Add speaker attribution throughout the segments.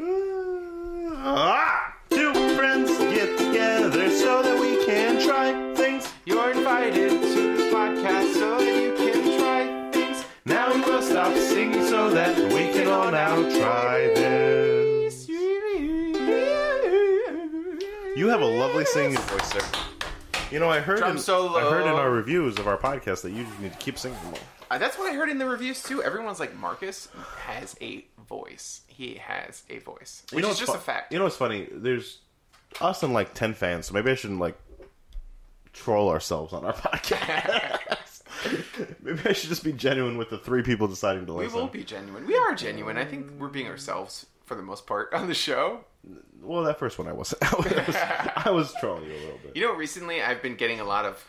Speaker 1: Ah, stop singing so that we can all now try this. You have a lovely singing voice, sir. You know, I heard
Speaker 2: Drum
Speaker 1: in,
Speaker 2: solo.
Speaker 1: I heard in our reviews of our podcast that you just need to keep singing more.
Speaker 2: Uh, that's what I heard in the reviews too. Everyone's like, Marcus has a voice. He has a voice, which is
Speaker 1: what's
Speaker 2: just
Speaker 1: fu-
Speaker 2: a fact.
Speaker 1: You know what's funny? There's us and like ten fans, so maybe I shouldn't like troll ourselves on our podcast. maybe I should just be genuine with the three people deciding to
Speaker 2: we
Speaker 1: listen.
Speaker 2: will be genuine. We are genuine. I think we're being ourselves for the most part on the show.
Speaker 1: Well, that first one I wasn't. I was, I was trolling you a little bit.
Speaker 2: You know, recently I've been getting a lot of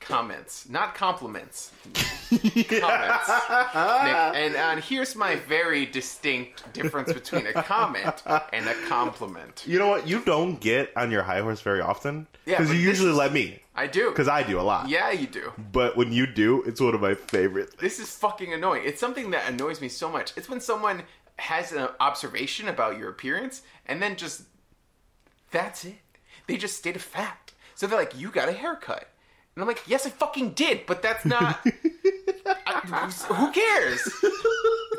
Speaker 2: comments, not compliments, comments. Nick, and uh, here's my very distinct difference between a comment and a compliment.
Speaker 1: You know what? You don't get on your high horse very often
Speaker 2: Yeah,
Speaker 1: because
Speaker 2: but
Speaker 1: you
Speaker 2: this
Speaker 1: usually
Speaker 2: is-
Speaker 1: let me.
Speaker 2: I do.
Speaker 1: Because I do a lot.
Speaker 2: yeah, you do.
Speaker 1: But when you do, it's one of my favorite. things.
Speaker 2: This is fucking annoying. It's something that annoys me so much. It's when someone has an observation about your appearance and then just that's it. They just state a fact. So they're like, "You got a haircut," and I'm like, "Yes, I fucking did," but that's not. I- who cares?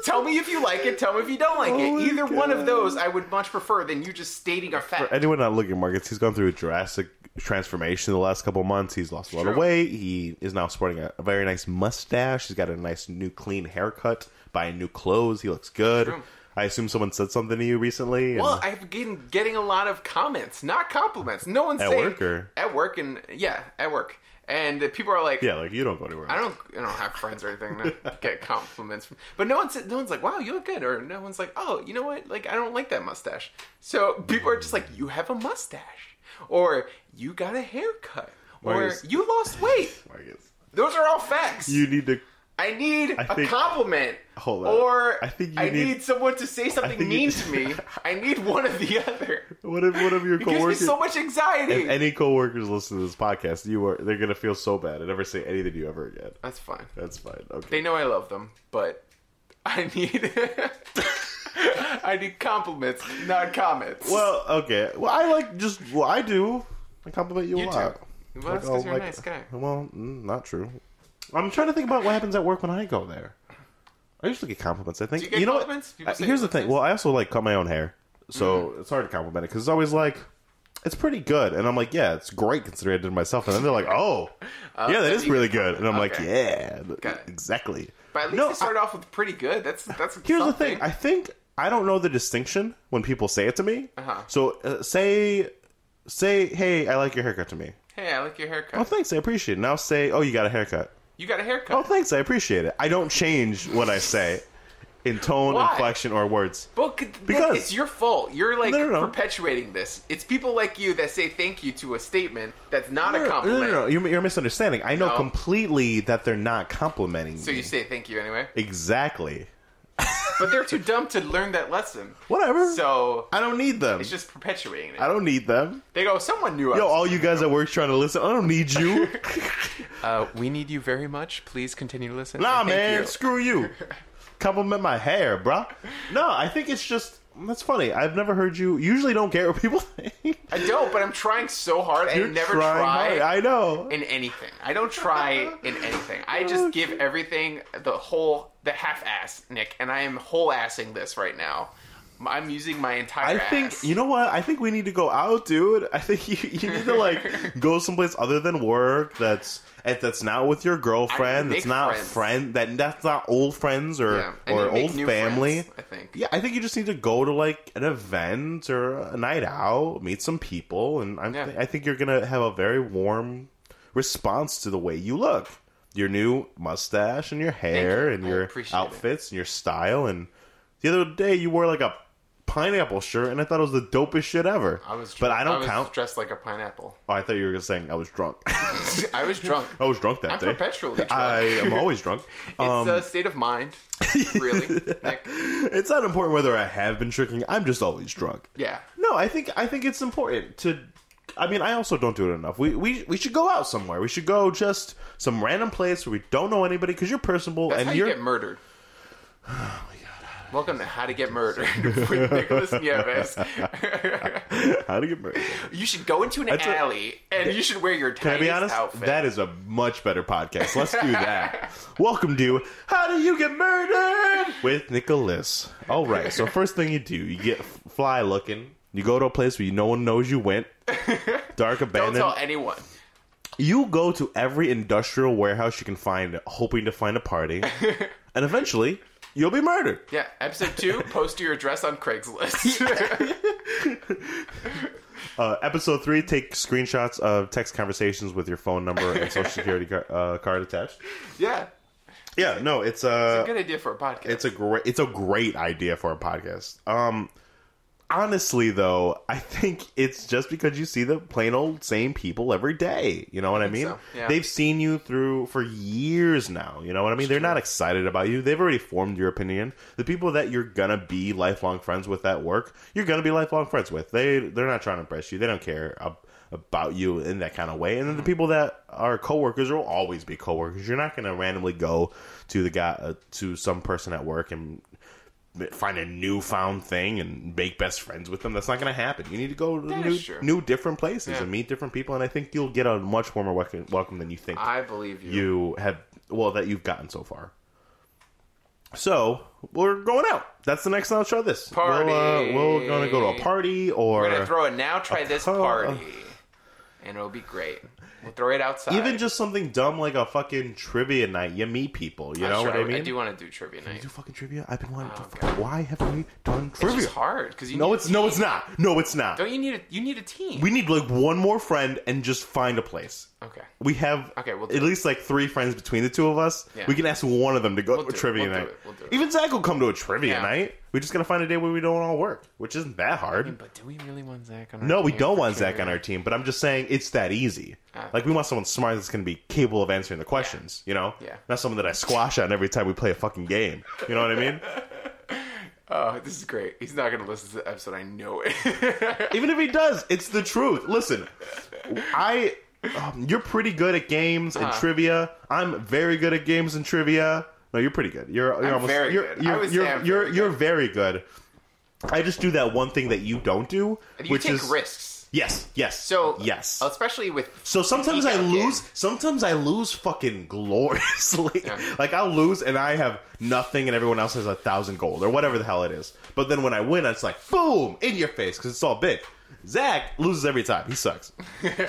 Speaker 2: tell me if you like it. Tell me if you don't like
Speaker 1: Oh my
Speaker 2: it. Either one
Speaker 1: God.
Speaker 2: of those, I would much prefer than you just stating a fact.
Speaker 1: Anyone not looking, Marcus, he's gone through a drastic transformation the last couple of months. He's lost a lot of
Speaker 2: True.
Speaker 1: weight. He is now sporting a, a very nice mustache. He's got a nice new clean haircut, buying new clothes. He looks good.
Speaker 2: True.
Speaker 1: I assume someone said something to you recently. and-
Speaker 2: Well, I've been getting a lot of comments, not compliments. No one's
Speaker 1: At
Speaker 2: saying
Speaker 1: work, or-
Speaker 2: at work, and yeah, at work, and the people are like,
Speaker 1: yeah, like you don't go anywhere.
Speaker 2: I don't, I don't have friends or anything to get compliments from. But no one's, no one's like, wow, you look good, or no one's like, oh, you know what, like I don't like that mustache. So people are just like, you have a mustache, or you got a haircut, or
Speaker 1: Marcus.
Speaker 2: you lost weight.
Speaker 1: Marcus.
Speaker 2: Those are all facts.
Speaker 1: You need to.
Speaker 2: I need a
Speaker 1: think-
Speaker 2: compliment.
Speaker 1: Hold on.
Speaker 2: Or
Speaker 1: I think you
Speaker 2: I
Speaker 1: need-
Speaker 2: need, someone to say something
Speaker 1: think you-
Speaker 2: mean to me. I need one or the other.
Speaker 1: What if one of your
Speaker 2: It gives me
Speaker 1: coworkers?
Speaker 2: so much anxiety.
Speaker 1: if any coworkers listen to this podcast, you are they're gonna feel so bad and never say anything to you ever again.
Speaker 2: That's fine.
Speaker 1: That's fine. Okay.
Speaker 2: They know I love them, but I need I need compliments, not comments.
Speaker 1: Well, okay. Well, I like just well, I do. I compliment you,
Speaker 2: You
Speaker 1: a
Speaker 2: do.
Speaker 1: lot.
Speaker 2: Well, that's
Speaker 1: oh,
Speaker 2: 'cause you're a nice guy.
Speaker 1: Well, mm, not true. I'm trying to think about what happens at work when I go there. I usually get compliments. I think
Speaker 2: Do you get
Speaker 1: know what?
Speaker 2: compliments? People
Speaker 1: Uh,
Speaker 2: say Mm-hmm.
Speaker 1: here's
Speaker 2: you
Speaker 1: the
Speaker 2: look
Speaker 1: thing.
Speaker 2: nice.
Speaker 1: Well, I also like cut my own hair, so it's hard to compliment it because it's always like. It's pretty good, and I'm like, yeah, it's great considering I did it myself. And then they're like, oh, yeah, that
Speaker 2: then
Speaker 1: is
Speaker 2: you-
Speaker 1: really good. And I'm like,
Speaker 2: Okay.
Speaker 1: yeah,
Speaker 2: Got it.
Speaker 1: exactly.
Speaker 2: but at least
Speaker 1: No,
Speaker 2: they start off with pretty good. That's that's
Speaker 1: Here's
Speaker 2: something.
Speaker 1: the thing. I think I don't know the distinction when people say it to me.
Speaker 2: Uh-huh.
Speaker 1: So uh, say say hey, I like your haircut to me.
Speaker 2: hey, I like your haircut.
Speaker 1: Oh, thanks, I appreciate it. Now say oh, you got a haircut.
Speaker 2: you got a
Speaker 1: Oh,
Speaker 2: haircut.
Speaker 1: thanks, I appreciate it. I don't change what I say in tone,
Speaker 2: Why?
Speaker 1: inflection, or words.
Speaker 2: Well, c- Nick,
Speaker 1: Because-
Speaker 2: it's your fault. You're like
Speaker 1: No, no, no.
Speaker 2: perpetuating this. It's people like you that say thank you to a statement that's not
Speaker 1: No,
Speaker 2: a
Speaker 1: no, no,
Speaker 2: compliment.
Speaker 1: no, no. You're, you're misunderstanding. I know
Speaker 2: No.
Speaker 1: completely that they're not complimenting
Speaker 2: So
Speaker 1: me.
Speaker 2: you say thank you anyway.
Speaker 1: exactly.
Speaker 2: But they're too dumb to learn that lesson.
Speaker 1: Whatever.
Speaker 2: So
Speaker 1: I don't need them.
Speaker 2: it's just perpetuating
Speaker 1: I
Speaker 2: it.
Speaker 1: don't need them.
Speaker 2: They go, someone knew us.
Speaker 1: Yo, all you guys at work trying to listen, I don't need you.
Speaker 2: Uh, we need you very much. Please continue to listen.
Speaker 1: Nah,
Speaker 2: Thank
Speaker 1: man,
Speaker 2: you.
Speaker 1: screw you. Compliment my hair, bruh. No, I think it's just that's funny. I've never heard you. Usually, don't care what people think.
Speaker 2: I don't, but I'm trying so hard. I
Speaker 1: You're
Speaker 2: never
Speaker 1: trying
Speaker 2: try
Speaker 1: hard. I know.
Speaker 2: in anything. I don't try in anything. I
Speaker 1: Oh,
Speaker 2: just give everything the whole, the half ass, Nick, and I am whole assing this right now. I'm using my
Speaker 1: I
Speaker 2: entire
Speaker 1: think
Speaker 2: ass.
Speaker 1: you know what. I think we need to go out, dude. I think you, you need to like go someplace other than work. That's and that's not with your girlfriend. That's
Speaker 2: make
Speaker 1: not
Speaker 2: friends.
Speaker 1: friend. That that's not old friends or
Speaker 2: Yeah, I need
Speaker 1: or
Speaker 2: to make
Speaker 1: old
Speaker 2: new
Speaker 1: family.
Speaker 2: friends, I think.
Speaker 1: Yeah, I think you just need to go to like an event or a night out, meet some people, and I'm,
Speaker 2: Yeah.
Speaker 1: I think you're gonna have a very warm response to the way you look, your new mustache and your hair
Speaker 2: you.
Speaker 1: and
Speaker 2: I
Speaker 1: your
Speaker 2: appreciate it.
Speaker 1: outfits and your style. And the other day you wore like a pineapple shirt, and I thought it was the dopest shit ever.
Speaker 2: I was,
Speaker 1: but I don't
Speaker 2: was
Speaker 1: count.
Speaker 2: dressed like a pineapple.
Speaker 1: oh, I thought you were just saying I was drunk. I
Speaker 2: I was drunk.
Speaker 1: was drunk that
Speaker 2: I'm
Speaker 1: day.
Speaker 2: perpetually drunk.
Speaker 1: Oh, I um, am always drunk.
Speaker 2: it's a state of mind, really. Nick.
Speaker 1: it's not important whether I have been drinking. I'm just always drunk.
Speaker 2: Yeah.
Speaker 1: No, I think I think it's important to. I mean, I also don't do it enough. We we we should go out somewhere. We should go just some random place where we don't know anybody because you're personable
Speaker 2: That's
Speaker 1: and
Speaker 2: how you
Speaker 1: you're.
Speaker 2: get murdered. Welcome to How to Get Murdered with Nicholas Nieves.
Speaker 1: How to get murdered?
Speaker 2: you should go into an
Speaker 1: That's a-
Speaker 2: alley and you should wear your
Speaker 1: Can I
Speaker 2: tiniest
Speaker 1: be honest?
Speaker 2: outfit.
Speaker 1: That is a much better podcast. Let's do that. Welcome to How Do You Get Murdered with Nicholas. All right. So first thing you do, you get f- fly looking. You go to a place where you- no one knows you went. Dark
Speaker 2: Don't
Speaker 1: abandoned.
Speaker 2: tell anyone.
Speaker 1: You go to every industrial warehouse you can find, hoping to find a party, and eventually you'll be murdered.
Speaker 2: Yeah, episode two, post your address on Craigslist.
Speaker 1: Uh, episode three: Take screenshots of text conversations with your phone number and social security car, uh, card attached.
Speaker 2: yeah.
Speaker 1: Yeah, no, it's uh,
Speaker 2: Good idea for a podcast.
Speaker 1: it's a great it's a great idea for a podcast. Um honestly though, I think it's just because you see the plain old same people every day, you know what I, mean?
Speaker 2: so, yeah.
Speaker 1: They've seen you through for years now, you know what I mean? They're not excited about you. They've already formed your opinion. The people that you're going to be lifelong friends with at work, you're going to be lifelong friends with. They they're not trying to impress you. They don't care ab- about you in that kind of way.
Speaker 2: Mm-hmm.
Speaker 1: And then the people that are coworkers will always be coworkers. You're not going to randomly go to the guy uh, to some person at work and find a newfound thing and make best friends with them. That's not going to happen. You need to go to
Speaker 2: That
Speaker 1: new,
Speaker 2: is true.
Speaker 1: new different places
Speaker 2: Yeah.
Speaker 1: and meet different people. And I think you'll get a much warmer welcome, welcome than you think
Speaker 2: I believe you.
Speaker 1: you have well that you've gotten so far. So we're going out. That's the next time I'll try this.
Speaker 2: Party.
Speaker 1: We'll, uh, we're going to go to a party or
Speaker 2: We're gonna throw it now. Try this
Speaker 1: pro-
Speaker 2: party, and it'll be great. We'll throw it outside.
Speaker 1: even just something dumb like a fucking trivia night. You meet people. You
Speaker 2: That's
Speaker 1: know
Speaker 2: true,
Speaker 1: what I mean?
Speaker 2: I do want to do trivia night.
Speaker 1: do fucking trivia. I've been wanting to.
Speaker 2: Oh,
Speaker 1: fucking- Why haven't we done
Speaker 2: It's
Speaker 1: trivia?
Speaker 2: just hard because you
Speaker 1: No,
Speaker 2: need
Speaker 1: it's
Speaker 2: a
Speaker 1: no,
Speaker 2: team.
Speaker 1: it's not. No, it's not.
Speaker 2: Don't you need a you need a team?
Speaker 1: We need like one more friend and just find a place.
Speaker 2: okay.
Speaker 1: We have
Speaker 2: Okay, we'll do
Speaker 1: at
Speaker 2: it.
Speaker 1: least like three friends between the two of us.
Speaker 2: Yeah.
Speaker 1: We can ask one of them to go
Speaker 2: We'll
Speaker 1: to a
Speaker 2: do it.
Speaker 1: trivia
Speaker 2: We'll do
Speaker 1: night.
Speaker 2: it. We'll do it.
Speaker 1: Even Zach will come to a trivia
Speaker 2: Yeah.
Speaker 1: night. We just gotta find a day where we don't all work, which isn't that hard.
Speaker 2: But do we really want Zach on? Our
Speaker 1: No, we
Speaker 2: team
Speaker 1: don't
Speaker 2: for
Speaker 1: want Zach
Speaker 2: trivia?
Speaker 1: on our team, but I'm just saying it's that easy.
Speaker 2: Ah.
Speaker 1: Like we want someone smart that's gonna be capable of answering the questions. You know,
Speaker 2: Yeah.
Speaker 1: not someone that I squash on every time we play a fucking game. You know what I mean?
Speaker 2: Oh, this is great. He's not gonna listen to the episode. I know it.
Speaker 1: Even if he does, it's the truth. Listen, I um, you're pretty good at games and trivia. I'm very good at games and trivia. No, you're pretty good. You're, you're almost
Speaker 2: very
Speaker 1: you're,
Speaker 2: good. I
Speaker 1: You're,
Speaker 2: would say
Speaker 1: you're,
Speaker 2: I'm
Speaker 1: you're,
Speaker 2: very
Speaker 1: you're very good. I just do that one thing that you don't do,
Speaker 2: you
Speaker 1: which
Speaker 2: take
Speaker 1: is
Speaker 2: risks.
Speaker 1: yes, yes,
Speaker 2: So
Speaker 1: yes.
Speaker 2: especially with
Speaker 1: So sometimes I
Speaker 2: Yeah.
Speaker 1: lose. Sometimes I lose fucking gloriously. Like I'll lose and I have nothing, and everyone else has a thousand gold or whatever the hell it is. But then when I win, it's like boom in your face because it's all big. Zach loses every time. He sucks.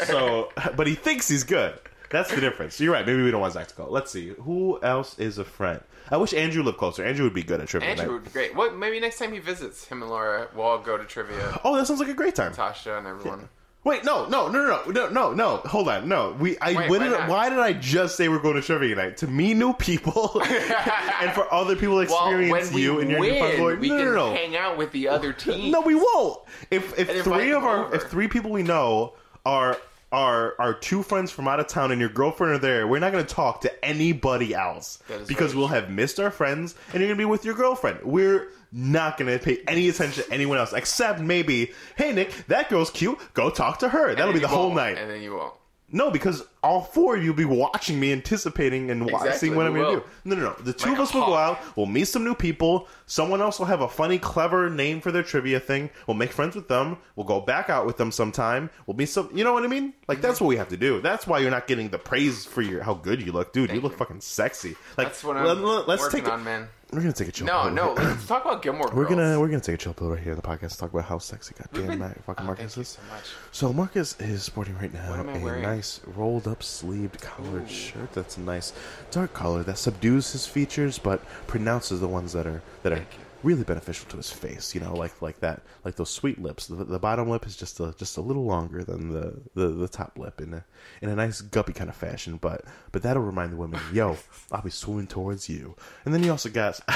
Speaker 1: so, but he thinks he's good. That's the difference. You're right. Maybe we don't want Zach to go. Let's see who else is a friend. I wish Andrew lived closer. Andrew would be good at trivia.
Speaker 2: Andrew
Speaker 1: night.
Speaker 2: would be great. What maybe next time he visits, him and Laura will all go to trivia.
Speaker 1: Oh, that sounds like a great time.
Speaker 2: Tasha and everyone.
Speaker 1: Wait, no, no, no, no, no, no, no. Hold on, no. We, I,
Speaker 2: Wait,
Speaker 1: when
Speaker 2: why
Speaker 1: did,
Speaker 2: not?
Speaker 1: why did I just say we're going to trivia night to meet new people and for other people to
Speaker 2: Well,
Speaker 1: experience
Speaker 2: when we
Speaker 1: you and your newfound glory?
Speaker 2: win, we
Speaker 1: No, no,
Speaker 2: can
Speaker 1: no,
Speaker 2: hang out with the other team.
Speaker 1: no, we won't. If
Speaker 2: And
Speaker 1: if
Speaker 2: invite
Speaker 1: three of
Speaker 2: them
Speaker 1: our
Speaker 2: over.
Speaker 1: if three people we know are are are two friends from out of town and your girlfriend are there, we're not going to talk to anybody else
Speaker 2: That is
Speaker 1: because
Speaker 2: very
Speaker 1: we'll have missed our friends and you're going to be with your girlfriend. We're not going to pay any attention to anyone else except maybe, hey Nick, that girl's cute. Go talk to her. That'll
Speaker 2: And
Speaker 1: be the
Speaker 2: then you
Speaker 1: whole
Speaker 2: won't.
Speaker 1: night.
Speaker 2: and then you won't.
Speaker 1: No, because all four of you will be watching me, anticipating and wa-
Speaker 2: Exactly,
Speaker 1: seeing what I'm
Speaker 2: we
Speaker 1: going to
Speaker 2: will.
Speaker 1: do. No, no, no. The two
Speaker 2: Like
Speaker 1: of
Speaker 2: a
Speaker 1: us will go
Speaker 2: hawk.
Speaker 1: out. We'll meet some new people. Someone else will have a funny, clever name for their trivia thing. We'll make friends with them. We'll go back out with them sometime. We'll be some. You know what I mean?
Speaker 2: Mm-hmm.
Speaker 1: Like that's what we have to do. That's why you're not getting the praise for your how good you look, dude. you look fucking sexy. Like
Speaker 2: That's what I'm
Speaker 1: let- let- let's
Speaker 2: working
Speaker 1: take. A,
Speaker 2: on, man.
Speaker 1: We're gonna take a chill.
Speaker 2: No,
Speaker 1: pill.
Speaker 2: no. Let's talk about Gilmore
Speaker 1: We're
Speaker 2: Girls.
Speaker 1: gonna we're gonna take a chill pill right here in the podcast. Talk about how sexy goddamn
Speaker 2: been-
Speaker 1: Matt fucking
Speaker 2: Oh, thank
Speaker 1: Marcus
Speaker 2: you
Speaker 1: is.
Speaker 2: so much.
Speaker 1: So Marcus is sporting right now
Speaker 2: am I
Speaker 1: a
Speaker 2: wearing?
Speaker 1: nice rolled up sleeved collared shirt that's a nice dark color that subdues his features but pronounces the ones that are that are really beneficial to his face, you know, like like that like those sweet lips. The, the bottom lip is just a just a little longer than the, the, the top lip in a in a nice guppy kind of fashion, but but that'll remind the women, yo, I'll be swimming towards you. And then he also got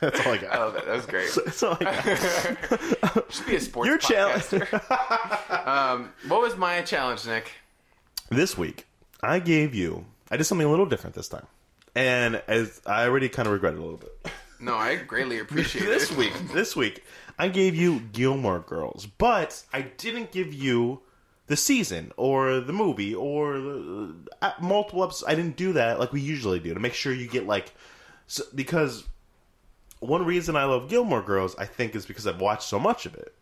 Speaker 1: that's all I
Speaker 2: I
Speaker 1: got.
Speaker 2: love that. That was great.
Speaker 1: That's all I got.
Speaker 2: Should be a sports
Speaker 1: Your challenge-
Speaker 2: podcaster. um, what was my challenge, Nick?
Speaker 1: this week I gave you I did something a little different this time. And as I already kind of regret it a little bit.
Speaker 2: No, I greatly appreciate
Speaker 1: this
Speaker 2: it.
Speaker 1: week, this week I gave you Gilmore Girls, but I didn't give you the season or the movie or the, uh, multiple episodes. I didn't do that like we usually do to make sure you get like so, because one reason I love Gilmore Girls, I think, is because I've watched so much of it.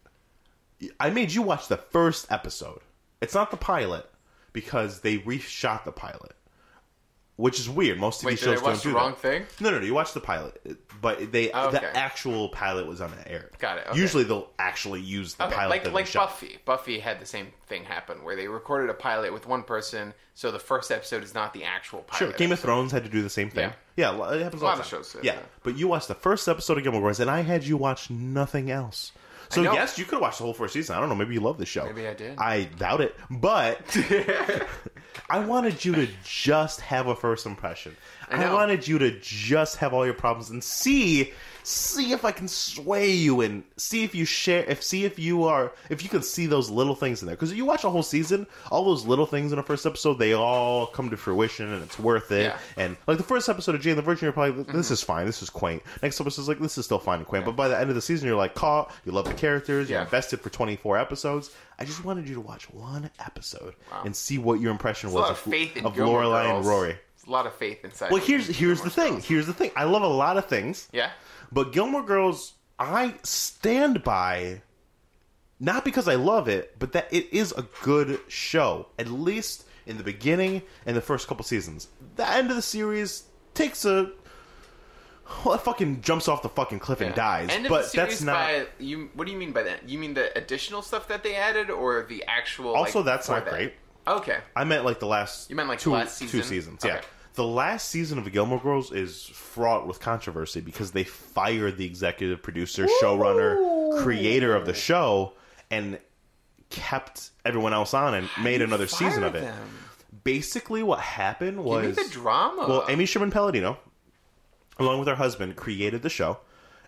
Speaker 1: I made you watch the first episode. It's not the pilot because they reshot the pilot, which is weird. Most TV
Speaker 2: Wait, did
Speaker 1: shows
Speaker 2: I watch
Speaker 1: don't
Speaker 2: the
Speaker 1: do
Speaker 2: wrong
Speaker 1: that.
Speaker 2: thing?
Speaker 1: No, no, no. You watched the pilot, but they
Speaker 2: Oh, okay.
Speaker 1: the actual pilot was unaired.
Speaker 2: Got it, okay.
Speaker 1: Usually they'll actually use the
Speaker 2: Okay,
Speaker 1: pilot
Speaker 2: like
Speaker 1: that
Speaker 2: like
Speaker 1: they shot.
Speaker 2: Buffy. Buffy had the same thing happen where they recorded a pilot with one person, so the first episode is not the actual pilot.
Speaker 1: Sure, Game of Thrones had to do the same thing. Yeah, it happens a
Speaker 2: lot
Speaker 1: all the
Speaker 2: of
Speaker 1: time.
Speaker 2: shows do
Speaker 1: Yeah.
Speaker 2: that.
Speaker 1: but you watched the first episode of Game of Thrones, and I had you watch nothing else. So
Speaker 2: know.
Speaker 1: yes, you could watch the whole first season. I don't know. Maybe you love the show.
Speaker 2: Maybe I did.
Speaker 1: I doubt it, but I wanted you to just have a first impression. I,
Speaker 2: know.
Speaker 1: wanted you to just have all your problems and see see if I can sway you and see if you share if see if you are if you can see those little things in there because you watch a whole season, all those little things in the first episode they all come to fruition and it's worth it.
Speaker 2: Yeah.
Speaker 1: And like the first episode of Jane the Virgin, you're probably this is fine, this is quaint. Next episode is like this is still fine and quaint, but by the end of the season, you're like caught. You love the characters. You're
Speaker 2: Yeah.
Speaker 1: invested for 24 episodes. I just wanted you to watch one episode and see what your impression
Speaker 2: a
Speaker 1: was
Speaker 2: lot
Speaker 1: of,
Speaker 2: of faith in
Speaker 1: of
Speaker 2: Gilmore
Speaker 1: Lorelai and
Speaker 2: Girls.
Speaker 1: Rory.
Speaker 2: It's a lot of faith inside.
Speaker 1: Well,
Speaker 2: of
Speaker 1: here's
Speaker 2: Gilmore
Speaker 1: here's the thing.
Speaker 2: Girls.
Speaker 1: Here's the thing. I love a lot of things,
Speaker 2: Yeah.
Speaker 1: but Gilmore Girls, I stand by. Not because I love it, but that it is a good show. At least in the beginning and the first couple seasons. The end of the series takes a. Well, it fucking jumps off the fucking cliff and
Speaker 2: Yeah.
Speaker 1: dies.
Speaker 2: End of
Speaker 1: but
Speaker 2: the series
Speaker 1: that's not.
Speaker 2: By, you, what do you mean by that? You mean the additional stuff that they added, or the actual?
Speaker 1: Also,
Speaker 2: like,
Speaker 1: that's
Speaker 2: for
Speaker 1: not
Speaker 2: that?
Speaker 1: great.
Speaker 2: Okay,
Speaker 1: I meant like the last.
Speaker 2: You meant, like,
Speaker 1: two,
Speaker 2: the last
Speaker 1: two
Speaker 2: season?
Speaker 1: seasons. Yeah,
Speaker 2: Okay.
Speaker 1: the last season of Gilmore Girls is fraught with controversy because they fired the executive producer, showrunner, creator of the show, and kept everyone else on and made another season of
Speaker 2: Fire
Speaker 1: it.
Speaker 2: them.
Speaker 1: Basically, what happened
Speaker 2: Give me
Speaker 1: was
Speaker 2: the drama.
Speaker 1: well, Amy Sherman Palladino, along with her husband, created the show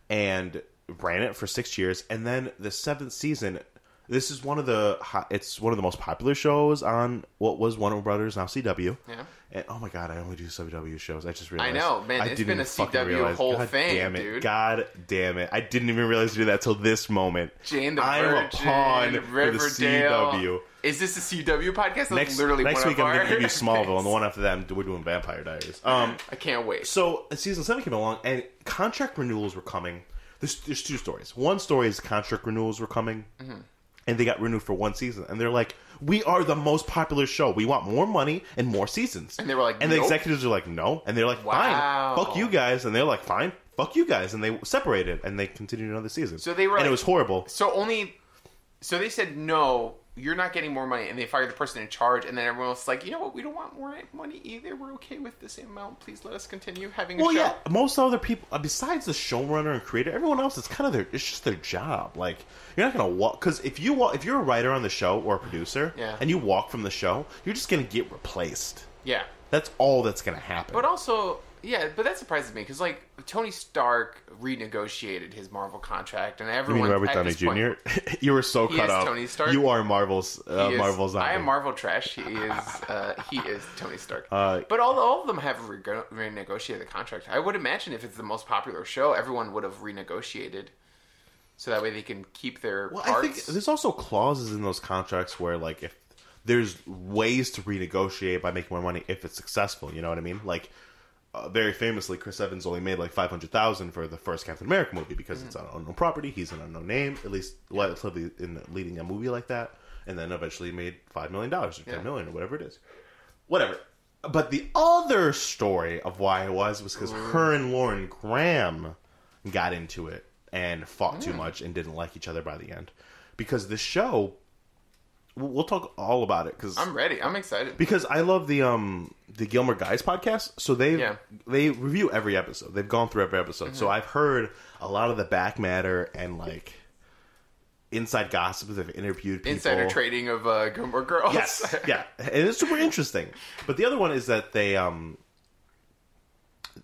Speaker 1: and ran it for six years. And then the seventh season, this is one of the hot, it's one of the most popular shows on what was Warner Brothers now CW.
Speaker 2: Yeah.
Speaker 1: And oh my god, I only do CW shows. I just realized.
Speaker 2: know, man,
Speaker 1: I
Speaker 2: it's
Speaker 1: didn't
Speaker 2: been a
Speaker 1: fucking
Speaker 2: CW
Speaker 1: realize.
Speaker 2: whole
Speaker 1: god
Speaker 2: thing,
Speaker 1: damn it.
Speaker 2: dude.
Speaker 1: God damn it! I didn't even realize to do that till this moment.
Speaker 2: Jane the
Speaker 1: I'm a
Speaker 2: Virgin,
Speaker 1: pawn for the
Speaker 2: Riverdale.
Speaker 1: CW.
Speaker 2: Is this a CW podcast? That's
Speaker 1: Next,
Speaker 2: literally
Speaker 1: next
Speaker 2: one
Speaker 1: week,
Speaker 2: of
Speaker 1: I'm
Speaker 2: our...
Speaker 1: going to give you Smallville, and the one after that, I'm- we're doing Vampire Diaries. Um,
Speaker 2: I can't wait.
Speaker 1: so uh, season seven came along, and contract renewals were coming. There's, there's two stories. One story is contract renewals were coming,
Speaker 2: Mm-hmm.
Speaker 1: and they got renewed for one season. And they're like, "We are the most popular show. We want more money and more seasons."
Speaker 2: And they were like,
Speaker 1: and the
Speaker 2: "Nope."
Speaker 1: executives are like, "No," and they're like,
Speaker 2: Wow.
Speaker 1: "Fine, fuck you guys," and they're like, "Fine." Fuck you guys, and they separated, and they continued another season.
Speaker 2: So they were
Speaker 1: and it
Speaker 2: like-
Speaker 1: was horrible.
Speaker 2: So only, so they said no. You're not getting more money, and they fired the person in charge, and then everyone else is like, you know what? We don't want more money either. We're okay with the same amount. Please let us continue having a
Speaker 1: Well,
Speaker 2: show.
Speaker 1: yeah. Most other people, uh, besides the showrunner and creator, everyone else, it's kind of their. It's just their job. Like you're not gonna walk because if you walk, if you're a writer on the show or a producer,
Speaker 2: Yeah.
Speaker 1: and you walk from the show, you're just gonna get replaced.
Speaker 2: Yeah.
Speaker 1: That's all that's gonna happen.
Speaker 2: But also, yeah, but that surprises me because like Tony Stark renegotiated his Marvel contract, and
Speaker 1: I mean,
Speaker 2: everyone
Speaker 1: Robert
Speaker 2: at
Speaker 1: Downey
Speaker 2: this point-
Speaker 1: Jr. you were so
Speaker 2: He
Speaker 1: cut
Speaker 2: is
Speaker 1: up.
Speaker 2: Tony Stark.
Speaker 1: You are Marvel's uh,
Speaker 2: He is-
Speaker 1: Marvel's.
Speaker 2: I
Speaker 1: zombie.
Speaker 2: am Marvel trash. He is. Uh, he is Tony Stark.
Speaker 1: Uh,
Speaker 2: but all, all of them have rego- renegotiated the contract. I would imagine if it's the most popular show, everyone would have renegotiated, so that way they can keep their
Speaker 1: Well, I
Speaker 2: parts.
Speaker 1: think there's also clauses in those contracts where, like, if there's ways to renegotiate by making more money if it's successful, you know what I mean? Like, uh, very famously, Chris Evans only made like five hundred thousand for the first Captain America movie because it's
Speaker 2: Hmm.
Speaker 1: on unknown property. He's an unknown name, at least relatively in leading a movie like that, and then eventually made five million dollars or ten
Speaker 2: Yeah.
Speaker 1: million or whatever it is, whatever. But the other story of why it was was because
Speaker 2: Mm.
Speaker 1: her and Lauren Graham got into it and fought
Speaker 2: Mm.
Speaker 1: too much and didn't like each other by the end. Because the show, we'll we'll talk all about it because
Speaker 2: I'm ready. I'm excited.
Speaker 1: because I love the um the Gilmore Guys podcast. So they
Speaker 2: Yeah. Mm-hmm.
Speaker 1: they review every episode. They've gone through every episode. So I've heard a lot of the back matter and like inside gossip. They've interviewed people.
Speaker 2: Insider trading of uh, Gilmore Girls.
Speaker 1: Yes, yeah, and it's super interesting. But the other one is that they, um,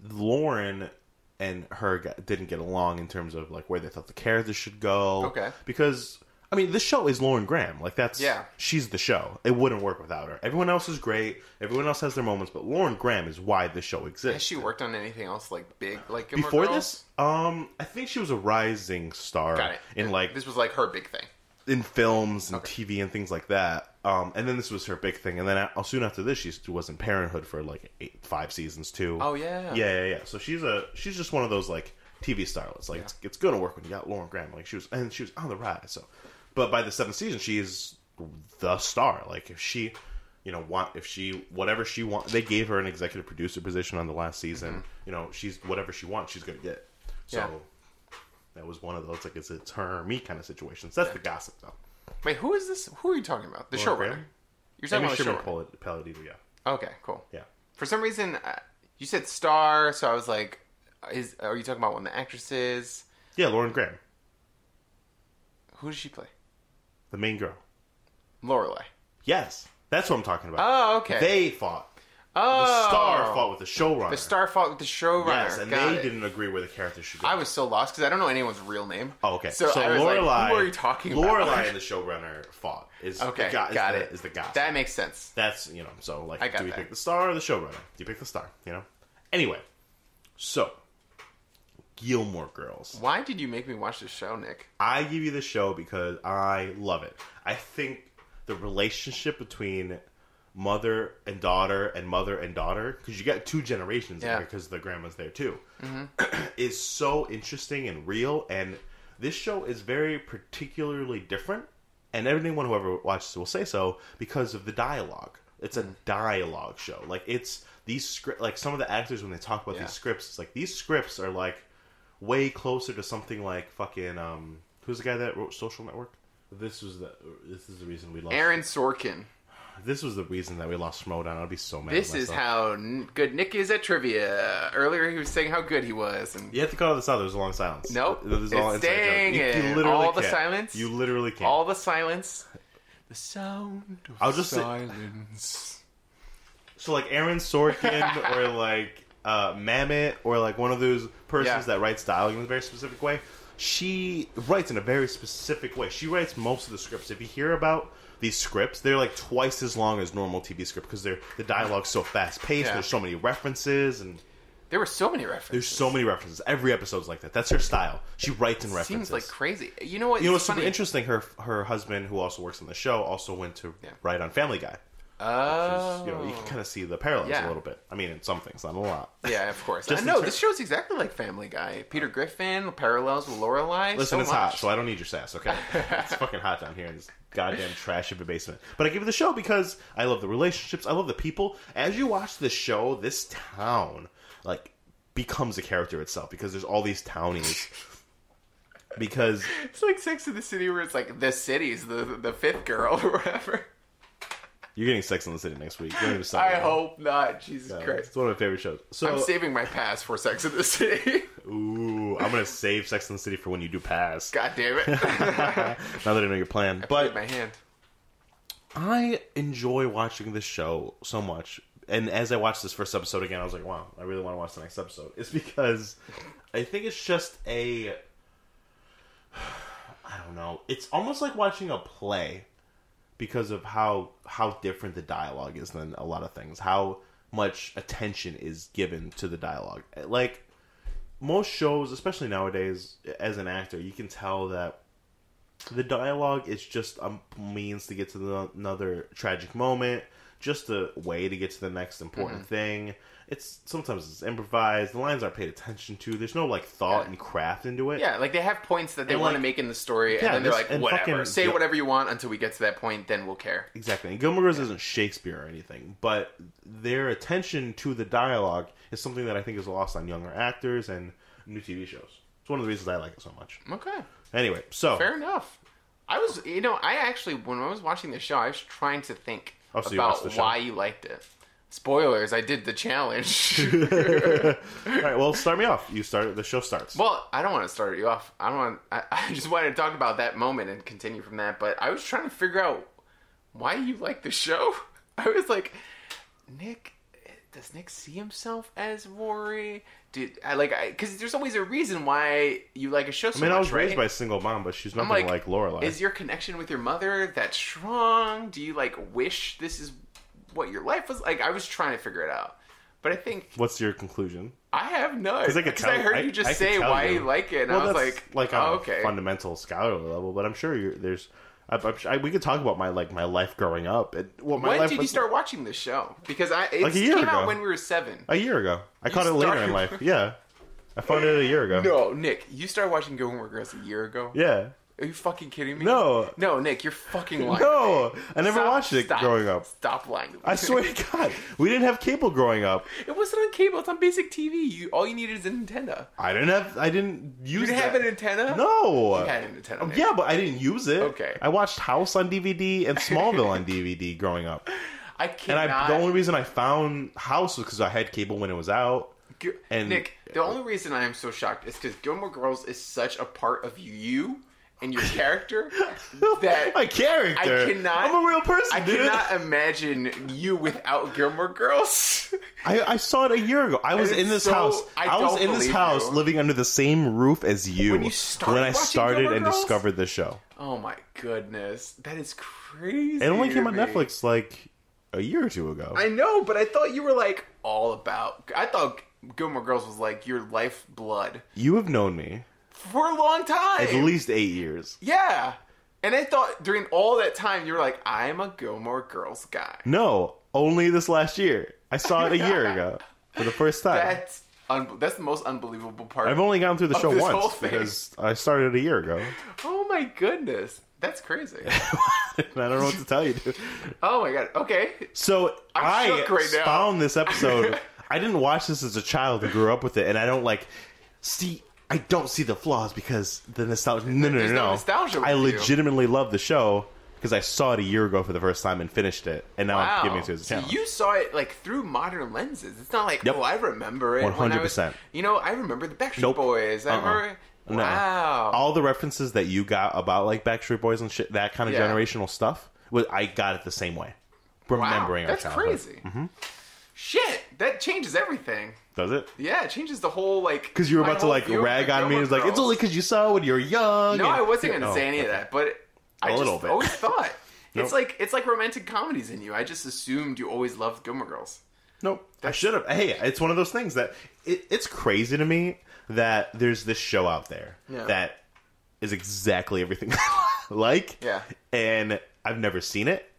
Speaker 1: Lauren and her got, didn't get along in terms of like where they thought the characters should go.
Speaker 2: Okay.
Speaker 1: because I mean, the show is Lauren Graham. Like that's
Speaker 2: Yeah.
Speaker 1: she's the show. It wouldn't work without her. Everyone else is great. Everyone else has their moments, but Lauren Graham is why the show
Speaker 2: Has
Speaker 1: exists.
Speaker 2: she worked on anything else like big, like Gilmore
Speaker 1: Before
Speaker 2: Girls?
Speaker 1: this, um, I think she was a rising star
Speaker 2: Got it.
Speaker 1: in like
Speaker 2: this was like her big thing.
Speaker 1: in films and TV and things like that. Um, and then this was her big thing. And then uh, soon after this, she was in Parenthood for like eight, five seasons too.
Speaker 2: Oh yeah.
Speaker 1: yeah, yeah, yeah. So she's a she's just one of those like TV star. It's like it's, it's going to work when you got Lauren Graham. Like she was, and she was on the rise. So, but by the seventh season, she is the star. Like if she, you know, want if she whatever she wants, they gave her an executive producer position on the last season.
Speaker 2: Mm-hmm.
Speaker 1: You know, she's whatever she wants, she's going to get. So.
Speaker 2: Yeah.
Speaker 1: That was one of those like it's it's her or me kind of situations. That's the gossip though.
Speaker 2: Wait, who is this? Who are you talking about? The
Speaker 1: Lauren
Speaker 2: showrunner.
Speaker 1: Graham?
Speaker 2: You're talking
Speaker 1: Amy
Speaker 2: about the
Speaker 1: Sherman
Speaker 2: showrunner.
Speaker 1: Pal- Palladino, yeah,
Speaker 2: Okay, cool.
Speaker 1: yeah.
Speaker 2: For some reason, uh, you said star, so I was like, is are you talking about one of the actresses?
Speaker 1: Yeah, Lauren Graham,
Speaker 2: Who does she play?
Speaker 1: the main girl.
Speaker 2: Lorelai.
Speaker 1: Yes, that's what I'm talking about.
Speaker 2: Oh, okay.
Speaker 1: They fought.
Speaker 2: oh,
Speaker 1: The star fought with the showrunner.
Speaker 2: The star fought with the showrunner.
Speaker 1: Yes, and
Speaker 2: Got
Speaker 1: they
Speaker 2: it.
Speaker 1: didn't agree where the character should go.
Speaker 2: I was so lost because I don't know anyone's real name.
Speaker 1: oh, okay.
Speaker 2: So, I was like, who are you talking about?
Speaker 1: Lorelai and the showrunner fought. Is
Speaker 2: Okay,
Speaker 1: the go- is
Speaker 2: got
Speaker 1: the-
Speaker 2: it.
Speaker 1: Is the gossip.
Speaker 2: That makes sense.
Speaker 1: That's you know. So like,
Speaker 2: I got
Speaker 1: do we
Speaker 2: that.
Speaker 1: pick the star or the showrunner? Do you pick the star? You know. Anyway, so Gilmore Girls.
Speaker 2: Why did you make me watch this show, Nick?
Speaker 1: I give you the show because I love it. I think the relationship between mother and daughter and mother and daughter because you got two generations
Speaker 2: Yeah.
Speaker 1: in because the grandma's there too is so interesting and real and this show is very particularly different and everyone who ever watches will say so because of the dialogue it's a
Speaker 2: Mm.
Speaker 1: dialogue show like it's these script like some of the actors when they talk about
Speaker 2: Yeah.
Speaker 1: these scripts it's like these scripts are like way closer to something like fucking um who's the guy that wrote social network this was the this is the reason we lost
Speaker 2: Aaron Sorkin.
Speaker 1: this was the reason that we lost Schmodown. I'd be so mad. at
Speaker 2: This is
Speaker 1: myself.
Speaker 2: how n- good Nick is at trivia. Earlier, he was saying how good he was, and
Speaker 1: You have to call this out. There's a long silence.
Speaker 2: Nope.
Speaker 1: There's
Speaker 2: It's staying in. All the silence.
Speaker 1: You literally can't.
Speaker 2: all the silence, the sound of
Speaker 1: I'll just say-
Speaker 2: silence.
Speaker 1: So like Aaron Sorkin or like uh, Mamet or like one of those persons
Speaker 2: Yeah.
Speaker 1: that writes dialogue in a very specific way. She writes in a very specific way. She writes most of the scripts. If you hear about these scripts, they're like twice as long as normal TV script because they're the dialogue's so fast paced.
Speaker 2: Yeah.
Speaker 1: There's so many references and
Speaker 2: there were so many references.
Speaker 1: there's so many references. Every episode's like that. That's her style. She writes in references.
Speaker 2: Seems like crazy. You know what?
Speaker 1: you know,
Speaker 2: it's
Speaker 1: it's super
Speaker 2: funny.
Speaker 1: interesting. Her her husband, who also works on the show, also went to
Speaker 2: Yeah.
Speaker 1: write on Family Guy.
Speaker 2: Oh,
Speaker 1: You know, you can kind of see the parallels
Speaker 2: Yeah.
Speaker 1: a little bit. I mean, in some things, not a lot.
Speaker 2: Oh. yeah, of course. I
Speaker 1: Just in
Speaker 2: know
Speaker 1: ter-
Speaker 2: this show's exactly like Family Guy. Peter Griffin parallels with Lorelai.
Speaker 1: Listen,
Speaker 2: so
Speaker 1: it's
Speaker 2: much.
Speaker 1: hot, so I don't need your sass, okay? it's fucking hot down here in this goddamn trash of a basement. But I give it the show because I love the relationships, I love the people. As you watch the show, this town, like, becomes a character itself because there's all these townies. because
Speaker 2: It's like Sex in the City, where it's like the city's the the fifth girl or whatever.
Speaker 1: you're getting Sex in the City next week. Don't even start
Speaker 2: I
Speaker 1: it.
Speaker 2: hope not. Jesus
Speaker 1: Uh,
Speaker 2: Christ.
Speaker 1: It's one of my favorite shows. So,
Speaker 2: I'm saving my pass for Sex in the City.
Speaker 1: ooh, I'm gonna save Sex in the City for when you do pass.
Speaker 2: God damn it.
Speaker 1: now that I know your plan,
Speaker 2: But
Speaker 1: but
Speaker 2: my hand.
Speaker 1: I enjoy watching this show so much. And as I watched this first episode again, I was like, wow, I really want to watch the next episode. It's because I think it's just a. I don't know. It's almost like watching a play because of how how different the dialogue is than a lot of things. How much attention is given to the dialogue. Like most shows, especially nowadays, as an actor, you can tell that the dialogue is just a means to get to the, another tragic moment, just a way to get to the next important thing. It's sometimes it's improvised. The lines aren't paid attention to. There's no like thought
Speaker 2: Yeah.
Speaker 1: and craft into it.
Speaker 2: Yeah, like they have points that they
Speaker 1: And,
Speaker 2: want to
Speaker 1: like-
Speaker 2: make in the story,
Speaker 1: Yeah,
Speaker 2: and then they're
Speaker 1: this-
Speaker 2: like,
Speaker 1: and
Speaker 2: whatever.
Speaker 1: fucking-
Speaker 2: Say
Speaker 1: yeah.
Speaker 2: whatever you want until we get to that point, then we'll care.
Speaker 1: Exactly. And Gilmore Girls isn't Shakespeare or anything, but their attention to the dialogue is something that I think is lost on younger actors and new TV shows. It's one of the reasons I like it so much.
Speaker 2: Okay.
Speaker 1: Anyway, so
Speaker 2: Fair enough. I was, you know, I actually, when I was watching the show, I was trying to think
Speaker 1: Oh, so you watched the
Speaker 2: about
Speaker 1: show?
Speaker 2: why you liked it. Spoilers, I did the challenge.
Speaker 1: all right, well, start me off. You start. The show starts.
Speaker 2: well, I don't want to start you off. I don't want, I, I just wanted to talk about that moment and continue from that, but I was trying to figure out why you like the show. I was like, Nick, does Nick see himself as Rory? Did I like, I, cause there's always a reason why you like a show so
Speaker 1: I mean,
Speaker 2: much,
Speaker 1: I was
Speaker 2: right?
Speaker 1: raised by a single mom, but she's nothing
Speaker 2: like,
Speaker 1: like, Lorelai.
Speaker 2: Is your connection with your mother that strong? Do you like wish this is what your life was like? I was trying to figure it out, but I think
Speaker 1: What's your conclusion?
Speaker 2: I have none.
Speaker 1: I could
Speaker 2: Because I
Speaker 1: tell-
Speaker 2: heard
Speaker 1: I-
Speaker 2: you just
Speaker 1: I could
Speaker 2: say
Speaker 1: tell
Speaker 2: why you.
Speaker 1: you.
Speaker 2: like it, and I was like,
Speaker 1: like on
Speaker 2: oh,
Speaker 1: a
Speaker 2: okay,
Speaker 1: fundamental scholar level, but I'm sure you're, there's. I, I'm, sure- I, we could talk about my like my life growing up. And, well, my
Speaker 2: when
Speaker 1: life
Speaker 2: did you
Speaker 1: was-
Speaker 2: start watching this show? Because I it
Speaker 1: Like a year
Speaker 2: came out
Speaker 1: ago.
Speaker 2: when we were seven.
Speaker 1: A year ago. I caught it later in
Speaker 2: started-
Speaker 1: life. Yeah. I found it a year ago.
Speaker 2: No, Nick, you started watching Gilmore Girls a year ago.
Speaker 1: Yeah.
Speaker 2: Are you fucking kidding me?
Speaker 1: No.
Speaker 2: No, Nick, you're fucking lying.
Speaker 1: No, I never
Speaker 2: Stop-
Speaker 1: watched it
Speaker 2: stop.
Speaker 1: growing up.
Speaker 2: Stop lying. to me.
Speaker 1: I swear to God, we didn't have cable growing up.
Speaker 2: it wasn't on cable. It's on basic TV. You all you needed is a Nintendo.
Speaker 1: I didn't have. I didn't use.
Speaker 2: You didn't
Speaker 1: that.
Speaker 2: have a Nintendo?
Speaker 1: No. Oh,
Speaker 2: You had a Nintendo. Nick.
Speaker 1: Yeah, but I didn't use it.
Speaker 2: Okay.
Speaker 1: I watched House on DVD and Smallville on DVD growing up,
Speaker 2: I
Speaker 1: and
Speaker 2: cannot.
Speaker 1: I, the only reason I found House was because I had cable when it was out.
Speaker 2: Gil-
Speaker 1: And-
Speaker 2: Nick, the only reason I am so shocked is because Gilmore Girls is such a part of you and your character that
Speaker 1: My character.
Speaker 2: I cannot-
Speaker 1: I'm a real person,
Speaker 2: I
Speaker 1: dude.
Speaker 2: cannot imagine you without Gilmore Girls.
Speaker 1: I, I saw it a year ago. I was
Speaker 2: It's
Speaker 1: in this
Speaker 2: so-
Speaker 1: house.
Speaker 2: I
Speaker 1: I, was
Speaker 2: don't
Speaker 1: in this
Speaker 2: believe
Speaker 1: house
Speaker 2: you.
Speaker 1: living under the same roof as you
Speaker 2: When you started
Speaker 1: when I
Speaker 2: watching
Speaker 1: started
Speaker 2: Gilmore
Speaker 1: and
Speaker 2: Girls?
Speaker 1: discovered this show.
Speaker 2: oh my goodness, that is crazy.
Speaker 1: It only came
Speaker 2: to
Speaker 1: on
Speaker 2: me.
Speaker 1: Netflix like a year or two ago.
Speaker 2: I know, but I thought you were like all about. I thought Gilmore Girls was like your lifeblood
Speaker 1: you have known me
Speaker 2: for a long time.
Speaker 1: at least eight years.
Speaker 2: yeah. And I thought during all that time you were like, I'm a Gilmore Girls guy.
Speaker 1: No, only this last year. I saw it a year ago for the first time.
Speaker 2: That's un- that's the most unbelievable part.
Speaker 1: I've only gone through the
Speaker 2: Of
Speaker 1: show
Speaker 2: this whole
Speaker 1: once
Speaker 2: thing.
Speaker 1: because I started a year ago.
Speaker 2: oh my goodness, that's crazy.
Speaker 1: And I don't know what to tell you. Dude.
Speaker 2: oh my god. Okay,
Speaker 1: So
Speaker 2: I'm
Speaker 1: i
Speaker 2: shook right now.
Speaker 1: found this episode. I didn't watch this as a child and grew up with it, and I don't like see. I don't see the flaws because the nostalgia. No, no, no,
Speaker 2: There's no
Speaker 1: no.
Speaker 2: nostalgia with
Speaker 1: I
Speaker 2: you.
Speaker 1: legitimately love the show because I saw it a year ago for the first time and finished it, and now
Speaker 2: wow.
Speaker 1: I'm giving it to his
Speaker 2: So
Speaker 1: channel.
Speaker 2: you saw it like through modern lenses. It's not like
Speaker 1: Yep.
Speaker 2: oh, I remember it. when I was-
Speaker 1: 100%.
Speaker 2: You know, I remember the Backstreet
Speaker 1: Nope. Uh-uh.
Speaker 2: Boys. I remember.
Speaker 1: No.
Speaker 2: Wow.
Speaker 1: All the references that you got about like Backstreet Boys and shit, that kind of
Speaker 2: Yeah.
Speaker 1: generational stuff, was, I got it the same way. Remembering
Speaker 2: wow,
Speaker 1: our
Speaker 2: that's
Speaker 1: childhood. Mm-hmm.
Speaker 2: crazy. Shit, that changes everything.
Speaker 1: Does it?
Speaker 2: Yeah, it changes the whole like
Speaker 1: Because you were
Speaker 2: my
Speaker 1: about to
Speaker 2: whole
Speaker 1: like
Speaker 2: view of
Speaker 1: rag
Speaker 2: the
Speaker 1: on me.
Speaker 2: Gilmore
Speaker 1: It's like it's
Speaker 2: Girls.
Speaker 1: only because you saw when you were young.
Speaker 2: No,
Speaker 1: and-
Speaker 2: I wasn't gonna
Speaker 1: Oh,
Speaker 2: say any of
Speaker 1: okay.
Speaker 2: that, but I
Speaker 1: A
Speaker 2: just
Speaker 1: little bit.
Speaker 2: always thought it's
Speaker 1: Nope.
Speaker 2: like it's like romantic comedies in you. I just assumed you always loved Gilmore Girls.
Speaker 1: Nope. I should have. Hey, it's one of those things that it, it's crazy to me that there's this show out there
Speaker 2: Yeah.
Speaker 1: that is exactly everything I like.
Speaker 2: Yeah.
Speaker 1: And I've never seen it.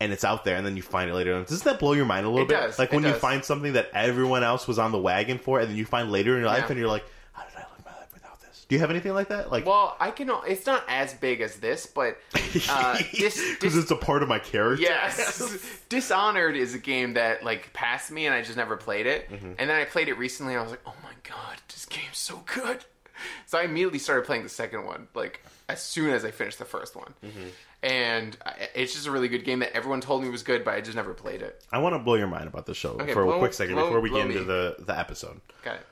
Speaker 1: And it's out there, and then you find it later on. Doesn't that blow your mind a little
Speaker 2: It
Speaker 1: bit?
Speaker 2: does,
Speaker 1: Like
Speaker 2: it
Speaker 1: when you
Speaker 2: does.
Speaker 1: find something that everyone else was on the wagon for, and then you find later in your life,
Speaker 2: Yeah.
Speaker 1: and you're like, "How did I live my life without this?" Do you have anything like that? Like,
Speaker 2: Well, I can. o- It's not as big as this, but uh,
Speaker 1: because
Speaker 2: dis, dis,
Speaker 1: it's a part of my character.
Speaker 2: yes, Dishonored is a game that like passed me, and I just never played it.
Speaker 1: Mm-hmm.
Speaker 2: And then I played it recently, and I was like, oh my god, this game's so good. So I immediately started playing the second one, like as soon as I finished the first one.
Speaker 1: Mm-hmm.
Speaker 2: And I, it's just a really good game that everyone told me was good, but I just never played it.
Speaker 1: I want to blow your mind about the show for
Speaker 2: blow-
Speaker 1: a quick second
Speaker 2: blow-
Speaker 1: before we
Speaker 2: blow
Speaker 1: get into
Speaker 2: me.
Speaker 1: the, the episode.
Speaker 2: Got it.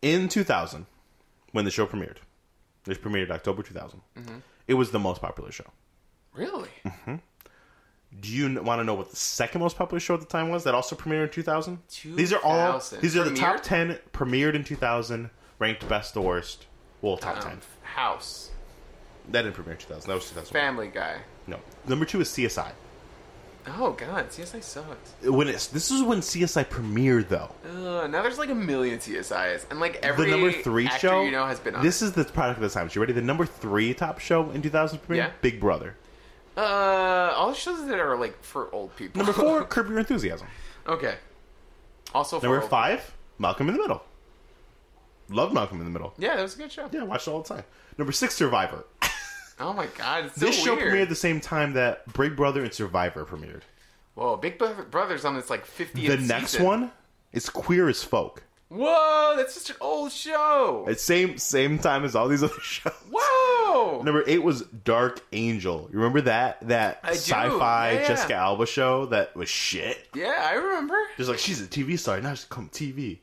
Speaker 1: In 2000, when the show premiered, it premiered October 2000.
Speaker 2: Mm-hmm.
Speaker 1: It was the most popular show.
Speaker 2: Really?
Speaker 1: Do you want to know what the second most popular show at the time was that also premiered in 2000? These are all
Speaker 2: 2000.
Speaker 1: these are the top 10
Speaker 2: Premiered?
Speaker 1: premiered in 2000, ranked best to worst. Well, top
Speaker 2: Um,
Speaker 1: 10.
Speaker 2: House,
Speaker 1: That didn't premiere in 2000. That was 2000.
Speaker 2: Family Guy.
Speaker 1: No. Number 2 is CSI.
Speaker 2: Oh god, CSI sucks.
Speaker 1: When it's this is when CSI premiered though.
Speaker 2: Uh, now there's like a million CSIs, and like every
Speaker 1: the number three
Speaker 2: actor
Speaker 1: show
Speaker 2: you know has been on.
Speaker 1: This is the product of the time. You ready? The number three top show in 2000 premiered,
Speaker 2: Yeah.
Speaker 1: Big Brother.
Speaker 2: uh, all the shows that are like for old people.
Speaker 1: Number four, Curb Your Enthusiasm.
Speaker 2: okay. Also for
Speaker 1: Number
Speaker 2: old-
Speaker 1: five, Malcolm in the Middle. Love Malcolm in the Middle.
Speaker 2: Yeah, that was a good show.
Speaker 1: Yeah, I watched it all the time. Number six, Survivor.
Speaker 2: Oh my god, it's so
Speaker 1: This show
Speaker 2: weird.
Speaker 1: premiered the same time that Big Brother and Survivor premiered.
Speaker 2: Whoa, Big Bro- Brother's on this like 50th.
Speaker 1: The next
Speaker 2: season.
Speaker 1: one is Queer as Folk.
Speaker 2: Whoa, that's just an old show.
Speaker 1: It's same same time as all these other shows.
Speaker 2: Whoa.
Speaker 1: Number eight was Dark Angel. You remember that that
Speaker 2: do,
Speaker 1: sci-fi
Speaker 2: yeah.
Speaker 1: Jessica Alba show that was shit.
Speaker 2: Yeah, I remember.
Speaker 1: Just like she's a TV star now, she's come TV.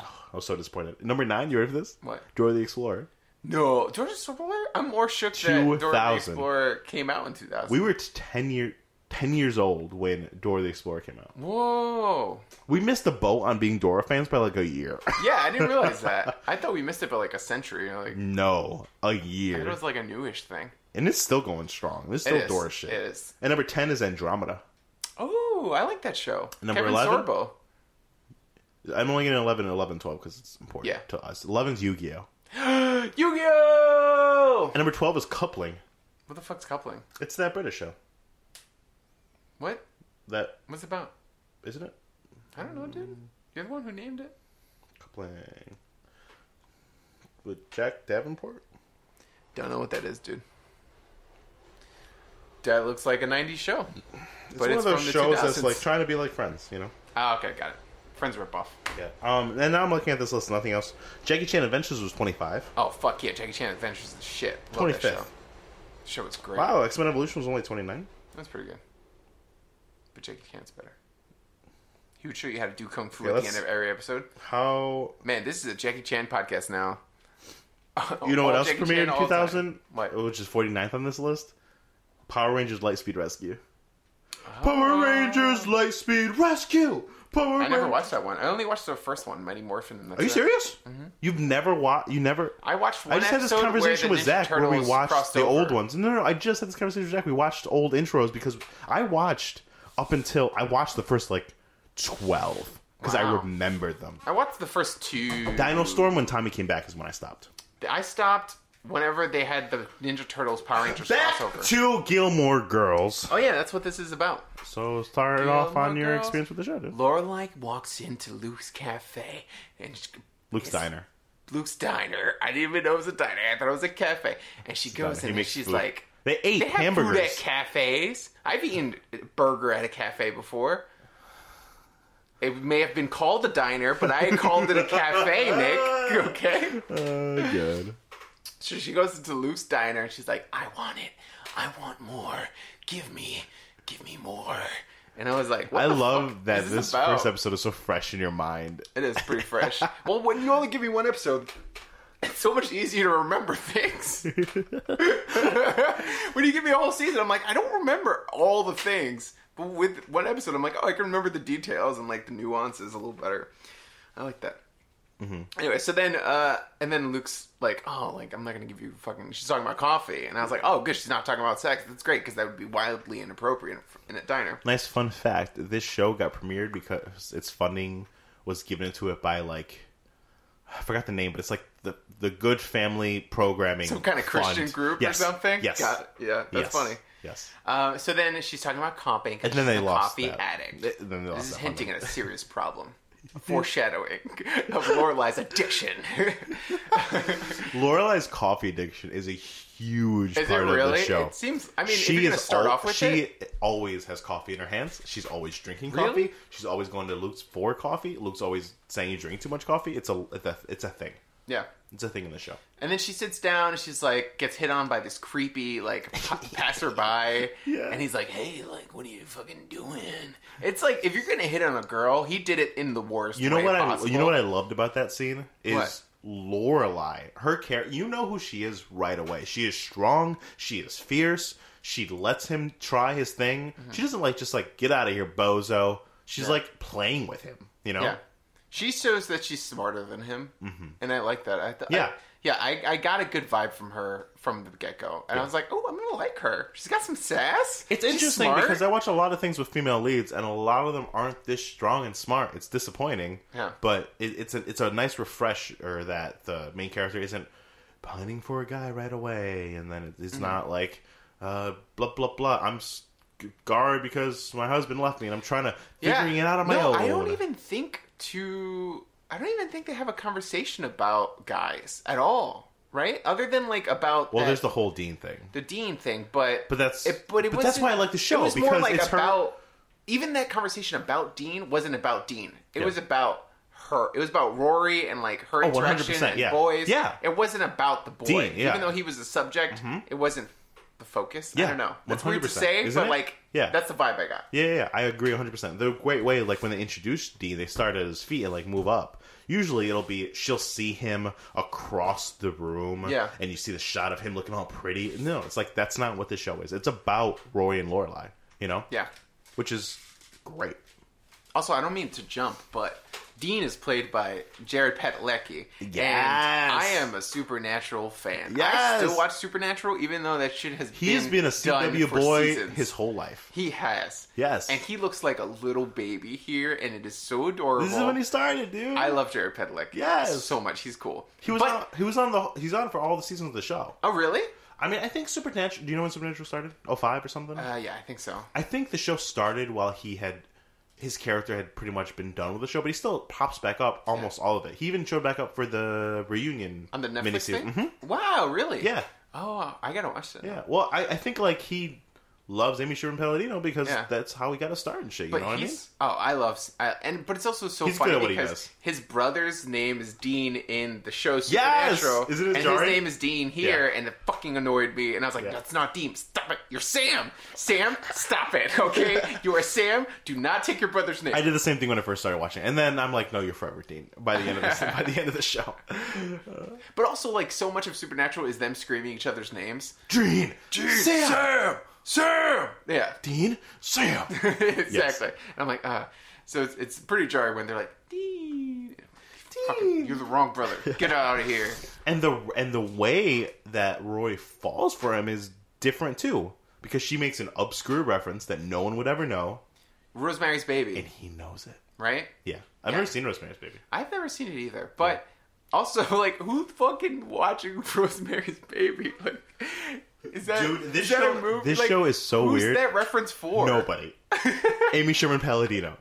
Speaker 1: Oh, I was so disappointed. Number nine, you ready for this?
Speaker 2: What?
Speaker 1: Dora the Explorer.
Speaker 2: No, George Explorer. I'm more shook that Dora the
Speaker 1: 2000.
Speaker 2: Explorer came out in 2000.
Speaker 1: We were t- ten year ten years old when Dora the Explorer came out.
Speaker 2: Whoa.
Speaker 1: We missed the boat on being Dora fans by like a year.
Speaker 2: Yeah, I didn't realize that. I thought we missed it by like a century. Like
Speaker 1: no, a
Speaker 2: it
Speaker 1: year,
Speaker 2: was like a newish thing.
Speaker 1: and it's still going strong. There's
Speaker 2: It
Speaker 1: still
Speaker 2: is.
Speaker 1: Dora shit.
Speaker 2: It is.
Speaker 1: And number ten is Andromeda.
Speaker 2: Oh, I like that show.
Speaker 1: Number
Speaker 2: Kevin
Speaker 1: 11?
Speaker 2: Sorbo.
Speaker 1: I'm only getting 11 and 11, 12 because it's important
Speaker 2: Yeah.
Speaker 1: to us. 11's Yu-Gi-Oh.
Speaker 2: Yu-Gi-Oh!
Speaker 1: And number 12 is Coupling.
Speaker 2: What the fuck's coupling?
Speaker 1: It's that British show.
Speaker 2: What?
Speaker 1: That
Speaker 2: What's it about?
Speaker 1: isn't it?
Speaker 2: I don't know, dude. You're the one who named it.
Speaker 1: Coupling. with Jack Davenport?
Speaker 2: Don't know what that is, dude. That looks like a '90s show.
Speaker 1: It's
Speaker 2: But
Speaker 1: one of
Speaker 2: it's
Speaker 1: those
Speaker 2: from the
Speaker 1: shows that's
Speaker 2: 2000s.
Speaker 1: like trying to be like Friends, you know?
Speaker 2: Ah, okay, got it. Friends ripoff.
Speaker 1: Yeah. Um, and now I'm looking at this list, nothing else. Jackie Chan Adventures was 25.
Speaker 2: Oh fuck yeah, Jackie Chan Adventures is the shit. Love
Speaker 1: 25th.
Speaker 2: that show. Show was great.
Speaker 1: Wow, X Men Evolution was only 29.
Speaker 2: That's pretty good. But Jackie Chan's better. He would show you how to do kung fu
Speaker 1: Yeah,
Speaker 2: at the
Speaker 1: let's-
Speaker 2: end of every episode.
Speaker 1: How.
Speaker 2: Man, this is a Jackie Chan podcast now.
Speaker 1: You know
Speaker 2: All
Speaker 1: what else
Speaker 2: Jackie
Speaker 1: premiered
Speaker 2: Chan
Speaker 1: in Oh.
Speaker 2: all the time.
Speaker 1: 2000?
Speaker 2: What?
Speaker 1: Which is 49th on this list? Power Rangers Lightspeed Rescue.
Speaker 2: Ah.
Speaker 1: Power Rangers Lightspeed Rescue! Power
Speaker 2: I never
Speaker 1: Ran-
Speaker 2: watched that one. I only watched the first one, Mighty Morphin. And
Speaker 1: Are you serious? You've never watched. You never.
Speaker 2: I watched. One
Speaker 1: I just had this
Speaker 2: episode
Speaker 1: conversation
Speaker 2: where
Speaker 1: with
Speaker 2: the Ninja
Speaker 1: Zach where we
Speaker 2: Turtles
Speaker 1: watched
Speaker 2: crossed
Speaker 1: the old
Speaker 2: over.
Speaker 1: ones. No, no, no, I just had this conversation with Zach. We watched old intros because I watched up until I watched the first like twelve because I
Speaker 2: Wow.
Speaker 1: remembered them.
Speaker 2: I watched the first two.
Speaker 1: Dino Storm when Tommy came back is when I stopped.
Speaker 2: I stopped whenever they had the Ninja Turtles Power Rangers crossover.
Speaker 1: to Gilmore Girls.
Speaker 2: oh yeah, that's what this is about.
Speaker 1: So start it off on
Speaker 2: Gilmore
Speaker 1: your
Speaker 2: Girls.
Speaker 1: experience with the show, dude.
Speaker 2: Lorelai walks into Luke's cafe and she,
Speaker 1: Luke's Diner.
Speaker 2: Luke's diner. I didn't even know it was a diner. I thought it was a cafe. And she
Speaker 1: Diner. He
Speaker 2: goes in and
Speaker 1: makes
Speaker 2: she's
Speaker 1: food.
Speaker 2: like,
Speaker 1: They ate
Speaker 2: "They have food at
Speaker 1: hamburgers.
Speaker 2: cafes. I've eaten a burger at a cafe before. It may have been called a diner, but I called it a cafe, Nick. Okay.
Speaker 1: Uh, good.
Speaker 2: So she goes into Luke's diner and she's like, "I want it. I want more. Give me, give me more." And I was like, what
Speaker 1: I
Speaker 2: the
Speaker 1: love
Speaker 2: fuck
Speaker 1: that
Speaker 2: is
Speaker 1: this
Speaker 2: about?
Speaker 1: first episode is so fresh in your mind.
Speaker 2: It is pretty fresh. well, when you only give me one episode, it's so much easier to remember things. when you give me a whole season, I'm like, I don't remember all the things. But with one episode, I'm like, oh, I can remember the details and like the nuances a little better. I like that.
Speaker 1: Mm-hmm.
Speaker 2: Anyway, so then, uh, and then Luke's like, oh, like, I'm not gonna give you fucking, she's talking about coffee. And I was like, oh, good, she's not talking about sex. That's great, because that would be wildly inappropriate in a diner.
Speaker 1: Nice fun fact: this show got premiered because its funding was given to it by like I forgot the name, but it's like the the Good Family Programming,
Speaker 2: Some kind of Christian
Speaker 1: Fund.
Speaker 2: group
Speaker 1: Yes.
Speaker 2: or something?
Speaker 1: Yes,
Speaker 2: Got it. Yeah,
Speaker 1: Yes.
Speaker 2: that's funny.
Speaker 1: Yes,
Speaker 2: Uh, so then she's talking about comping, 'cause
Speaker 1: And then
Speaker 2: she's
Speaker 1: they
Speaker 2: a
Speaker 1: lost
Speaker 2: coffee
Speaker 1: that.
Speaker 2: addict.
Speaker 1: Th- then they lost
Speaker 2: this is
Speaker 1: that
Speaker 2: hinting at a serious problem, foreshadowing of Lorelai's addiction.
Speaker 1: Lorelai's coffee addiction is a huge
Speaker 2: is it
Speaker 1: part of
Speaker 2: really?
Speaker 1: the show.
Speaker 2: It seems. I mean, if you're gonna
Speaker 1: is
Speaker 2: start
Speaker 1: al-
Speaker 2: off with
Speaker 1: she
Speaker 2: it,
Speaker 1: always has coffee in her hands. She's always drinking
Speaker 2: Really?
Speaker 1: coffee. She's always going to Luke's for coffee. Luke's always saying you drink too much coffee. It's a it's a, it's a thing.
Speaker 2: yeah.
Speaker 1: It's a thing in the show.
Speaker 2: And then she sits down and she's like, gets hit on by this creepy like pa- passerby,
Speaker 1: Yeah.
Speaker 2: and he's like, "Hey, like, what are you fucking doing?" It's like if you're gonna hit on a girl, he did it in the worst.
Speaker 1: You know
Speaker 2: way
Speaker 1: what
Speaker 2: possible.
Speaker 1: I you know what I loved about that scene
Speaker 2: What?
Speaker 1: is Lorelai. Her character, you know who she is right away. She is strong. She is fierce. She lets him try his thing.
Speaker 2: Mm-hmm.
Speaker 1: She doesn't like just like get out of here, bozo. She's like playing with him. You know,
Speaker 2: Yeah. She shows that she's smarter than him, and I like that. I th-
Speaker 1: Mm-hmm. Yeah.
Speaker 2: I, yeah. I, I got a good vibe from her from the get go, and I was like, "Oh, I'm gonna like her. She's got some sass.
Speaker 1: it's
Speaker 2: She's
Speaker 1: interesting
Speaker 2: smart."
Speaker 1: because I watch a lot of things with female leads, and a lot of them aren't this strong and smart. It's disappointing.
Speaker 2: Yeah.
Speaker 1: but it, it's a it's a nice refresher that the main character isn't pining for a guy right away, and then it, it's
Speaker 2: Mm-hmm.
Speaker 1: not like uh, blah blah blah. I'm s- guard because my husband left me, and I'm trying to
Speaker 2: yeah.
Speaker 1: figuring it out on my
Speaker 2: no,
Speaker 1: own.
Speaker 2: I don't even think to. I don't even think they have a conversation about guys at all, right? Other than like about
Speaker 1: well,
Speaker 2: that-
Speaker 1: there's the whole Dean thing,
Speaker 2: the Dean thing, but
Speaker 1: but that's
Speaker 2: it, but it was
Speaker 1: that's why I like the show
Speaker 2: It was
Speaker 1: because
Speaker 2: more like
Speaker 1: it's her.
Speaker 2: about even that conversation about Dean wasn't about Dean. It
Speaker 1: Yeah. Oh,
Speaker 2: was about her. It was about Rory and like her interaction
Speaker 1: 100%,
Speaker 2: and
Speaker 1: yeah.
Speaker 2: boys.
Speaker 1: Yeah.
Speaker 2: it wasn't about the boy.
Speaker 1: Dean, yeah. Mm-hmm.
Speaker 2: Even though he was the subject, it wasn't the focus.
Speaker 1: Yeah,
Speaker 2: I don't know. That's weird to
Speaker 1: 100%,
Speaker 2: say,
Speaker 1: isn't
Speaker 2: but
Speaker 1: it?
Speaker 2: like
Speaker 1: Yeah.
Speaker 2: that's the vibe I got.
Speaker 1: Yeah, yeah, yeah, I agree 100%. The great way, like, when they introduce D, they start at his feet and, like, move up. Usually it'll be she'll see him across the room.
Speaker 2: Yeah.
Speaker 1: And you see the shot of him looking all pretty. No, it's like, that's not what this show is. It's about Roy and Lorelai, you know?
Speaker 2: Yeah.
Speaker 1: Which is great.
Speaker 2: Also, I don't mean to jump, but Dean is played by Jared Padalecki.
Speaker 1: Yes.
Speaker 2: And I am a Supernatural fan. I
Speaker 1: Yes.
Speaker 2: still watch Supernatural, even though that shit has
Speaker 1: He has been a CW boy his whole life.
Speaker 2: He has.
Speaker 1: Yes.
Speaker 2: And he looks like a little baby here, and it is so adorable.
Speaker 1: This is when he started, dude.
Speaker 2: I love Jared Padalecki.
Speaker 1: Yes.
Speaker 2: So much. He's cool.
Speaker 1: he was
Speaker 2: But-
Speaker 1: on. He was on the. He's on for all the seasons of the show.
Speaker 2: Oh, really?
Speaker 1: I mean, I think Supernatural. Do you know when Supernatural started? Oh five or something.
Speaker 2: Uh, yeah, I think so.
Speaker 1: I think the show started while he had his character had pretty much been done with the show, but he still pops back up almost all of it. He even showed back up for the reunion
Speaker 2: on the Netflix
Speaker 1: miniseries. Mm-hmm.
Speaker 2: thing. Wow, really?
Speaker 1: Yeah.
Speaker 2: Oh, I gotta watch that.
Speaker 1: Yeah, well, I, I think like he loves Amy Sherman Palladino because
Speaker 2: Yeah.
Speaker 1: that's how he got a start in shit. You
Speaker 2: But
Speaker 1: know what I mean?
Speaker 2: he's oh, I love I, and but it's also so
Speaker 1: He's good
Speaker 2: funny
Speaker 1: at what he
Speaker 2: because
Speaker 1: does.
Speaker 2: his brother's name is Dean in the show
Speaker 1: Yes!
Speaker 2: Supernatural,
Speaker 1: Isn't it
Speaker 2: and
Speaker 1: jarring?
Speaker 2: his name is Dean here, and it fucking annoyed me. And I was like,
Speaker 1: Yeah.
Speaker 2: that's not Dean. Stop it. You're Sam. Sam, stop it. Okay, you are Sam. Do not take your brother's name.
Speaker 1: I did the same thing when I first started watching, it. and then I'm like, no, you're forever Dean by the end of this, by the end of the show.
Speaker 2: but also, like, so much of Supernatural is them screaming each other's names.
Speaker 1: Dean, Sam,
Speaker 2: Sam, Sam. Yeah,
Speaker 1: Dean, Sam.
Speaker 2: exactly. And I'm like, ah. So it's, it's pretty jarring when they're like, Dean. Fucking, you're the wrong brother. Get out of here.
Speaker 1: and the and the way that Roy falls for him is different too, because she makes an obscure reference that no one would ever know,
Speaker 2: Rosemary's Baby,
Speaker 1: and he knows it.
Speaker 2: right?
Speaker 1: Yeah, I've never seen Rosemary's Baby.
Speaker 2: I've never seen it either, but also like who fucking watching Rosemary's Baby? Like, is that
Speaker 1: Dude, this
Speaker 2: is that
Speaker 1: show-
Speaker 2: a movie?
Speaker 1: this
Speaker 2: Like,
Speaker 1: show is so
Speaker 2: who's
Speaker 1: weird.
Speaker 2: that reference for?
Speaker 1: Nobody. Amy Sherman Palladino.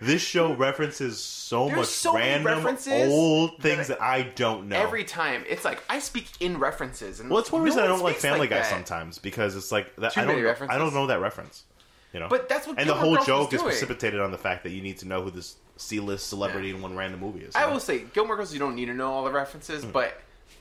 Speaker 1: This show references so
Speaker 2: There's
Speaker 1: much
Speaker 2: so many
Speaker 1: random
Speaker 2: references
Speaker 1: old things
Speaker 2: that
Speaker 1: that I don't know.
Speaker 2: Every time it's like I speak in references, and
Speaker 1: well, that's one
Speaker 2: no
Speaker 1: reason I
Speaker 2: one
Speaker 1: don't like
Speaker 2: speaks
Speaker 1: Family Guy
Speaker 2: that.
Speaker 1: sometimes because it's like that,
Speaker 2: Too
Speaker 1: I don't
Speaker 2: many
Speaker 1: know,
Speaker 2: references?
Speaker 1: I don't know that reference. You know,
Speaker 2: But that's what
Speaker 1: and the whole
Speaker 2: Gilmore Girls was
Speaker 1: joke is
Speaker 2: doing.
Speaker 1: precipitated on the fact that you need to know who this C-list celebrity in one random movie is.
Speaker 2: I
Speaker 1: you know?
Speaker 2: will say Gilmore Girls, you don't need to know all the references, but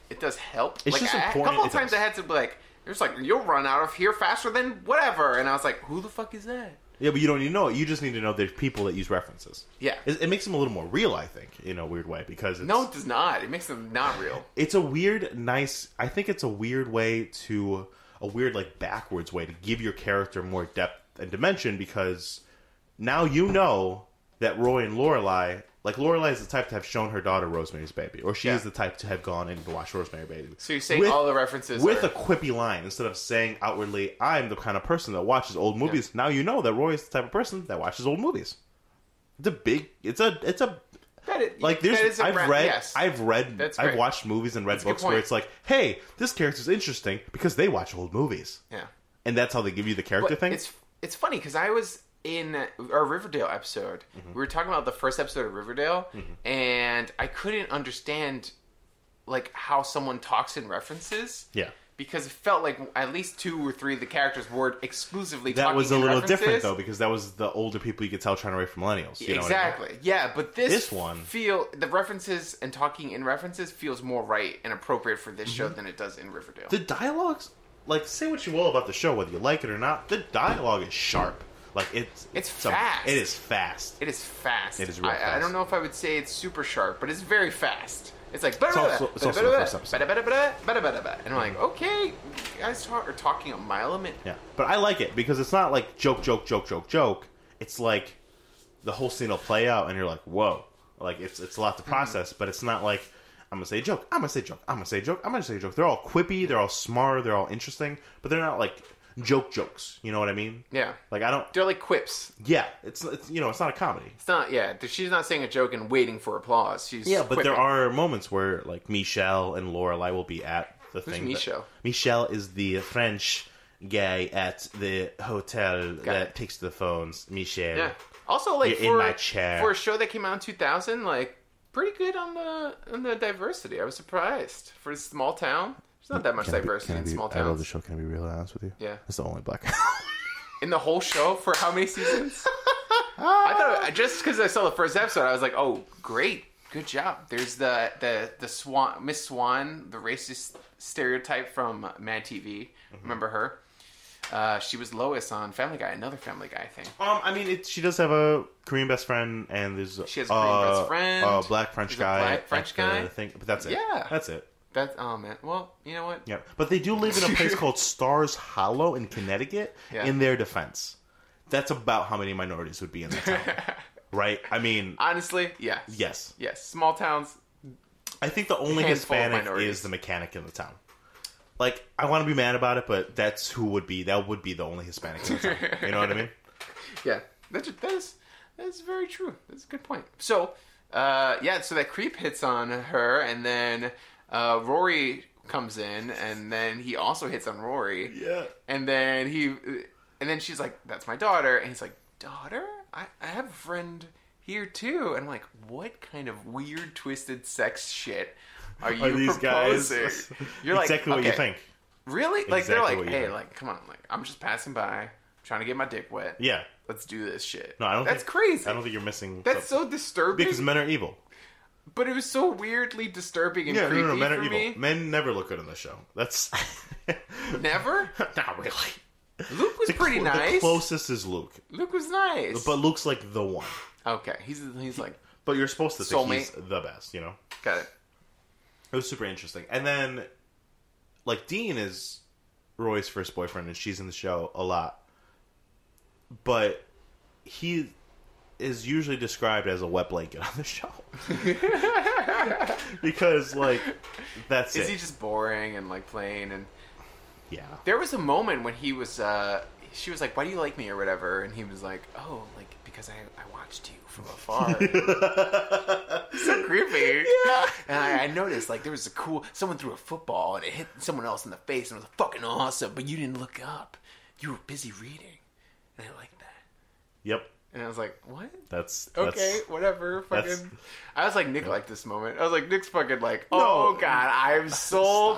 Speaker 2: it does help.
Speaker 1: Hmm. It's
Speaker 2: like,
Speaker 1: just
Speaker 2: I- A
Speaker 1: important,
Speaker 2: couple of
Speaker 1: it
Speaker 2: times
Speaker 1: does.
Speaker 2: I had to be like, "There's like you'll run out of here faster than whatever," and I was like, "Who the fuck is that?"
Speaker 1: yeah, but you don't need to know it. You just need to know there's people that use references.
Speaker 2: Yeah.
Speaker 1: it, it makes them a little more real, I think, in a weird way because it's,
Speaker 2: No, it does not. It makes them not real.
Speaker 1: it's a weird nice i think it's a weird way to a weird like backwards way to give your character more depth and dimension because now you know that roy and lorelei like lorelei is the type to have shown her daughter rosemary's baby or she
Speaker 2: Yeah.
Speaker 1: is the type to have gone and watched rosemary baby
Speaker 2: So you're saying
Speaker 1: With-
Speaker 2: all the references
Speaker 1: with
Speaker 2: are-
Speaker 1: a quippy line instead of saying outwardly i'm the kind of person that watches old movies now you know that roy is the type of person that watches old movies it's a big it's a it's a
Speaker 2: That is,
Speaker 1: like there's
Speaker 2: that is a
Speaker 1: I've
Speaker 2: ra-
Speaker 1: read
Speaker 2: yes.
Speaker 1: I've read
Speaker 2: That's
Speaker 1: I've
Speaker 2: great.
Speaker 1: watched movies and read
Speaker 2: a good
Speaker 1: books where
Speaker 2: point.
Speaker 1: it's like, hey, this character's interesting because they watch old movies.
Speaker 2: yeah.
Speaker 1: And that's how they give you the character
Speaker 2: But
Speaker 1: thing.
Speaker 2: it's it's funny because I was in our Riverdale episode.
Speaker 1: Mm-hmm.
Speaker 2: We were talking about the first episode of Riverdale, and I couldn't understand like how someone talks in references.
Speaker 1: Yeah.
Speaker 2: because it felt like at least two or three of the characters were exclusively
Speaker 1: that
Speaker 2: talking
Speaker 1: was a
Speaker 2: in
Speaker 1: little different
Speaker 2: references.
Speaker 1: though because that was the older people you could tell trying to write for millennials. You know what I mean?
Speaker 2: exactly. Yeah, but this
Speaker 1: This one-
Speaker 2: feel the references and talking in references feels more right and appropriate for
Speaker 1: Mm-hmm.
Speaker 2: this show than it does in Riverdale.
Speaker 1: The dialogues, like say what you will about the show, whether you like it or not, the dialogue is sharp. Like it's
Speaker 2: It's
Speaker 1: a-
Speaker 2: fast.
Speaker 1: it is fast.
Speaker 2: It is fast.
Speaker 1: It is real
Speaker 2: I, I
Speaker 1: fast.
Speaker 2: don't know if I would say it's super sharp, but it's very fast. It's like it's
Speaker 1: also- it's also the first episode.
Speaker 2: and I'm like, okay, you guys talk, are talking a mile a minute.
Speaker 1: Yeah, but I like it because it's not like joke, joke, joke, joke, joke. It's like the whole scene will play out, and you're like, whoa, like it's it's a lot to process. But it's not like I'm gonna say a joke, I'm gonna say a joke, I'm gonna say a joke, I'm gonna say a joke. They're all quippy, they're all smart, they're all interesting, but they're not like joke jokes. You know what I mean?
Speaker 2: Yeah.
Speaker 1: Like I don't.
Speaker 2: They're like quips.
Speaker 1: Yeah, it's, it's you know it's not a comedy.
Speaker 2: It's not. Yeah, th- she's not saying a joke and waiting for applause. She's
Speaker 1: Yeah, but there
Speaker 2: quipping.
Speaker 1: are moments where like Michelle and Lorelai will be at the thing. that-
Speaker 2: Michel?
Speaker 1: Michel is the French guy at the hotel that takes the phones. Michel.
Speaker 2: Yeah. Also, like
Speaker 1: You're in
Speaker 2: for,
Speaker 1: my chair.
Speaker 2: for a show that came out in 2000, like pretty good on the on the diversity. I was surprised for a small town. There's not that much diversity in small
Speaker 1: I love
Speaker 2: towns.
Speaker 1: the show. Can I be real honest with you?
Speaker 2: Yeah.
Speaker 1: it's the only black.
Speaker 2: in the whole show for how many seasons? I thought just because I saw the first episode, I was like, "Oh, great, good job." There's the the the Swan Miss Swan, the racist stereotype from Mad TV. Remember her? Uh, she was Lois on Family Guy, another Family Guy thing.
Speaker 1: um, I mean, it, she does have a Korean best friend, and there's
Speaker 2: She has a Korean
Speaker 1: uh,
Speaker 2: best friend.
Speaker 1: a black French
Speaker 2: There's a
Speaker 1: guy,
Speaker 2: black French
Speaker 1: at
Speaker 2: guy.
Speaker 1: the thing, but that's it.
Speaker 2: Yeah.
Speaker 1: that's it.
Speaker 2: That's oh man. Well, you know what?
Speaker 1: Yeah, but they do live in a place called Stars Hollow in Connecticut.
Speaker 2: Yeah.
Speaker 1: In their defense, that's about how many minorities would be in that town, right? I mean,
Speaker 2: Honestly, yeah,
Speaker 1: yes,
Speaker 2: yes. Small towns.
Speaker 1: I think the only
Speaker 2: Handful of
Speaker 1: Hispanic
Speaker 2: minorities.
Speaker 1: is the mechanic in the town. Like, I want to be mad about it, but that's who would be. That would be the only Hispanic in the town. You know what I mean?
Speaker 2: Yeah, that's that is that's very true. That's a good point. So, uh, yeah, so that creep hits on her, and then uh, Rory comes in, and then he also hits on Rory,
Speaker 1: Yeah.
Speaker 2: and then he, and then she's like, "That's my daughter," and he's like, "Daughter." I, I have a friend here too. And I'm like, what kind of weird, twisted sex shit are you
Speaker 1: Are these guys
Speaker 2: proposing? You're
Speaker 1: exactly
Speaker 2: like,
Speaker 1: what you
Speaker 2: okay,
Speaker 1: think?
Speaker 2: Really? Like
Speaker 1: Exactly
Speaker 2: they're
Speaker 1: what
Speaker 2: like,
Speaker 1: you
Speaker 2: hey,
Speaker 1: think.
Speaker 2: like, come on, like, I'm just passing by, I'm trying to get my dick wet.
Speaker 1: Yeah,
Speaker 2: Let's do this shit.
Speaker 1: no, I don't.
Speaker 2: That's
Speaker 1: think,
Speaker 2: crazy.
Speaker 1: I don't think you're missing.
Speaker 2: That's
Speaker 1: something.
Speaker 2: so disturbing.
Speaker 1: because men are evil.
Speaker 2: but it was so weirdly disturbing and
Speaker 1: Yeah, no,
Speaker 2: creepy
Speaker 1: no, no, men
Speaker 2: for
Speaker 1: are evil.
Speaker 2: me.
Speaker 1: Men never look good in the show. That's
Speaker 2: Never.
Speaker 1: not really.
Speaker 2: Luke was
Speaker 1: The
Speaker 2: pretty
Speaker 1: cl- The
Speaker 2: nice.
Speaker 1: closest is Luke,
Speaker 2: Luke was nice.
Speaker 1: but Luke's like the one.
Speaker 2: okay, he's he's like
Speaker 1: But you're supposed to think he's
Speaker 2: Soulmate.
Speaker 1: the best, you know.
Speaker 2: got it.
Speaker 1: It was super interesting. And then, like, Dean is Roy's first boyfriend, and she's in the show a lot. But he is usually described as a wet blanket on the show. because, like, that's
Speaker 2: Is
Speaker 1: it.
Speaker 2: he just boring and like plain? And
Speaker 1: yeah.
Speaker 2: there was a moment when he was, uh, she was like, "Why do you like me?" or whatever, and he was like, "Oh, like because I I watched you from afar." so creepy. Yeah. And I, I noticed like there was a cool someone threw a football and it hit someone else in the face and it was fucking awesome, but you didn't look up. You were busy reading, and I like that.
Speaker 1: Yep.
Speaker 2: And I was like, "What?"
Speaker 1: That's. that's
Speaker 2: Okay, whatever.
Speaker 1: that's-
Speaker 2: Fucking. I was like Nick liked this moment. I was like Nick's fucking like,
Speaker 1: No.
Speaker 2: oh god, I'm sold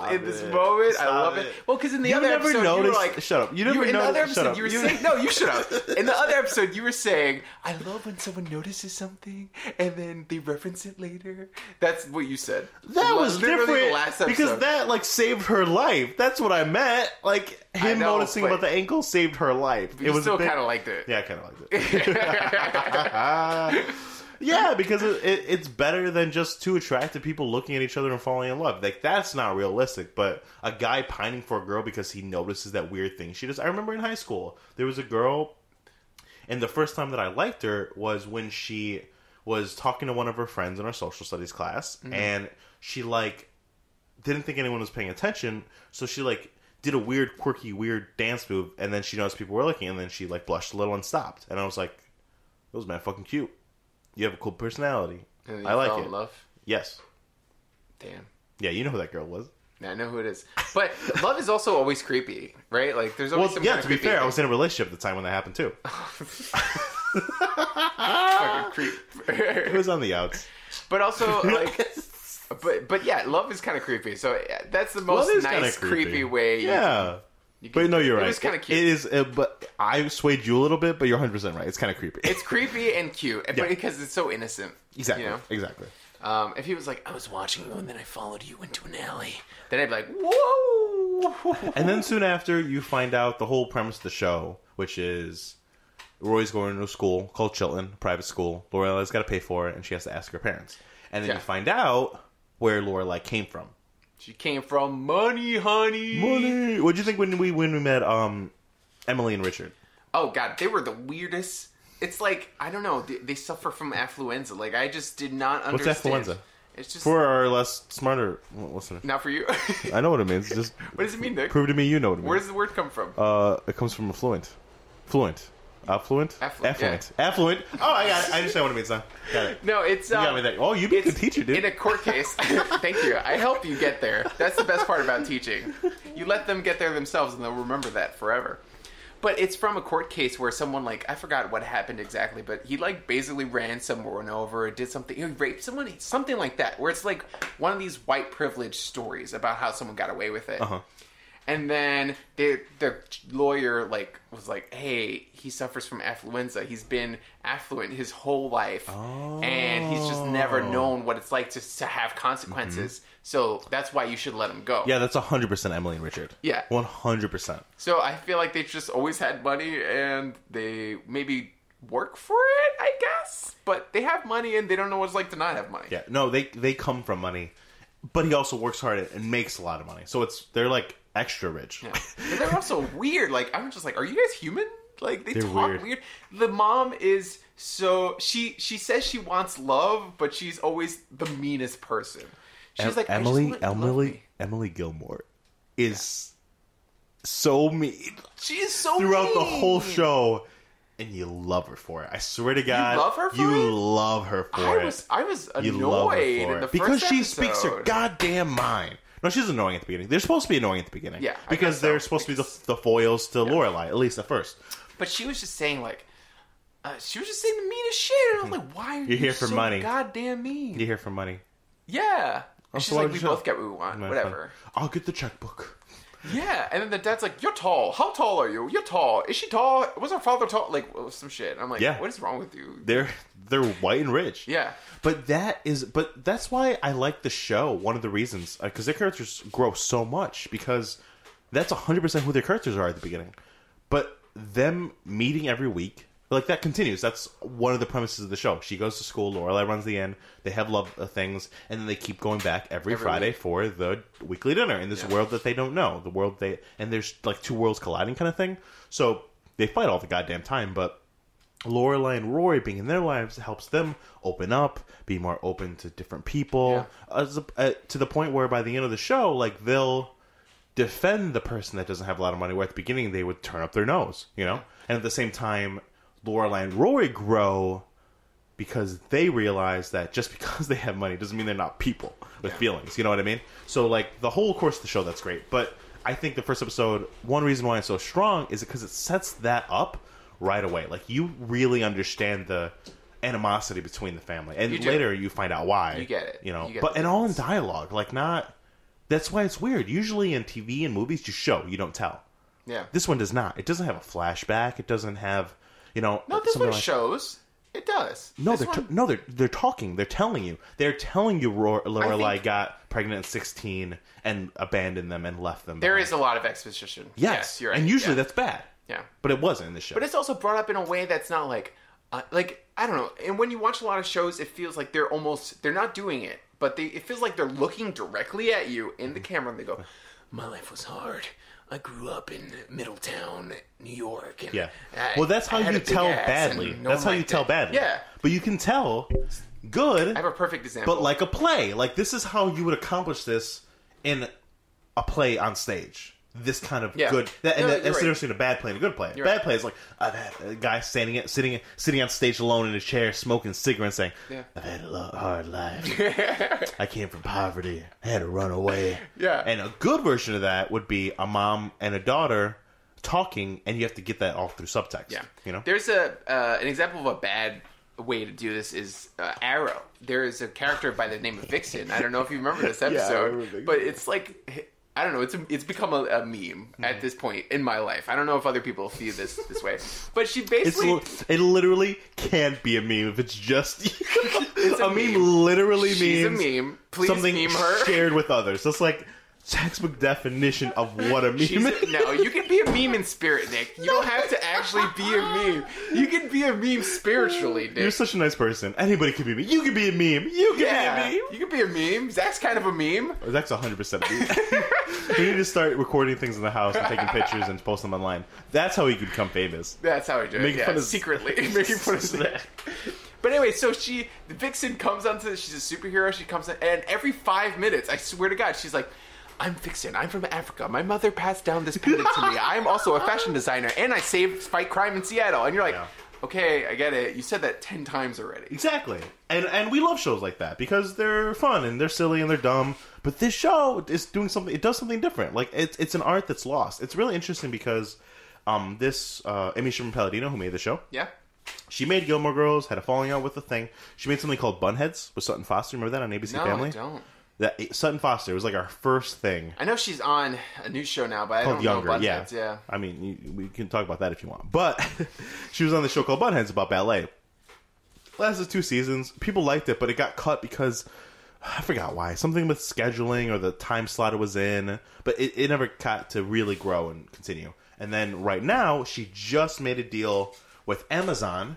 Speaker 1: Stop
Speaker 2: in this
Speaker 1: it.
Speaker 2: moment. I
Speaker 1: Stop
Speaker 2: love it.
Speaker 1: it.
Speaker 2: Well, because in the
Speaker 1: You
Speaker 2: other
Speaker 1: never
Speaker 2: episode you were
Speaker 1: noticed-
Speaker 2: like,
Speaker 1: shut up. You never
Speaker 2: in the other
Speaker 1: noticed- shut
Speaker 2: episode
Speaker 1: up.
Speaker 2: you were
Speaker 1: You-
Speaker 2: saying no. You shut up. In the other episode you were saying, I love when someone notices something and then they reference it later. That's what you said.
Speaker 1: That
Speaker 2: Li-
Speaker 1: was
Speaker 2: literally
Speaker 1: different
Speaker 2: The last episode.
Speaker 1: because that like saved her life. That's what I meant. Like him
Speaker 2: know,
Speaker 1: noticing
Speaker 2: but-
Speaker 1: about the ankle saved her life.
Speaker 2: you still kind of liked it.
Speaker 1: yeah, I kind of liked it. Uh, yeah, because it, it, it's better than just two attractive people looking at each other and falling in love. Like that's not realistic. But a guy pining for a girl because he notices that weird thing she does. I remember in high school there was a girl, and the first time that I liked her was when she was talking to one of her friends in our social studies class, and she like didn't think anyone was paying attention, so she like did a weird, quirky, weird dance move, and then she noticed people were looking, and then she like blushed a little and stopped. And I was like, "That was man fucking cute. You have a cool personality.
Speaker 2: And then you
Speaker 1: I like
Speaker 2: fell
Speaker 1: it."
Speaker 2: In love.
Speaker 1: Yes,
Speaker 2: Damn.
Speaker 1: yeah, you know who that girl was.
Speaker 2: Yeah, I know who it is. But love is also always creepy, right? Like there's always
Speaker 1: Well,
Speaker 2: some
Speaker 1: yeah.
Speaker 2: kind
Speaker 1: To
Speaker 2: of
Speaker 1: be
Speaker 2: creepy
Speaker 1: fair, I
Speaker 2: thing.
Speaker 1: was in a relationship at the time when that happened too.
Speaker 2: fucking creep.
Speaker 1: It was on the outs.
Speaker 2: But also, like, but but yeah, love is kind of creepy. So yeah, that's the most
Speaker 1: Love is kinda
Speaker 2: nice, creepy. way. you-
Speaker 1: Yeah.
Speaker 2: you can-
Speaker 1: But no, you're
Speaker 2: it
Speaker 1: right.
Speaker 2: was kinda cute.
Speaker 1: It is, uh, but I swayed you a little bit. But you're 100 percent right. It's kind of creepy.
Speaker 2: it's creepy and cute,
Speaker 1: Yeah.
Speaker 2: but because it's so innocent.
Speaker 1: exactly,
Speaker 2: You know?
Speaker 1: exactly.
Speaker 2: um, if he was like, I was watching you and then I followed you into an alley, then I'd be like, whoa.
Speaker 1: And then soon after, you find out the whole premise of the show, which is Roy's going to a school called Chilton, private school. Lorelei's got to pay for it, and she has to ask her parents. And then
Speaker 2: Yeah.
Speaker 1: you find out where Lorelai came from.
Speaker 2: she came from money, honey.
Speaker 1: Money. What'd you think when we when we met um, Emily and Richard?
Speaker 2: Oh god, they were the weirdest. It's like I don't know. They, they suffer from affluenza. Like I just did not
Speaker 1: What's
Speaker 2: understand.
Speaker 1: affluenza?
Speaker 2: It's just
Speaker 1: For our less smarter listener,
Speaker 2: not for you. what
Speaker 1: I know what it means. Just
Speaker 2: does it mean, Nick?
Speaker 1: prove to me you know what it means.
Speaker 2: Where does the word come from?
Speaker 1: Uh, it comes from affluent. Fluent. Affluent?
Speaker 2: Affluent,
Speaker 1: Affluent. Affluent. Oh, I got it. I understand what it means now. Got it.
Speaker 2: No, it's
Speaker 1: You
Speaker 2: um,
Speaker 1: got me there. Oh, you be a good teacher, dude.
Speaker 2: in a court case. thank you. I help you get there. That's the best part about teaching. You let them get there themselves, and they'll remember that forever. But it's from a court case where someone like I forgot what happened exactly, but he like basically ran someone over, or did something, he raped someone, something like that. Where it's like one of these white privilege stories about how someone got away with it.
Speaker 1: Uh-huh.
Speaker 2: And then their their lawyer like was like, "Hey, he suffers from affluenza. He's been affluent his whole life, and he's just never known what it's like to, to have consequences. So that's why you should let him go."
Speaker 1: Yeah, that's 100% Emily and Richard.
Speaker 2: Yeah.
Speaker 1: 100%.
Speaker 2: So I feel like they've just always had money, and they maybe work for it, I guess. But they have money, and they don't know what it's like to not have money.
Speaker 1: Yeah. No, they they come from money, but he also works hard and makes a lot of money. So it's they're like extra rich.
Speaker 2: Yeah. But they're also weird. Like I'm just like, are you guys human? Like they
Speaker 1: They're
Speaker 2: talk
Speaker 1: weird.
Speaker 2: weird. The mom is so she she says she wants love, but she's always the meanest person. She's
Speaker 1: Em-
Speaker 2: like I just
Speaker 1: Emily
Speaker 2: want you to love
Speaker 1: Emily
Speaker 2: me.
Speaker 1: Emily Gilmore is so mean
Speaker 2: She is so
Speaker 1: throughout the
Speaker 2: mean.
Speaker 1: whole show and you love her for it. I swear to God.
Speaker 2: love her for
Speaker 1: you
Speaker 2: it?
Speaker 1: love her for
Speaker 2: I
Speaker 1: it.
Speaker 2: was I was
Speaker 1: You love her for
Speaker 2: annoyed in the
Speaker 1: it. because
Speaker 2: first
Speaker 1: she speaks her
Speaker 2: episode.
Speaker 1: goddamn mind. No, she's annoying at the beginning. They're supposed to be annoying at the beginning.
Speaker 2: Yeah, I
Speaker 1: because
Speaker 2: guess so.
Speaker 1: they're supposed to be the, the foils to Lorelai, at least at first.
Speaker 2: But she was just saying like, Uh, she was just saying the meanest shit, and I was like, "Why are you
Speaker 1: here for
Speaker 2: so
Speaker 1: money.
Speaker 2: Goddamn mean."
Speaker 1: You here for money?
Speaker 2: Yeah. And she's
Speaker 1: so
Speaker 2: like,
Speaker 1: why'd
Speaker 2: "We
Speaker 1: you tell-
Speaker 2: both get what we want,
Speaker 1: And I-
Speaker 2: whatever."
Speaker 1: I'll get the checkbook.
Speaker 2: Yeah, and then the dad's like, "You're tall. How tall are you? You're tall. Is she tall? Was her father tall? Like well, some shit." And I'm like,
Speaker 1: Yeah.
Speaker 2: "What is wrong with you?"
Speaker 1: They're they're white and rich.
Speaker 2: Yeah,
Speaker 1: But that is, but that's why I like the show. One of the reasons, because their characters grow so much, because that's hundred percent who their characters are at the beginning. But them meeting every week, like that continues. That's one of the premises of the show. She goes to school. Lorelai runs the inn. They have love uh, things, and then they keep going back every,
Speaker 2: Every
Speaker 1: Friday for the weekly dinner in this
Speaker 2: Yeah.
Speaker 1: world that they don't know. The world they and there's like two worlds colliding kind of thing. So they fight all the goddamn time, but. Lorelai and Rory being in their lives helps them open up, be more open to different people, as a- uh, to the point where by the end of the show, like they'll defend the person that doesn't have a lot of money. Where at the beginning they would turn up their nose, you know. And at the same time, Lorelai and Rory grow because they realize that just because they have money doesn't mean they're not people with feelings. You know what I mean? So like the whole course of the show, that's great. But I think the first episode, one reason why it's so strong is because it sets that up right away. Like you really understand the animosity between the family, and
Speaker 2: You do.
Speaker 1: later you find out why.
Speaker 2: You get it.
Speaker 1: You know,
Speaker 2: You get
Speaker 1: but
Speaker 2: the
Speaker 1: and all in dialogue, like not. That's why it's weird. Usually in TV and movies, you show, you don't tell.
Speaker 2: yeah.
Speaker 1: This one does not. It doesn't have a flashback. It doesn't have, you know,
Speaker 2: no, this
Speaker 1: something
Speaker 2: one
Speaker 1: like-
Speaker 2: shows. It does.
Speaker 1: no,
Speaker 2: this
Speaker 1: they're
Speaker 2: one,
Speaker 1: t- no, they're they're talking. They're telling you. They're telling you. Ror- Lorelai
Speaker 2: think-
Speaker 1: got pregnant at sixteen and abandoned them and left them.
Speaker 2: there
Speaker 1: behind.
Speaker 2: is a lot of exposition.
Speaker 1: yes,
Speaker 2: you're right.
Speaker 1: and usually
Speaker 2: yeah.
Speaker 1: that's bad.
Speaker 2: yeah.
Speaker 1: but it wasn't in the show.
Speaker 2: but it's also brought up in a way that's not like uh, like i don't know and when you watch a lot of shows it feels like they're almost they're not doing it but they it feels like they're looking directly at you in the camera and they go my life was hard i grew up in middletown new york and
Speaker 1: yeah.
Speaker 2: I-
Speaker 1: well, that's how
Speaker 2: I had a
Speaker 1: you
Speaker 2: big
Speaker 1: tell
Speaker 2: ass
Speaker 1: badly.
Speaker 2: and no
Speaker 1: that's how
Speaker 2: one
Speaker 1: you
Speaker 2: liked
Speaker 1: tell
Speaker 2: it."
Speaker 1: badly.
Speaker 2: yeah
Speaker 1: but you can tell good,
Speaker 2: i have a perfect example
Speaker 1: but like a play. Like this is how you would accomplish this in a play on stage. This kind of
Speaker 2: Yeah.
Speaker 1: good, that, and
Speaker 2: No,
Speaker 1: that-
Speaker 2: you're
Speaker 1: that's
Speaker 2: right.
Speaker 1: the difference between a bad play and a good play. A bad
Speaker 2: right.
Speaker 1: play is like I've had a guy standing at, sitting sitting on stage alone in a chair, smoking cigarettes, saying,
Speaker 2: Yeah.
Speaker 1: "I've had a lo- hard life. I came from poverty. I had to run away."
Speaker 2: Yeah.
Speaker 1: And a good version of that would be a mom and a daughter talking, and you have to get that all through subtext.
Speaker 2: Yeah,
Speaker 1: You know.
Speaker 2: there's a uh, an example of a bad way to do this is uh, Arrow. There is a character by the name of Vixen. I don't know if you remember this episode,
Speaker 1: remember Vixen.
Speaker 2: but it's like I don't know. It's a, it's become a, a meme
Speaker 1: Mm-hmm.
Speaker 2: at this point in my life. I don't know if other people see this this way, but she
Speaker 1: It's
Speaker 2: basically.
Speaker 1: li- it literally can't be a meme if it's just
Speaker 2: a
Speaker 1: a, meme.
Speaker 2: meme.
Speaker 1: Literally
Speaker 2: She's a
Speaker 1: means
Speaker 2: meme. Please
Speaker 1: something
Speaker 2: meme her.
Speaker 1: shared with others. That's like textbook definition of what a meme
Speaker 2: She's
Speaker 1: is.
Speaker 2: a, no, you can be a meme in spirit, Nick. You don't have to actually be a meme. You can be a meme spiritually, Nick.
Speaker 1: You're such a nice person. Anybody can be a meme. You can be a meme. You can
Speaker 2: yeah,
Speaker 1: be a meme.
Speaker 2: you can be a meme. Zach's kind of a meme.
Speaker 1: Or That's 100% a meme. we need to start recording things in the house and taking pictures and post them online. That's how we can become famous.
Speaker 2: That's how we do it.
Speaker 1: Making
Speaker 2: yeah,
Speaker 1: fun of-
Speaker 2: secretly making fun of that. But anyway, so she, the Vixen comes onto. the- She's a superhero. She comes in, and every five minutes, I swear to God, she's like, "I'm Vixen. I'm from Africa. My mother passed down this pendant to me. I'm also a fashion designer, and I saved fight crime in Seattle." And you're like,
Speaker 1: Yeah.
Speaker 2: "Okay, I get it. You said that ten times already."
Speaker 1: Exactly. And and we love shows like that because they're fun and they're silly and they're dumb. But this show is doing something it does something different. Like it's it's an art that's lost. It's really interesting because um this uh Amy Sherman Palladino who made the show,
Speaker 2: Yeah.
Speaker 1: she made Gilmore Girls, had a falling out with the thing. She made something called Bunheads with Sutton Foster. Remember that on ABC
Speaker 2: No,
Speaker 1: Family?
Speaker 2: I don't.
Speaker 1: That Sutton Foster was like our first thing.
Speaker 2: I know she's on a new show now, but I
Speaker 1: called
Speaker 2: don't
Speaker 1: Oh, Younger.
Speaker 2: know about
Speaker 1: yeah.
Speaker 2: that. Yeah.
Speaker 1: I mean, you, we can talk about that if you want. But she was on the show called Bunheads about ballet. Lasted two seasons. People liked it, but it got cut because I forgot why. Something with scheduling or the time slot it was in. But it, it never got to really grow and continue. And then right now, she just made a deal with Amazon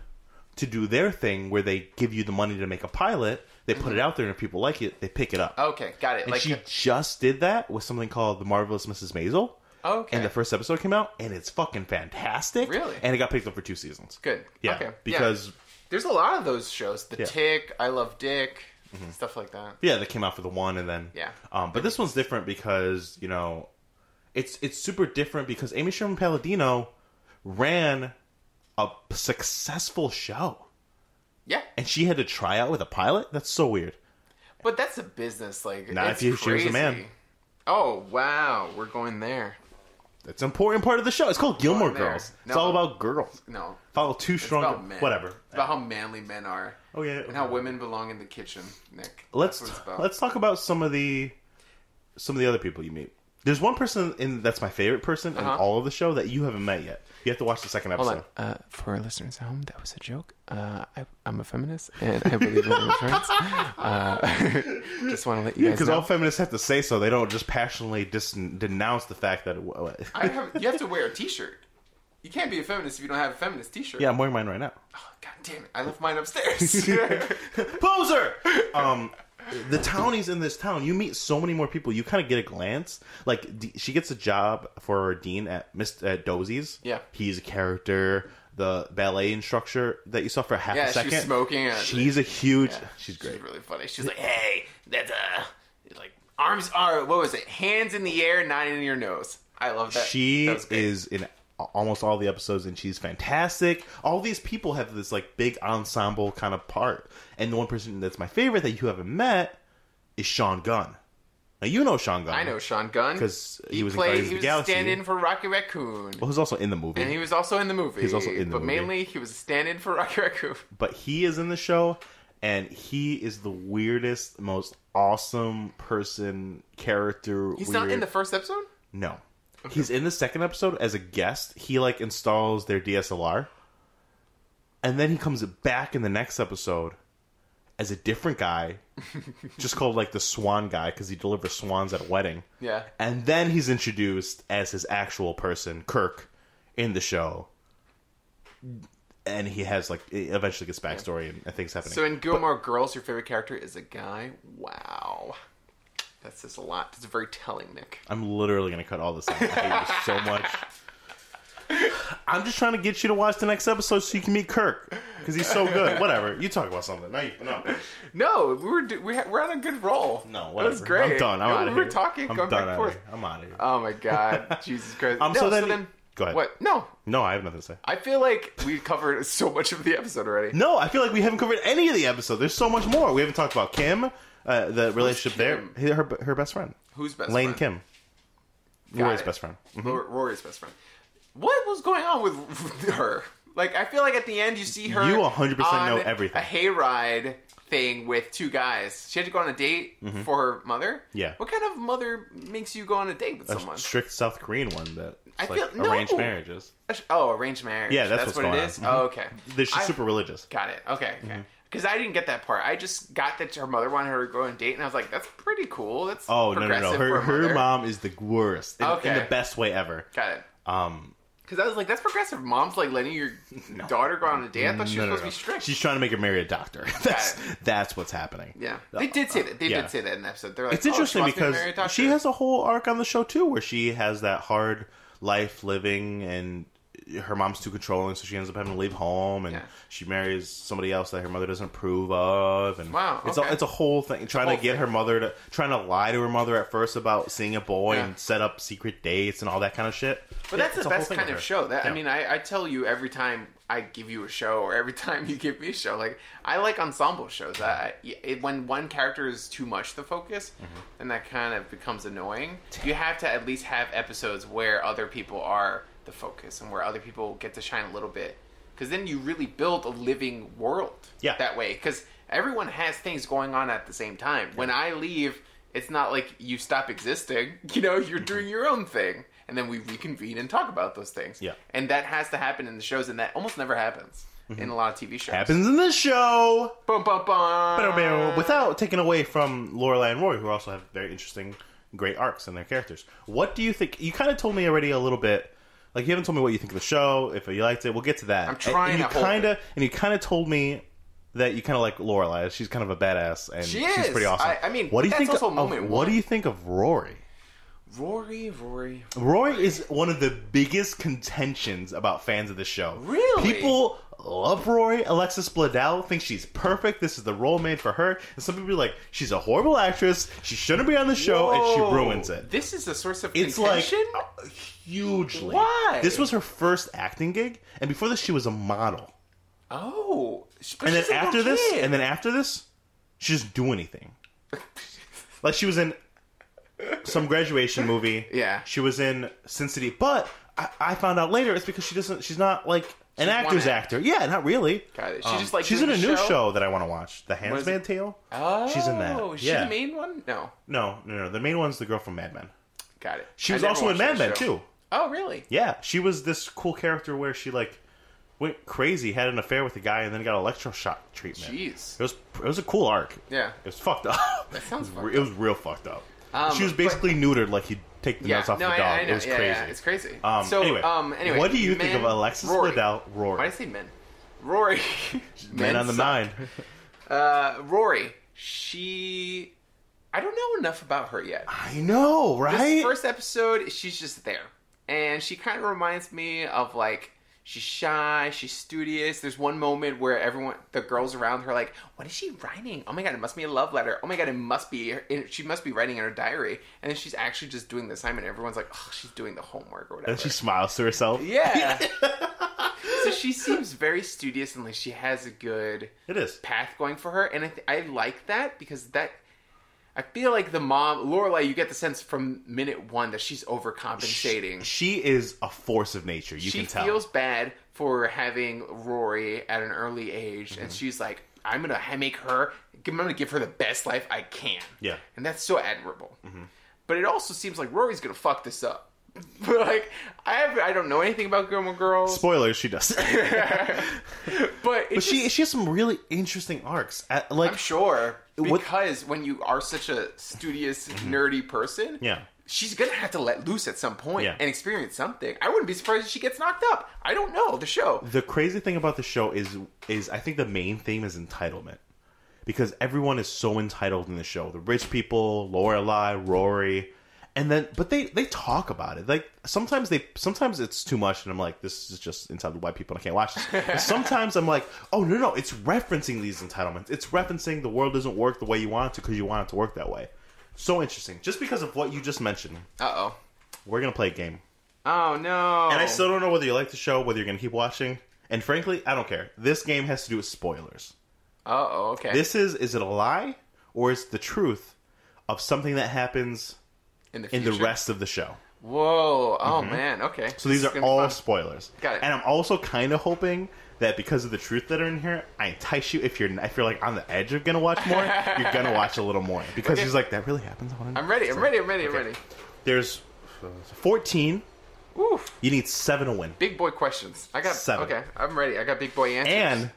Speaker 1: to do their thing where they give you the money to make a pilot. They put it out there, and if people like it, they pick it up.
Speaker 2: Okay, got it.
Speaker 1: And
Speaker 2: Mm-hmm. like,
Speaker 1: she just did that with something called The Marvelous Mrs. Maisel.
Speaker 2: Okay.
Speaker 1: And the first episode came out, and it's fucking fantastic.
Speaker 2: Really?
Speaker 1: And it got picked up for two seasons.
Speaker 2: good.
Speaker 1: Yeah.
Speaker 2: Okay. yeah.
Speaker 1: Because
Speaker 2: There's a lot of those shows. The
Speaker 1: Yeah. Mm-hmm.
Speaker 2: Tick, I Love Dick, stuff like that.
Speaker 1: yeah. that came out for the one, and then
Speaker 2: Yeah.
Speaker 1: Um, but this one's different because you know, it's it's super different because Amy Sherman Palladino ran a successful show,
Speaker 2: Yeah,
Speaker 1: and she had to try out with a pilot. That's so weird.
Speaker 2: but that's a business. Like,
Speaker 1: Not
Speaker 2: it's
Speaker 1: if you- she was a man.
Speaker 2: crazy. Oh wow, we're going there.
Speaker 1: It's an important part of the show. It's called Gilmore
Speaker 2: there.
Speaker 1: Girls. It's
Speaker 2: No.
Speaker 1: all about girls.
Speaker 2: No,
Speaker 1: Follow two
Speaker 2: it's
Speaker 1: strong.
Speaker 2: about men.
Speaker 1: Whatever.
Speaker 2: It's about how manly men are.
Speaker 1: Oh, yeah.
Speaker 2: And how women belong in the kitchen, Nick.
Speaker 1: let's
Speaker 2: That's what it's about.
Speaker 1: let's talk about some of the some of the other people you meet. There's one person in that's my favorite person in
Speaker 2: Uh-huh.
Speaker 1: all of the show that you haven't met yet. You have to watch the second
Speaker 2: Hold
Speaker 1: episode.
Speaker 2: on. Uh, for our listeners at home, that was a joke. Uh, I, I'm a feminist, and I believe in women's rights. Uh, just want to let you guys
Speaker 1: Because all
Speaker 2: know.
Speaker 1: feminists have to say so. They don't just passionately dis- denounce the fact that. It, w-
Speaker 2: I have, you have to wear a T-shirt. You can't be a feminist if you don't have a feminist T-shirt.
Speaker 1: yeah, I'm wearing mine right now.
Speaker 2: Oh, God damn it! I left mine upstairs.
Speaker 1: Poser. Um, the townies in this town, you meet so many more people. You kind of get a glance. Like D- she gets a job for Dean at Mr. At Dozy's.
Speaker 2: Yeah.
Speaker 1: he's a character. The ballet instructor that you saw for half
Speaker 2: Yeah,
Speaker 1: a
Speaker 2: she's
Speaker 1: second.
Speaker 2: smoking and-
Speaker 1: She's a huge. She's
Speaker 2: She's
Speaker 1: great.
Speaker 2: really funny. She's like, "Hey, that's uh, like arms are what was it? Hands in the air, not in your nose." I love that.
Speaker 1: she
Speaker 2: that was great.
Speaker 1: is in a- almost all the episodes and she's fantastic all these people have this like big ensemble kind of part and the one person that's my favorite that you haven't met is sean gunn now you know sean gunn
Speaker 2: I know Sean Gunn
Speaker 1: 'Cause he was in Guardians of
Speaker 2: he
Speaker 1: the
Speaker 2: was
Speaker 1: Galaxy.
Speaker 2: a stand-in for Rocky Raccoon.
Speaker 1: well, who's also in the movie
Speaker 2: And he was also in the movie. He
Speaker 1: was also in the
Speaker 2: but
Speaker 1: movie.
Speaker 2: mainly he was a stand-in for Rocky Raccoon.
Speaker 1: but he is in the show and he is the weirdest most awesome person character
Speaker 2: He's not in the first episode.
Speaker 1: no he's in the second episode as a guest he like installs their dslr and then he comes back in the next episode as a different guy just called like the swan guy because he delivers swans at a wedding
Speaker 2: Yeah.
Speaker 1: and then he's introduced as his actual person, Kirk, in the show. And he has like it eventually gets backstory and- and things happening.
Speaker 2: So in Gilmore Girls, your favorite character is a guy. Wow, that says a lot. That's very telling, Nick.
Speaker 1: I'm literally gonna cut all this out. I hate you so much. I'm just trying to get you to watch the next episode so you can meet Kirk because he's so good. Whatever. You talk about something. No, you, no.
Speaker 2: No, we were do- we ha- we're on a good roll.
Speaker 1: no
Speaker 2: that
Speaker 1: whatever.
Speaker 2: was great.
Speaker 1: I'm done. I'm
Speaker 2: No,
Speaker 1: out of
Speaker 2: we
Speaker 1: here.
Speaker 2: were talking,
Speaker 1: I'm
Speaker 2: going
Speaker 1: done
Speaker 2: back
Speaker 1: outta
Speaker 2: and forth.
Speaker 1: here. I'm out of here.
Speaker 2: Oh my god, Jesus Christ!
Speaker 1: Um,
Speaker 2: no,
Speaker 1: so then- Go ahead.
Speaker 2: What? No,
Speaker 1: no, I have nothing to say.
Speaker 2: I feel like we covered so much of the episode already.
Speaker 1: No, I feel like we haven't covered any of the episode. There's so much more. We haven't talked about Kim, uh, the relationship
Speaker 2: Kim?
Speaker 1: there, her her best friend,
Speaker 2: Who's best?
Speaker 1: Lane
Speaker 2: friend?
Speaker 1: Kim, Mm-hmm.
Speaker 2: Got
Speaker 1: Roy's
Speaker 2: it.
Speaker 1: best friend.
Speaker 2: Lor- Rory's best friend. What was going on with her? Like, I feel like at the end you see her.
Speaker 1: You 100%
Speaker 2: on
Speaker 1: know everything.
Speaker 2: A hayride thing with two guys. She had to go on a date for her mother.
Speaker 1: Mm-hmm. Yeah.
Speaker 2: What kind of mother makes you go on a date with someone?
Speaker 1: Strict South Korean one that
Speaker 2: I
Speaker 1: like
Speaker 2: feel- no.
Speaker 1: arranged marriages.
Speaker 2: oh, arranged marriage.
Speaker 1: Yeah, that's what's
Speaker 2: what it
Speaker 1: going
Speaker 2: is?
Speaker 1: on. Mhm.
Speaker 2: Oh, okay.
Speaker 1: They're she's
Speaker 2: I-
Speaker 1: super religious.
Speaker 2: Got it. Okay.
Speaker 1: Mm-hmm.
Speaker 2: Okay. Because I didn't get that part. I just got that her mother wanted her to go on a date, and I was like, "That's pretty cool. That's
Speaker 1: Oh no no no!
Speaker 2: progressive for
Speaker 1: Her
Speaker 2: a
Speaker 1: her
Speaker 2: mother.
Speaker 1: mom is the worst in, in
Speaker 2: Okay.
Speaker 1: the best way ever.
Speaker 2: Got it.
Speaker 1: Um,
Speaker 2: Because I was like, that's progressive. Mom's like letting your daughter go on a date. I thought she
Speaker 1: no,
Speaker 2: was
Speaker 1: no,
Speaker 2: supposed to
Speaker 1: no.
Speaker 2: be strict.
Speaker 1: She's trying to make her marry a doctor. that's that's what's happening.
Speaker 2: Yeah, they did say that. They
Speaker 1: yeah.
Speaker 2: did say that in the episode. They're like,
Speaker 1: It's interesting
Speaker 2: oh, she wants to be married to a
Speaker 1: because
Speaker 2: doctor."
Speaker 1: she has a whole arc on the show too, where she has that hard life living, and her mom's too controlling, so she ends up having to leave home, and
Speaker 2: Yeah.
Speaker 1: she marries somebody else that her mother doesn't approve of. And
Speaker 2: Wow,
Speaker 1: it's
Speaker 2: okay.
Speaker 1: a, it's a whole thing. Trying
Speaker 2: Whole
Speaker 1: to get
Speaker 2: thing.
Speaker 1: her mother to trying to lie to her mother at first about seeing a boy
Speaker 2: Yeah.
Speaker 1: and set up secret dates and all that kind of shit.
Speaker 2: But
Speaker 1: Yeah,
Speaker 2: that's
Speaker 1: it's
Speaker 2: the
Speaker 1: a whole
Speaker 2: best
Speaker 1: thing with
Speaker 2: kind of
Speaker 1: her.
Speaker 2: show. That I
Speaker 1: Yeah.
Speaker 2: mean, I, I tell you every time I give you a show, or every time you give me a show. Like I like ensemble shows. I, I- it, when one character is too much the focus,
Speaker 1: Mm-hmm.
Speaker 2: and that kind of becomes annoying. You have to at least have episodes where other people are the focus, and where other people get to shine a little bit. Because then you really build a living world.
Speaker 1: Yeah.
Speaker 2: That way, because everyone has things going on at the same time. When I leave, it's not like you stop existing. You know, you're doing your own thing, and then we reconvene and talk about those things.
Speaker 1: Yeah.
Speaker 2: and that has to happen in the shows, and that almost never happens in a lot of TV shows.
Speaker 1: Mm-hmm. happens in this show.
Speaker 2: Bum, bum, bum. Ah.
Speaker 1: without taking away from Lorelai and Rory, who also have very interesting, great arcs in their characters. What do you think? You kind of told me already a little bit. Like you haven't told me what you think of the show, if you liked it. We'll get to that. I'm
Speaker 2: trying
Speaker 1: And, and
Speaker 2: to
Speaker 1: you
Speaker 2: hold
Speaker 1: kind of and you kind of told me that you kind of like Lorelai. She's kind of a badass, and
Speaker 2: She
Speaker 1: she's
Speaker 2: is.
Speaker 1: pretty awesome.
Speaker 2: I- I mean,
Speaker 1: what do you
Speaker 2: that's
Speaker 1: think
Speaker 2: also
Speaker 1: of
Speaker 2: moment
Speaker 1: what
Speaker 2: one.
Speaker 1: do you think of Rory?
Speaker 2: Rory, Rory.
Speaker 1: Roy is one of the biggest contentions about fans of the show.
Speaker 2: Really?
Speaker 1: People love Roy. Alexis Bledel thinks she's perfect. This is the role made for her. And some people be like, she's a horrible actress. She shouldn't be on the show, and
Speaker 2: Whoa.
Speaker 1: she ruins it.
Speaker 2: This is a source of
Speaker 1: It's like
Speaker 2: contention.
Speaker 1: uh, hugely.
Speaker 2: Why?
Speaker 1: This was her first acting gig, and before this, she was a model.
Speaker 2: oh, She- but
Speaker 1: And then
Speaker 2: she's a little
Speaker 1: after this,
Speaker 2: kid.
Speaker 1: and then after this, she just do anything. like she was in some graduation movie.
Speaker 2: Yeah.
Speaker 1: she was in Sin City, but I, I found out later it's because she doesn't. She's not like an
Speaker 2: She's
Speaker 1: actor's
Speaker 2: one
Speaker 1: actor. Yeah, not really. Um,
Speaker 2: Got it. She's just, like,
Speaker 1: she's in
Speaker 2: doing
Speaker 1: a
Speaker 2: a
Speaker 1: new
Speaker 2: show?
Speaker 1: show that I want to watch, The
Speaker 2: is it?
Speaker 1: Handmaid's Tale.
Speaker 2: Oh,
Speaker 1: She's in that.
Speaker 2: Is she
Speaker 1: Yeah.
Speaker 2: the main one? No,
Speaker 1: No, no, no. The main one's the girl from Mad Men.
Speaker 2: got it.
Speaker 1: She
Speaker 2: I
Speaker 1: was
Speaker 2: never
Speaker 1: also in
Speaker 2: watched
Speaker 1: Mad
Speaker 2: that
Speaker 1: Men
Speaker 2: show.
Speaker 1: too.
Speaker 2: Oh, really?
Speaker 1: Yeah, she was this cool character where she like went crazy, had an affair with a guy, and then got electroshock treatment.
Speaker 2: Jeez.
Speaker 1: It was it was a cool arc.
Speaker 2: Yeah.
Speaker 1: It was fucked up. That
Speaker 2: sounds
Speaker 1: it was,
Speaker 2: fucked
Speaker 1: re- it was real fucked up.
Speaker 2: Um,
Speaker 1: she was basically neutered, like he'd take the nuts off the dog. it was
Speaker 2: yeah,
Speaker 1: crazy.
Speaker 2: Yeah, it's crazy.
Speaker 1: Um,
Speaker 2: so,
Speaker 1: anyway,
Speaker 2: um, anyway,
Speaker 1: what do you think of
Speaker 2: men-
Speaker 1: Alexis
Speaker 2: Rory.
Speaker 1: Liddell, Rory,
Speaker 2: Why did I say men? Rory.
Speaker 1: Man on the
Speaker 2: suck.
Speaker 1: Nine?
Speaker 2: Uh, Rory. She. I don't know enough about her yet.
Speaker 1: I know, right?
Speaker 2: This first episode, she's just there, and she kind of reminds me of like she's shy, she's studious. There's one moment where everyone, the girls around her, are like, "What is she writing? Oh my god, it must be a love letter. Oh my god, it must be. It, she must be writing in her diary." And then she's actually just doing the assignment. And everyone's like, "Oh, she's doing the homework or whatever."
Speaker 1: and she smiles to herself.
Speaker 2: yeah. so she seems very studious, and like she has a good
Speaker 1: It is.
Speaker 2: path going for her, and I, th- I like that because that I feel like the mom Lorelai, you get the sense from minute one that she's overcompensating. She,
Speaker 1: She is a force of nature. You can tell.
Speaker 2: feels bad for having Rory at an early age,
Speaker 1: Mm-hmm.
Speaker 2: and she's like, "I'm gonna ha- make her, I'm gonna give her the best life I can."
Speaker 1: Yeah. Mm-hmm.
Speaker 2: and that's so admirable. But it also seems like Rory's gonna fuck this up. But like, I have, I don't know anything about Gilmore Girls,
Speaker 1: Spoilers, she does.
Speaker 2: but it
Speaker 1: but she
Speaker 2: just-
Speaker 1: she has some really interesting arcs. At, like
Speaker 2: I'm sure
Speaker 1: What- Mm-hmm.
Speaker 2: because when you are such a studious, nerdy person,
Speaker 1: Yeah.
Speaker 2: she's gonna have to let loose at some point
Speaker 1: Yeah.
Speaker 2: and experience something. I wouldn't be surprised if she gets knocked up. I don't know the show.
Speaker 1: the crazy thing about the show is is I think the main theme is entitlement. Because everyone is so entitled in the show. The rich people, Lorelai, Rory, and then but they they talk about it. Like sometimes they sometimes it's too much and I'm like, this is just entitled white people and I can't watch this. But sometimes I'm like, oh no no, it's referencing these entitlements. It's referencing the world doesn't work the way you want it to because you want it to work that way. So interesting. Just because of what you just mentioned,
Speaker 2: Uh oh.
Speaker 1: we're gonna play a game.
Speaker 2: Oh no.
Speaker 1: And I still don't know whether you like the show, whether you're going to keep watching. And frankly, I don't care. This game has to do with spoilers.
Speaker 2: Uh oh. Okay.
Speaker 1: This is is it a lie or is it the truth of something that happens
Speaker 2: in the
Speaker 1: in the
Speaker 2: future.
Speaker 1: rest of the show?
Speaker 2: Whoa. Oh man. Okay.
Speaker 1: So these are all spoilers.
Speaker 2: Got it.
Speaker 1: And I'm also kind of hoping that because of the truth that are in here, I entice you if you're if you're like on the edge of going to watch more, you're going to watch a little more because he's like that really happens. I wanna know."
Speaker 2: I'm ready. I'm ready. I'm ready. I'm
Speaker 1: Okay.
Speaker 2: ready.
Speaker 1: There's 14.
Speaker 2: Woo.
Speaker 1: You need 7 to win.
Speaker 2: Big boy questions. I got
Speaker 1: Seven.
Speaker 2: Okay. I'm ready. I got big boy answers.
Speaker 1: And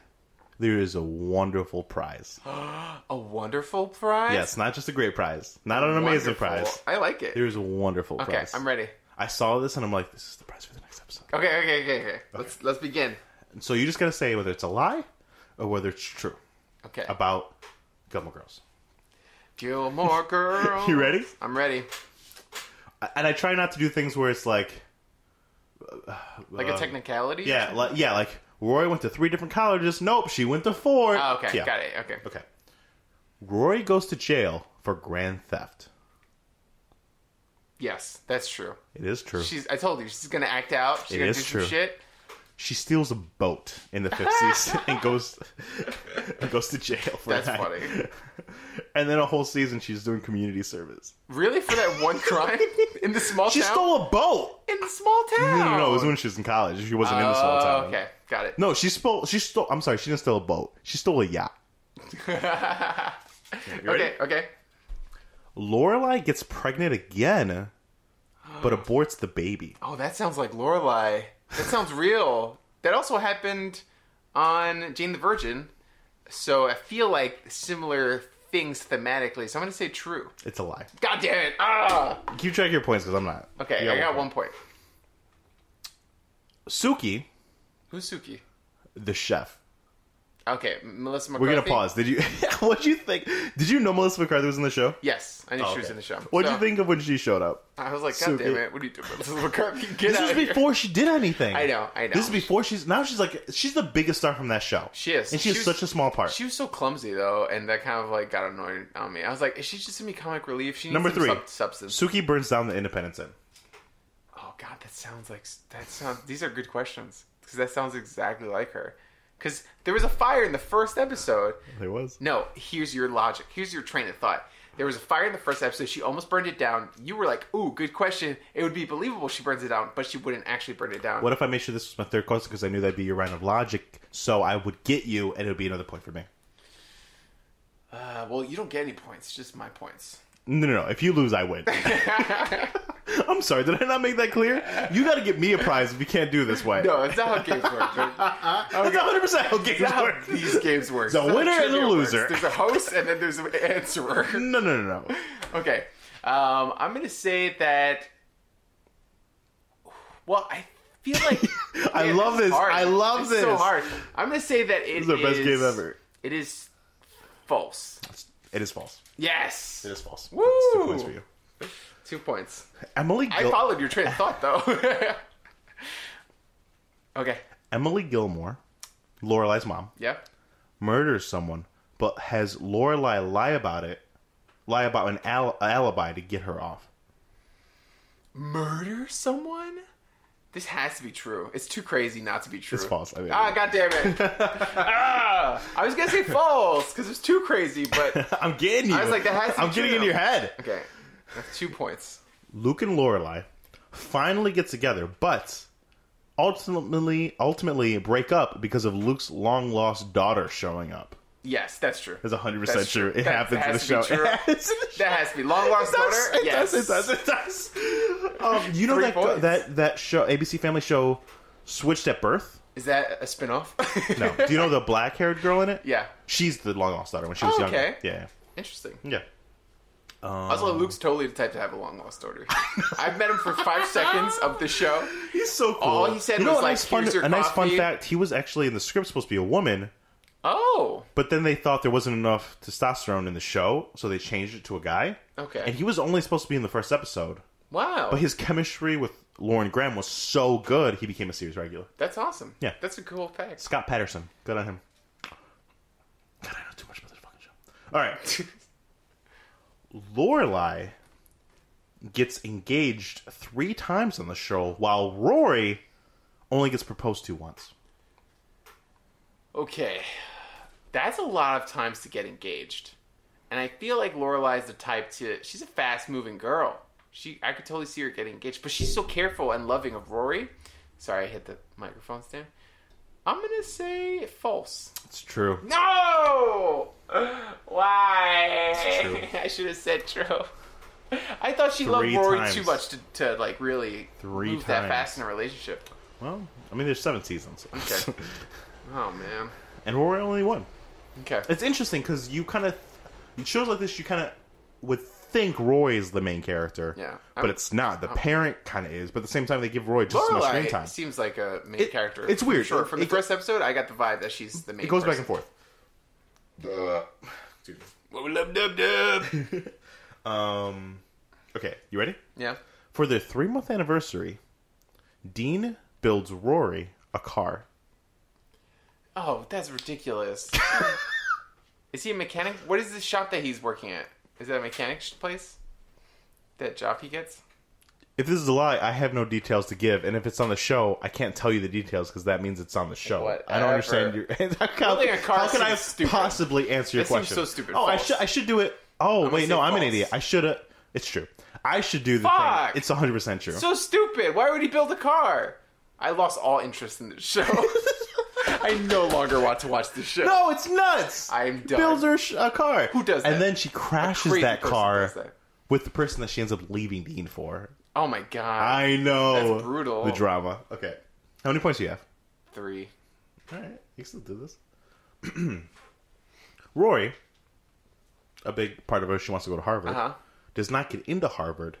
Speaker 1: there is a wonderful prize.
Speaker 2: a wonderful prize.
Speaker 1: Yes, not just a great prize, not an amazing prize.
Speaker 2: I like it.
Speaker 1: There is a wonderful
Speaker 2: okay.
Speaker 1: prize.
Speaker 2: I'm ready.
Speaker 1: I saw this and I'm like, this is the prize for the next episode.
Speaker 2: Okay. Okay. Okay. Okay. Let's let's begin.
Speaker 1: And so you just gotta say whether it's a lie or whether it's true
Speaker 2: Okay.
Speaker 1: about Gilmore Girls.
Speaker 2: Gilmore Girl.
Speaker 1: You ready?
Speaker 2: I'm ready.
Speaker 1: I- And I try not to do things where it's like, um,
Speaker 2: Like a technicality?
Speaker 1: yeah, like, yeah, like Rory went to three different colleges. Nope, she went to four.
Speaker 2: Oh, okay.
Speaker 1: Yeah.
Speaker 2: Got it. Okay.
Speaker 1: Okay. Rory goes to jail for grand theft.
Speaker 2: Yes, that's true.
Speaker 1: It is true. She,
Speaker 2: She's. I told you, she's gonna act out. She's
Speaker 1: It
Speaker 2: gonna
Speaker 1: is
Speaker 2: do
Speaker 1: true.
Speaker 2: some shit.
Speaker 1: steals a boat in the fifth season and goes and goes to jail for
Speaker 2: That's
Speaker 1: that.
Speaker 2: funny.
Speaker 1: and then a whole season she's doing community service.
Speaker 2: Really, for that one crime in the small
Speaker 1: She
Speaker 2: town?
Speaker 1: stole a boat.
Speaker 2: in the small town.
Speaker 1: No, no, no. It was when she was in college. She wasn't in the small
Speaker 2: Oh,
Speaker 1: town.
Speaker 2: Okay, got it.
Speaker 1: No, she stole. She stole. I'm sorry. She didn't steal a boat. She stole a yacht. You ready?
Speaker 2: okay, okay.
Speaker 1: Lorelai gets pregnant again, but aborts the baby.
Speaker 2: Oh, that sounds like Lorelai. That sounds real. That also happened on Jane the Virgin. So I feel like similar things thematically. So I'm gonna say true.
Speaker 1: It's a lie.
Speaker 2: God damn it! Ah.
Speaker 1: Keep track of your points because I'm not.
Speaker 2: Okay,
Speaker 1: You
Speaker 2: I got one
Speaker 1: point.
Speaker 2: point.
Speaker 1: Suki,
Speaker 2: Who's Suki?
Speaker 1: the chef.
Speaker 2: Okay, Melissa McCarthy.
Speaker 1: We're gonna pause. Did you? what do you think? Did you know Melissa McCarthy was in the show?
Speaker 2: Yes, I knew
Speaker 1: Oh,
Speaker 2: she was
Speaker 1: okay.
Speaker 2: in the show.
Speaker 1: What did
Speaker 2: So,
Speaker 1: you think of when she showed up?
Speaker 2: I was like, God
Speaker 1: Suki?
Speaker 2: damn it, what are you doing? Melissa McCarthy, get
Speaker 1: This
Speaker 2: out
Speaker 1: was
Speaker 2: of here.
Speaker 1: before she did anything.
Speaker 2: I know, I know.
Speaker 1: This is before she's now she's like she's the biggest star from that show.
Speaker 2: She is.
Speaker 1: and she,
Speaker 2: She
Speaker 1: has
Speaker 2: was-
Speaker 1: such a small part.
Speaker 2: She was so clumsy though, and that kind of like got annoying on me. I was like, is she just gonna be comic relief? She needs
Speaker 1: Number
Speaker 2: some
Speaker 1: three.
Speaker 2: sub- substance.
Speaker 1: Suki burns down the Independence Inn.
Speaker 2: Oh God, that sounds like that sounds. These are good questions because that sounds exactly like her. Because there was a fire in the first episode.
Speaker 1: There was.
Speaker 2: No, here's your logic. Here's your train of thought. There was a fire in the first episode. She almost burned it down. You were like, "Ooh, good question. It would be believable she burns it down, but she wouldn't actually burn it down."
Speaker 1: What if I made sure this was my third question because I knew that'd be your round of logic, so I would get you, and it would be another point for me.
Speaker 2: Uh, well, you don't get any points. Just my points.
Speaker 1: No, no, no. If you lose, I win. I'm sorry. Did I not make that clear? You got to get me a prize if you can't do this way.
Speaker 2: No, that's not how games work. Dude.
Speaker 1: that's 100 percent how games
Speaker 2: That's how
Speaker 1: work.
Speaker 2: these games work.
Speaker 1: The
Speaker 2: That's how
Speaker 1: winner and the
Speaker 2: trivia works.
Speaker 1: loser.
Speaker 2: There's a host and then there's an answerer.
Speaker 1: No, no, no, no.
Speaker 2: Okay. Um, I'm going to say that. Well, I feel like.
Speaker 1: I
Speaker 2: Man,
Speaker 1: love
Speaker 2: is
Speaker 1: this.
Speaker 2: hard.
Speaker 1: I love
Speaker 2: It's
Speaker 1: this.
Speaker 2: so hard. I'm going to say that it
Speaker 1: This is our best
Speaker 2: is-
Speaker 1: game ever.
Speaker 2: It is false.
Speaker 1: It is false.
Speaker 2: Yes.
Speaker 1: It is false.
Speaker 2: Woo!
Speaker 1: That's two points for you.
Speaker 2: Two points.
Speaker 1: Emily
Speaker 2: I
Speaker 1: Gil-
Speaker 2: followed your train of thought, though. okay.
Speaker 1: Emily Gilmore, Lorelai's mom,
Speaker 2: Yeah.
Speaker 1: murders someone, but has Lorelai lie about it, lie about an al- alibi to get her off.
Speaker 2: Murder someone? This has to be true. It's too crazy not to be true.
Speaker 1: It's false. I mean,
Speaker 2: Ah, goddamn it! ah, I was gonna say false because it's too crazy, but
Speaker 1: I'm getting you.
Speaker 2: was like, that has to be
Speaker 1: I'm getting
Speaker 2: true.
Speaker 1: in your head.
Speaker 2: okay, that's two points.
Speaker 1: Luke and Lorelai finally get together, but ultimately ultimately break up because of Luke's long lost daughter showing up.
Speaker 2: Yes, that's true.
Speaker 1: That's hundred percent
Speaker 2: That's true.
Speaker 1: true. It
Speaker 2: That
Speaker 1: happens in the
Speaker 2: has
Speaker 1: show.
Speaker 2: to be true.
Speaker 1: It happens in the show.
Speaker 2: That has to be long lost
Speaker 1: It does,
Speaker 2: daughter.
Speaker 1: It
Speaker 2: yes,
Speaker 1: does. It does. It does. Um, you know
Speaker 2: Three
Speaker 1: that
Speaker 2: points.
Speaker 1: that that show ABC Family show switched at birth.
Speaker 2: Is that a spin-off?
Speaker 1: No. Do you know the black haired girl in it?
Speaker 2: yeah,
Speaker 1: She's the long lost daughter when she was
Speaker 2: Oh,
Speaker 1: younger.
Speaker 2: okay.
Speaker 1: Yeah.
Speaker 2: interesting.
Speaker 1: Yeah.
Speaker 2: also, Luke's totally the type to have a long lost daughter. I've met him for five seconds of the show.
Speaker 1: He's so cool.
Speaker 2: All he said
Speaker 1: you know
Speaker 2: was,
Speaker 1: a
Speaker 2: like,
Speaker 1: nice fun,
Speaker 2: "Here's your
Speaker 1: a nice fun
Speaker 2: coffee."
Speaker 1: fact. He was actually in the script supposed to be a woman,
Speaker 2: Oh,
Speaker 1: but then they thought there wasn't enough testosterone in the show, so they changed it to a guy.
Speaker 2: Okay.
Speaker 1: And he was only supposed to be in the first episode,
Speaker 2: wow,
Speaker 1: but his chemistry with Lauren Graham was so good, he became a series regular.
Speaker 2: that's awesome.
Speaker 1: Yeah.
Speaker 2: that's a cool fact.
Speaker 1: Scott Patterson. Good on him. God, I know too much about this fucking show. All right. Lorelai gets engaged three times on the show, while Rory only gets proposed to once.
Speaker 2: Okay. That's a lot of times to get engaged. And I feel like Lorelai's the type to she's a fast moving girl. She I could totally see her getting engaged, but she's so careful and loving of Rory. Sorry, I hit the microphone stand. I'm gonna say false.
Speaker 1: It's true.
Speaker 2: No! Why?
Speaker 1: true.
Speaker 2: I should have said true. I thought she loved
Speaker 1: Three
Speaker 2: Rory
Speaker 1: times.
Speaker 2: too much to, to like really
Speaker 1: Three
Speaker 2: move that
Speaker 1: times.
Speaker 2: fast in a relationship.
Speaker 1: Well, I mean, there's seven seasons,
Speaker 2: Okay. Oh man.
Speaker 1: and Rory only one.
Speaker 2: Okay.
Speaker 1: It's interesting because you kind of in shows like this, you kind of would think Rory is the main character,
Speaker 2: Yeah. Oh.
Speaker 1: but it's not. The parent kind of is, but at the same time, they give Rory just as much
Speaker 2: Lorelai
Speaker 1: screen time.
Speaker 2: seems like a main
Speaker 1: It-
Speaker 2: character.
Speaker 1: it's weird.
Speaker 2: Sure, from the
Speaker 1: It-
Speaker 2: first episode, I got the vibe that she's the main.
Speaker 1: It goes back
Speaker 2: person.
Speaker 1: and forth.
Speaker 2: Whoa, lub, dub, dub.
Speaker 1: Um, okay, you ready?
Speaker 2: yeah.
Speaker 1: For their three month anniversary, Dean builds Rory a car.
Speaker 2: Oh, that's ridiculous. is he a mechanic? What is the shop that he's working at? Is that a mechanic's place? That job he gets?
Speaker 1: If this is a lie, I have no details to give, and if it's on the show, I can't tell you the details because that means it's on the show. I don't understand
Speaker 2: Whatever.
Speaker 1: your. how,
Speaker 2: Building a car
Speaker 1: how can I
Speaker 2: seems stupid.
Speaker 1: possibly answer your
Speaker 2: That seems
Speaker 1: question?
Speaker 2: so stupid.
Speaker 1: Oh, I
Speaker 2: False.
Speaker 1: should. I should do it. Oh wait,
Speaker 2: say
Speaker 1: no, I'm an
Speaker 2: false.
Speaker 1: idiot. I should have. It's true. I should do the
Speaker 2: Fuck.
Speaker 1: thing. It's 100 percent true.
Speaker 2: So stupid. Why would he build a car? I lost all interest in this show. I no longer want to watch this show.
Speaker 1: no, it's nuts.
Speaker 2: I'm done.
Speaker 1: Builds her sh- a car. Who
Speaker 2: does that?
Speaker 1: And then she crashes
Speaker 2: Crazy
Speaker 1: that
Speaker 2: person
Speaker 1: car
Speaker 2: does that.
Speaker 1: with the person that she ends up leaving Dean for.
Speaker 2: Oh my god.
Speaker 1: I know.
Speaker 2: That's brutal.
Speaker 1: The drama. Okay. How many points do you have?
Speaker 2: Three.
Speaker 1: All right. You can still do this. Rory, a big part of her, she wants to go to Harvard,
Speaker 2: Uh-huh.
Speaker 1: does not get into Harvard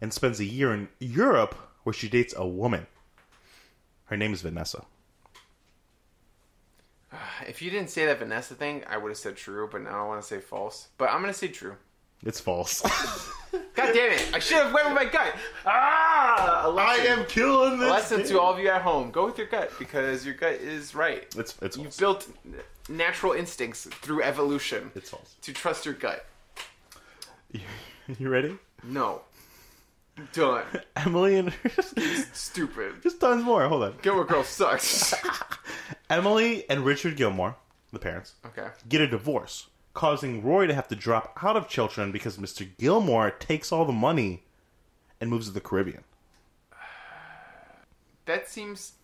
Speaker 1: and spends a year in Europe where she dates a woman. Her name is Vanessa.
Speaker 2: If you didn't say that Vanessa thing, I would have said true, but now I want to say false. But I'm gonna say true.
Speaker 1: It's false.
Speaker 2: God damn it! I should have went with my gut. Ah, a
Speaker 1: I
Speaker 2: lesson.
Speaker 1: am killing
Speaker 2: A
Speaker 1: this.
Speaker 2: lesson
Speaker 1: game.
Speaker 2: to all of you at home: go with your gut because your gut is right.
Speaker 1: It's it's
Speaker 2: You've
Speaker 1: false.
Speaker 2: built n- natural instincts through evolution
Speaker 1: It's false.
Speaker 2: to trust your gut.
Speaker 1: You ready?
Speaker 2: No, done.
Speaker 1: Emily and
Speaker 2: Stupid.
Speaker 1: just tons more. Hold on.
Speaker 2: Gilmore Girl sucks.
Speaker 1: Emily and Richard Gilmore, the parents,
Speaker 2: okay.
Speaker 1: get a divorce causing Roy to have to drop out of Chiltern because Mr. Gilmore takes all the money and moves to the Caribbean.
Speaker 2: That seems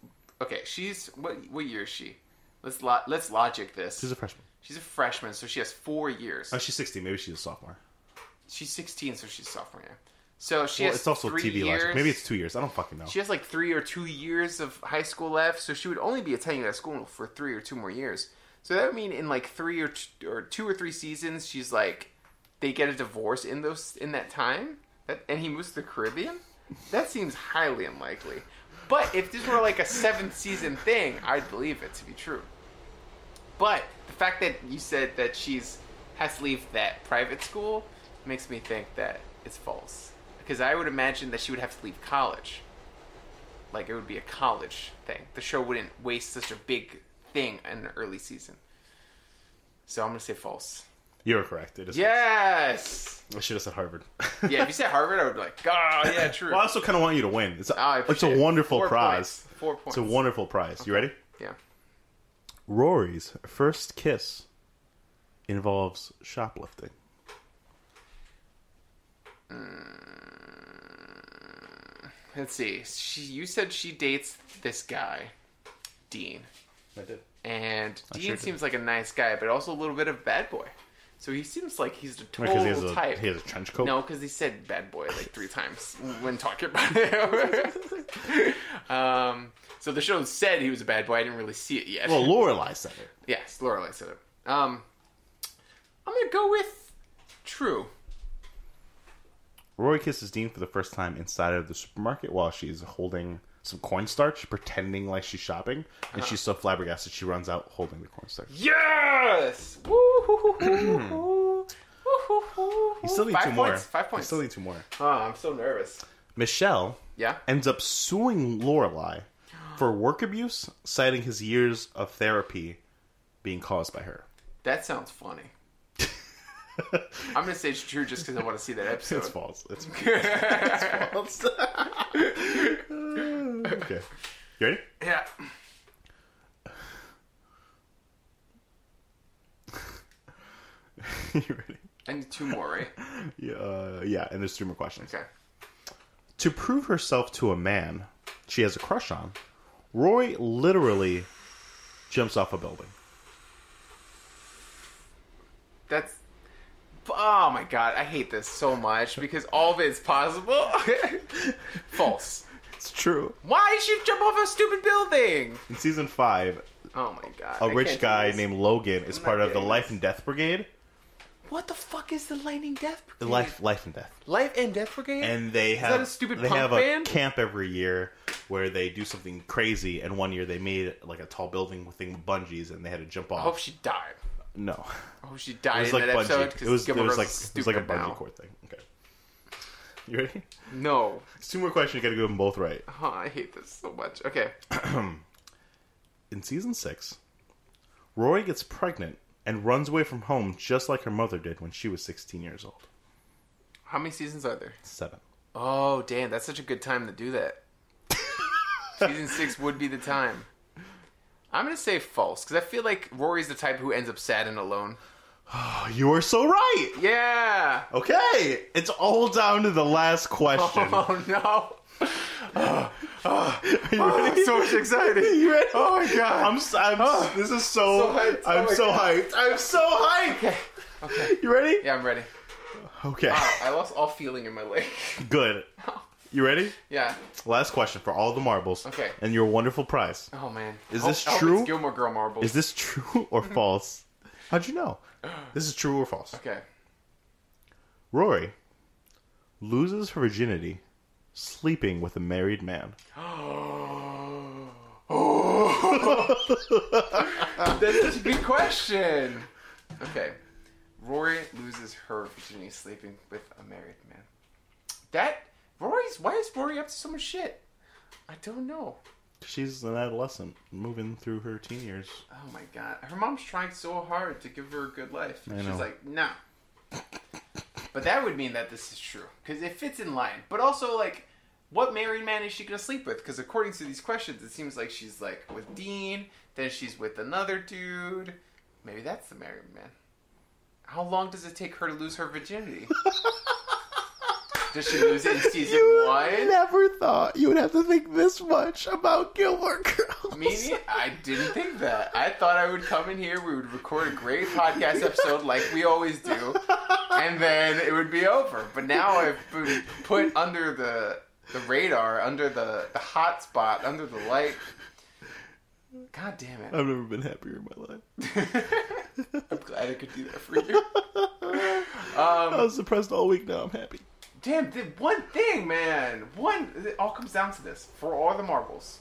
Speaker 2: okay. She's what? What year is she? Let's lo- let's logic this.
Speaker 1: She's a freshman.
Speaker 2: She's a freshman, so she has four years.
Speaker 1: Oh, she's 16. Maybe she's a sophomore.
Speaker 2: She's 16, so she's sophomore year. So she
Speaker 1: Well,
Speaker 2: has
Speaker 1: it's also
Speaker 2: three
Speaker 1: TV
Speaker 2: years.
Speaker 1: logic. Maybe it's two years. I don't fucking know.
Speaker 2: she has like three or two years of high school left, so she would only be attending that school for three or two more years. So that would mean in like three or two or, two or three seasons, she's like, they get a divorce in those in that time, that, and he moves to the Caribbean. That seems highly unlikely. But if this were like a seventh season thing, I'd believe it to be true. But the fact that you said that she's has to leave that private school makes me think that it's false. Because I would imagine that she would have to leave college. Like it would be a college thing. The show wouldn't waste such a big thing in the early season. So I'm gonna say false.
Speaker 1: You're correct. It is.
Speaker 2: Yes.
Speaker 1: I should have said Harvard.
Speaker 2: Yeah, if you said Harvard, I would be like, oh yeah, true.
Speaker 1: well, I also kind of want you to win. It's a,
Speaker 2: Oh, I
Speaker 1: it's a
Speaker 2: appreciate it.
Speaker 1: wonderful
Speaker 2: Four
Speaker 1: prize.
Speaker 2: points. Four
Speaker 1: It's
Speaker 2: points.
Speaker 1: a wonderful prize. You ready?
Speaker 2: yeah.
Speaker 1: Rory's first kiss involves shoplifting.
Speaker 2: Let's see. She, you said she dates this guy, Dean.
Speaker 1: I did.
Speaker 2: And Dean
Speaker 1: sure did.
Speaker 2: seems like a nice guy, but also a little bit of bad boy. So he seems like he's the total
Speaker 1: Because he has a
Speaker 2: type.
Speaker 1: he has a trench coat.
Speaker 2: Oh, No, because he said bad boy like three times when talking about it. um, so the show said he was a bad boy. I didn't really see it yet.
Speaker 1: Well, Lorelai Oh, said it.
Speaker 2: yes, Lorelai said it. Um, I'm gonna go with true.
Speaker 1: Rory kisses Dean for the first time inside of the supermarket while she's holding some cornstarch, pretending like she's shopping,
Speaker 2: Uh-huh.
Speaker 1: and she's so flabbergasted she runs out holding the cornstarch.
Speaker 2: Yes. Woo-hoo-hoo-hoo-hoo. Woo-hoo-hoo-hoo.
Speaker 1: You still need
Speaker 2: Five
Speaker 1: two
Speaker 2: points.
Speaker 1: more.
Speaker 2: Five
Speaker 1: You
Speaker 2: points.
Speaker 1: still need two more.
Speaker 2: Oh, I'm so nervous.
Speaker 1: Michelle
Speaker 2: Yeah.
Speaker 1: ends up suing Lorelai for work abuse, citing his years of therapy being caused by her.
Speaker 2: That sounds funny. I'm gonna say it's true just because I want to see that episode.
Speaker 1: It's false. It's, it's false. okay. You ready?
Speaker 2: yeah.
Speaker 1: you ready?
Speaker 2: I need two more, right?
Speaker 1: Yeah, uh, yeah, and there's three more questions.
Speaker 2: Okay.
Speaker 1: To prove herself to a man she has a crush on, Roy literally jumps off a building.
Speaker 2: That's. Oh my god, I hate this so much because all of it is possible. False.
Speaker 1: It's true.
Speaker 2: Why did she jump off a stupid building?
Speaker 1: In season five,
Speaker 2: Oh my god.
Speaker 1: a
Speaker 2: I can't
Speaker 1: rich
Speaker 2: do
Speaker 1: guy
Speaker 2: this.
Speaker 1: named Logan is
Speaker 2: I'm
Speaker 1: part
Speaker 2: not
Speaker 1: of the
Speaker 2: getting
Speaker 1: Life
Speaker 2: this.
Speaker 1: and Death Brigade.
Speaker 2: What the fuck is the Lightning Death
Speaker 1: The
Speaker 2: Brigade?
Speaker 1: life, life and death.
Speaker 2: Life and Death Brigade?
Speaker 1: And they
Speaker 2: that
Speaker 1: have
Speaker 2: a stupid
Speaker 1: they
Speaker 2: punk
Speaker 1: have
Speaker 2: band?
Speaker 1: a camp every year where they do something crazy. And one year they made like a tall building with thing with bungees, and they had to jump
Speaker 2: I hope
Speaker 1: off.
Speaker 2: she died.
Speaker 1: no,
Speaker 2: I hope she died
Speaker 1: it was
Speaker 2: in
Speaker 1: like
Speaker 2: that episode.
Speaker 1: bungee.
Speaker 2: 'cause
Speaker 1: It was, it
Speaker 2: Gilmore
Speaker 1: was
Speaker 2: Girls
Speaker 1: like
Speaker 2: is
Speaker 1: it was like a
Speaker 2: stupid now.
Speaker 1: bungee cord thing. Okay, you ready?
Speaker 2: No.
Speaker 1: It's two more questions. You got to get them both right.
Speaker 2: Oh, I hate this so much. Okay.
Speaker 1: In season six, Rory gets pregnant and runs away from home just like her mother did when she was 16 years old.
Speaker 2: How many seasons are there?
Speaker 1: Seven.
Speaker 2: Oh, damn. That's such a good time to do that. Season six would be the time. I'm going to say false because I feel like Rory's the type who ends up sad and alone.
Speaker 1: Oh, you are so right.
Speaker 2: Yeah.
Speaker 1: Okay, it's all down to the last question.
Speaker 2: Oh, no.
Speaker 1: Are you ready?
Speaker 2: I'm so much excited.
Speaker 1: you ready?
Speaker 2: Oh, my God. Oh.
Speaker 1: I'm, s- I'm s this is so,
Speaker 2: So hyped. Oh
Speaker 1: I'm
Speaker 2: my
Speaker 1: so
Speaker 2: God.
Speaker 1: hyped. I'm so hyped.
Speaker 2: Okay. Okay.
Speaker 1: You ready?
Speaker 2: Yeah, I'm ready.
Speaker 1: Okay.
Speaker 2: I lost all feeling in my leg.
Speaker 1: Good. You ready?
Speaker 2: Yeah.
Speaker 1: Last question for all the marbles.
Speaker 2: Okay.
Speaker 1: And your wonderful prize.
Speaker 2: Oh, man.
Speaker 1: Is
Speaker 2: Hope-
Speaker 1: this
Speaker 2: I hope
Speaker 1: true?
Speaker 2: It's Gilmore Girl Marbles.
Speaker 1: Is this true or false? How'd you know? This is true or false.
Speaker 2: Mm-hmm. okay.
Speaker 1: Rory loses her virginity sleeping with a married man.
Speaker 2: That's such a good question. Okay. Rory loses her virginity sleeping with a married man. That Rory's why is Rory up to so much shit? I don't know.
Speaker 1: She's an adolescent moving through her teen years.
Speaker 2: Oh my god. Her mom's trying so hard to give her a good life.
Speaker 1: I
Speaker 2: She's
Speaker 1: know.
Speaker 2: like, no. But that would mean that this is true. Because it fits in line. But also like what married man is she gonna sleep with? Because according to these questions, it seems like she's like with Dean, then she's with another dude. Maybe that's the married man. How long does it take her to lose her virginity? does she lose it in season one?
Speaker 1: never thought you would have to think this much about Gilmore Girls.
Speaker 2: Me, nei- I didn't think that. I thought I would come in here, we would record a great podcast episode like we always do, and then it would be over. But now I've been put under the the radar, under the the hot spot, under the light. God damn it!
Speaker 1: I've never been happier in my life.
Speaker 2: I'm glad I could do that for you. Um,
Speaker 1: I was depressed all week. Now I'm happy.
Speaker 2: Damn, the one thing, man. One. It all comes down to this. For all the marbles,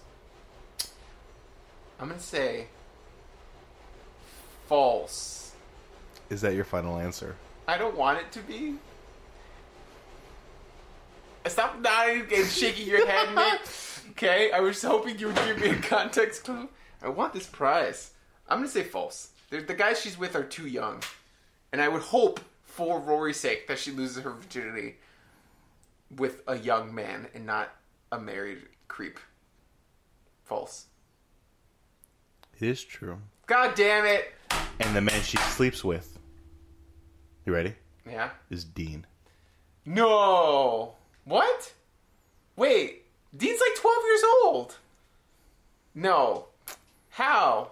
Speaker 2: I'm gonna say false.
Speaker 1: Is that your final answer?
Speaker 2: I don't want it to be. Stop nodding and shaking your head, Nick. Okay, I was hoping you would give me a context clue. I want this prize. I'm gonna say false. The, the guys she's with are too young, and I would hope, for Rory's sake, that she loses her virginity with a young man and not a married creep. False.
Speaker 1: It is true.
Speaker 2: God damn it!
Speaker 1: And the man she sleeps with. You ready?
Speaker 2: Yeah.
Speaker 1: Is Dean.
Speaker 2: No. What? Wait. Dean's like 12 years old. No. How?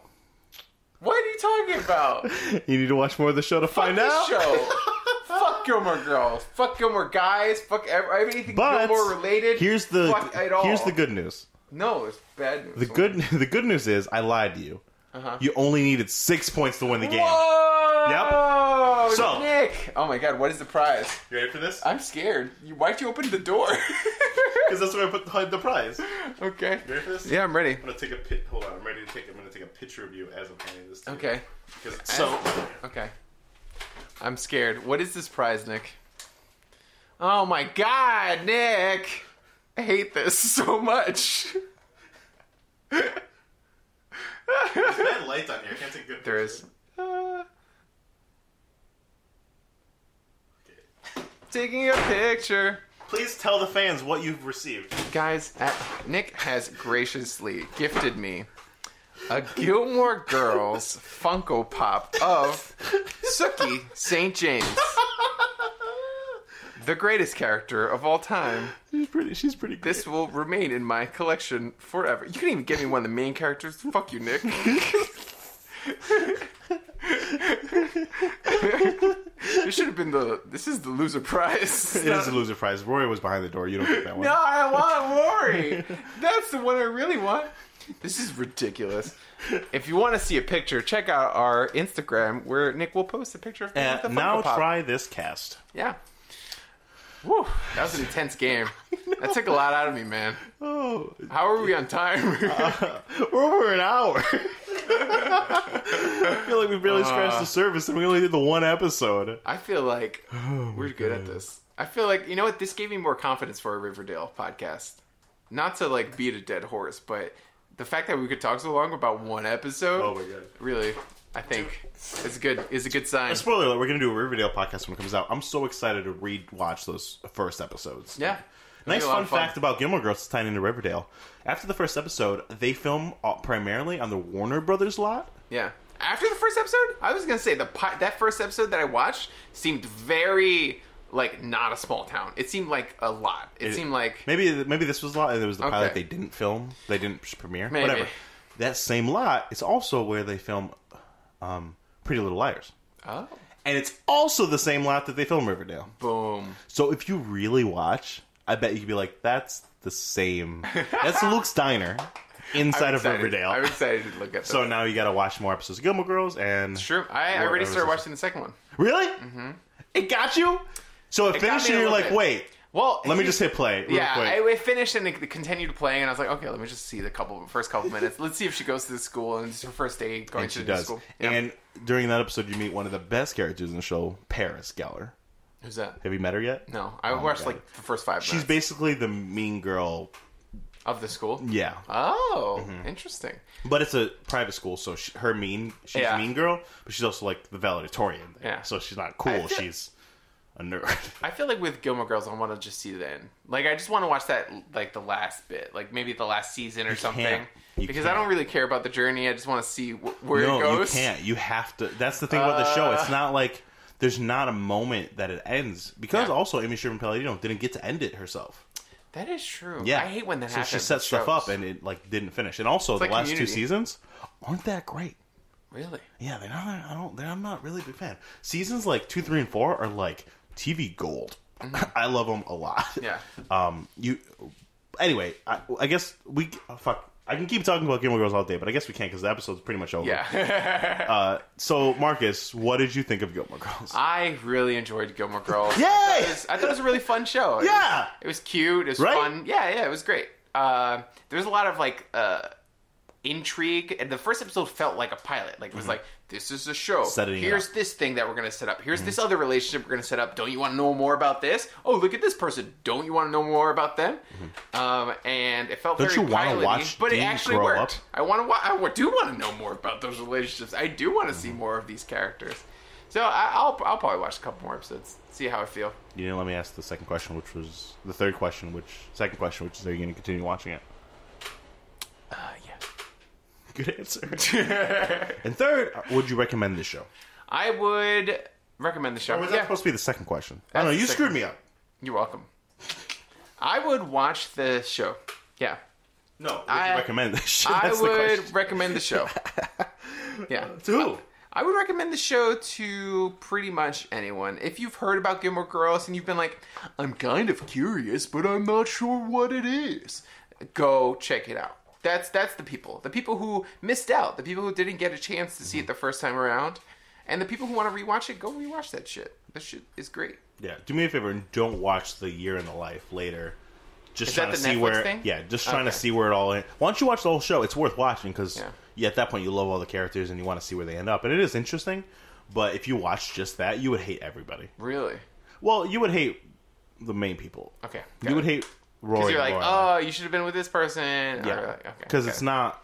Speaker 2: What are you talking about?
Speaker 1: You need to watch more of the show to
Speaker 2: Fuck
Speaker 1: find
Speaker 2: this
Speaker 1: out.
Speaker 2: show. Fuck Gilmore Girls. Fuck Gilmore Guys. Fuck ev- anything
Speaker 1: But
Speaker 2: Gilmore related.
Speaker 1: here's the
Speaker 2: Fuck it all.
Speaker 1: here's the good news.
Speaker 2: No, it's bad news.
Speaker 1: The good the good news is I lied to you.
Speaker 2: Uh-huh.
Speaker 1: You only needed six points to win the game.
Speaker 2: Whoa!
Speaker 1: Yep. So-
Speaker 2: Nick. Oh my God! What is the prize?
Speaker 1: You ready for this?
Speaker 2: I'm scared. You, why'd you open the door?
Speaker 1: Because that's where I put the, the prize. You
Speaker 2: okay.
Speaker 1: ready for this?
Speaker 2: Yeah, I'm ready.
Speaker 1: I'm gonna take a pit. Hold on, I'm ready to take. I'm gonna take a picture of you as I'm handing this. To you.
Speaker 2: Okay.
Speaker 1: 'Cause- So
Speaker 2: Okay. I'm scared. What is this prize, Nick? Oh my god, Nick! I hate this so much.
Speaker 1: there's bad lights on here. I can't take a good.
Speaker 2: There is. Uh, taking a picture.
Speaker 1: Please tell the fans what you've received.
Speaker 2: Guys, at, Nick has graciously gifted me a Gilmore Girls Funko Pop of Suki St. James, the greatest character of all time.
Speaker 1: She's pretty. She's pretty. Good.
Speaker 2: This will remain in my collection forever. You can even give me one of the main characters. Fuck you, Nick. this should have been the. This is the loser prize.
Speaker 1: It is a loser prize. Rory was behind the door. You don't get that one.
Speaker 2: No, I want Rory. That's the one I really want. This is ridiculous. If you want to see a picture, check out our Instagram where Nick will post a picture of me
Speaker 1: Uh,
Speaker 2: with the
Speaker 1: now
Speaker 2: Funko Pop.
Speaker 1: try this cast.
Speaker 2: Yeah. Woo! That was an intense game. That took a lot out of me, man.
Speaker 1: Oh,
Speaker 2: How are we on time?
Speaker 1: Uh, we're over an hour. I feel like we barely scratched the surface, and we only did the one episode.
Speaker 2: I feel like
Speaker 1: Oh
Speaker 2: we're good at this. I feel like you know what this gave me more confidence for a Riverdale podcast. Not to like beat a dead horse, but the fact that we could talk so long about one episode,
Speaker 1: Oh my God.
Speaker 2: really, I think is good is a good sign.
Speaker 1: Spoiler alert: We're gonna do a Riverdale podcast when it comes out. I'm so excited to rewatch those first episodes.
Speaker 2: Yeah,
Speaker 1: Nice
Speaker 2: It'll be a lot
Speaker 1: fun
Speaker 2: of fun.
Speaker 1: fact about Gilmore Girls is tying into Riverdale. After the first episode, they film all- primarily on the Warner Brothers lot.
Speaker 2: yeah. After the first episode, I was gonna say the pi- that first episode that I watched seemed very like not a small town. It seemed like a lot. It, seemed like
Speaker 1: Maybe maybe this was a lot, and it was the pilot
Speaker 2: Okay.
Speaker 1: they didn't film, they didn't premiere,
Speaker 2: Maybe.
Speaker 1: whatever. That same lot is also where they film um, Pretty Little Liars,
Speaker 2: oh
Speaker 1: and it's also the same lot that they film Riverdale.
Speaker 2: boom.
Speaker 1: So if you really watch, I bet you could be like, "That's the same. That's Luke's Diner inside of
Speaker 2: Excited.
Speaker 1: Riverdale."
Speaker 2: I'm excited to look at. So
Speaker 1: so now you got to watch more episodes of Gilmore Girls, and
Speaker 2: sure, I, I
Speaker 1: What
Speaker 2: already
Speaker 1: episode?
Speaker 2: started watching the second one.
Speaker 1: Really? Mm-hmm. It got you? So it,
Speaker 2: got
Speaker 1: finished
Speaker 2: me
Speaker 1: and
Speaker 2: a
Speaker 1: you're
Speaker 2: little
Speaker 1: like,
Speaker 2: bit.
Speaker 1: wait,
Speaker 2: Well,
Speaker 1: let me
Speaker 2: he-
Speaker 1: just hit play real
Speaker 2: Yeah,
Speaker 1: quick.
Speaker 2: I, I finished and it continued playing, and I was like, okay, let me just see the couple first couple minutes. Let's see if she goes to the school and it's her first day going
Speaker 1: and
Speaker 2: to
Speaker 1: she
Speaker 2: the new
Speaker 1: does.
Speaker 2: school. Yeah.
Speaker 1: And during that episode, you meet one of the best characters in the show, Paris Geller.
Speaker 2: who's that?
Speaker 1: Have you met her yet?
Speaker 2: No, I
Speaker 1: Oh my
Speaker 2: watched
Speaker 1: God.
Speaker 2: like the first five
Speaker 1: She's
Speaker 2: minutes
Speaker 1: basically the mean girl.
Speaker 2: of the school.
Speaker 1: Yeah. Mm-hmm.
Speaker 2: Oh, interesting.
Speaker 1: But it's a private school, so she, her mean, she's
Speaker 2: Yeah.
Speaker 1: mean girl, but she's also like the valedictorian. there.
Speaker 2: Yeah.
Speaker 1: So she's not cool.
Speaker 2: feel-
Speaker 1: she's a nerd.
Speaker 2: I feel like with Gilmore Girls, I want to just see the end. Like, I just want to watch that, like the last bit, like maybe the last season or something,
Speaker 1: can't. You
Speaker 2: because I
Speaker 1: can't.
Speaker 2: don't really care about the journey. I just want to see wh- where it
Speaker 1: no, you
Speaker 2: goes. Uh.
Speaker 1: can't. You have to. That's the thing about the show. It's not like there's not a moment that it ends because
Speaker 2: Yeah.
Speaker 1: also Amy Sherman Palladino didn't get to end it herself.
Speaker 2: That is true.
Speaker 1: Yeah,
Speaker 2: I hate when that
Speaker 1: so
Speaker 2: happens.
Speaker 1: She set
Speaker 2: with
Speaker 1: stuff
Speaker 2: shows.
Speaker 1: up and it like didn't finish. And also the
Speaker 2: like
Speaker 1: last two
Speaker 2: Community.
Speaker 1: seasons aren't that great.
Speaker 2: really,
Speaker 1: Yeah, they're not. I don't. They're, I'm not really a big fan. Seasons like two, three, and four are like TV gold. I love them a lot.
Speaker 2: Mm-hmm. yeah.
Speaker 1: Um. You. Anyway, I, I guess we. Oh, fuck. I can keep talking about Game of Girls all day, but I guess we can't because the episode's pretty much over.
Speaker 2: Yeah.
Speaker 1: Uh, so, Marcus, what did you think of Gilmore Girls?
Speaker 2: I really enjoyed Gilmore Girls.
Speaker 1: Yay!
Speaker 2: I thought, it was, I thought it was a really fun show. It
Speaker 1: Yeah!
Speaker 2: was, it was cute. It was
Speaker 1: Right?
Speaker 2: fun. Yeah, yeah, it was great. Uh, there was a lot of like uh, intrigue, and the first episode felt like a pilot. Like it was like this is a show.
Speaker 1: Mm-hmm. Setting it
Speaker 2: Here's
Speaker 1: up. Mm-hmm.
Speaker 2: this thing that we're gonna set up. Here's this other relationship we're gonna set up. Don't you want to know more about this? Oh, look at this person. Don't you want to know more about them? Um, and it felt
Speaker 1: Mm-hmm. Don't
Speaker 2: very
Speaker 1: you wanna
Speaker 2: pilot-y,
Speaker 1: watch
Speaker 2: but it
Speaker 1: Dean
Speaker 2: actually
Speaker 1: grow
Speaker 2: worked.
Speaker 1: up?
Speaker 2: I want to. Wa- I wa- do want to know more about those relationships. I do want to see
Speaker 1: Mm-hmm.
Speaker 2: more of these characters. So I, I'll I'll probably watch a couple more episodes, see how I feel.
Speaker 1: you didn't let me ask the second question, which was the third question, which second question, which is, are you going to continue watching it?
Speaker 2: Uh, yeah.
Speaker 1: Good answer. and third, would you recommend this show?
Speaker 2: I would recommend the show.
Speaker 1: Or was Oh, that
Speaker 2: yeah,
Speaker 1: supposed to be the second question? I don't
Speaker 2: That's
Speaker 1: know.
Speaker 2: the
Speaker 1: Oh, You
Speaker 2: second
Speaker 1: screwed me up.
Speaker 2: you're welcome. I would watch the show. Yeah,
Speaker 1: No, would
Speaker 2: I-
Speaker 1: you recommend this show?
Speaker 2: I
Speaker 1: That's the question.
Speaker 2: would recommend the show. yeah,
Speaker 1: To who?
Speaker 2: I would recommend the show to pretty much anyone. If you've heard about Gilmore Girls and you've been like, I'm kind of curious, but I'm not sure what it is, go check it out. That's that's the people. The people who missed out, the people who didn't get a chance to see
Speaker 1: Mm-hmm.
Speaker 2: it the first time around, and the people who want to rewatch it, go rewatch that shit. That shit is great.
Speaker 1: Yeah, do me a favor and don't watch the year in the life later. Just
Speaker 2: Is
Speaker 1: trying
Speaker 2: that
Speaker 1: to
Speaker 2: the
Speaker 1: see
Speaker 2: Netflix
Speaker 1: where,
Speaker 2: thing?
Speaker 1: yeah, just trying to
Speaker 2: Okay.
Speaker 1: see where it all. En- Why don't you watch the whole show? It's worth watching because
Speaker 2: Yeah.
Speaker 1: yeah. at that point you love all the characters and you want to see where they end up, and it is interesting. But if you watch just that, you would hate everybody.
Speaker 2: Really?
Speaker 1: Well, you would hate the main people.
Speaker 2: Okay.
Speaker 1: you would hate Rory.
Speaker 2: Because you're like,
Speaker 1: and Lorelai.
Speaker 2: oh, you should have been with this person.
Speaker 1: Yeah.
Speaker 2: Yeah. Okay.
Speaker 1: because
Speaker 2: okay.
Speaker 1: it's not.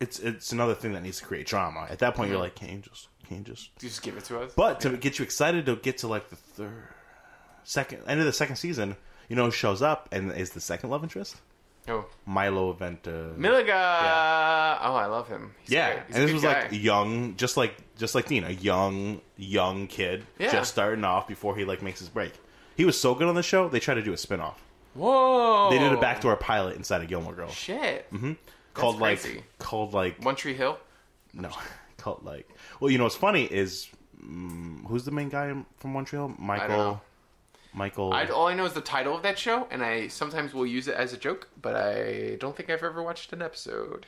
Speaker 1: It's it's another thing that needs to create drama. At that point,
Speaker 2: Mm-hmm.
Speaker 1: you're like, can you just can you just
Speaker 2: You just give it to us.
Speaker 1: But to get you excited to get to like the third, second end of the second season, you know, who shows up and is the second love interest
Speaker 2: oh,
Speaker 1: Milo Venta.
Speaker 2: Milliga. Oh, I love him. He's
Speaker 1: yeah,
Speaker 2: great. He's
Speaker 1: and
Speaker 2: a
Speaker 1: this
Speaker 2: good
Speaker 1: was
Speaker 2: guy.
Speaker 1: like e- young, just like just like Dean, a young young kid
Speaker 2: Yeah.
Speaker 1: just starting off before he like makes his break. He was so good on the show. They tried to do a spin off.
Speaker 2: Whoa!
Speaker 1: They did a Mm-hmm. backdoor pilot inside of Gilmore Girls
Speaker 2: Shit.
Speaker 1: called
Speaker 2: crazy.
Speaker 1: like called like
Speaker 2: One Tree Hill.
Speaker 1: no called like. Well, you know what's funny is mm, who's the main guy from Montreal?
Speaker 2: know.
Speaker 1: Michael. Michael.
Speaker 2: I, all I know is the title of that show, and I sometimes will use it as a joke, but I don't think I've ever watched an episode.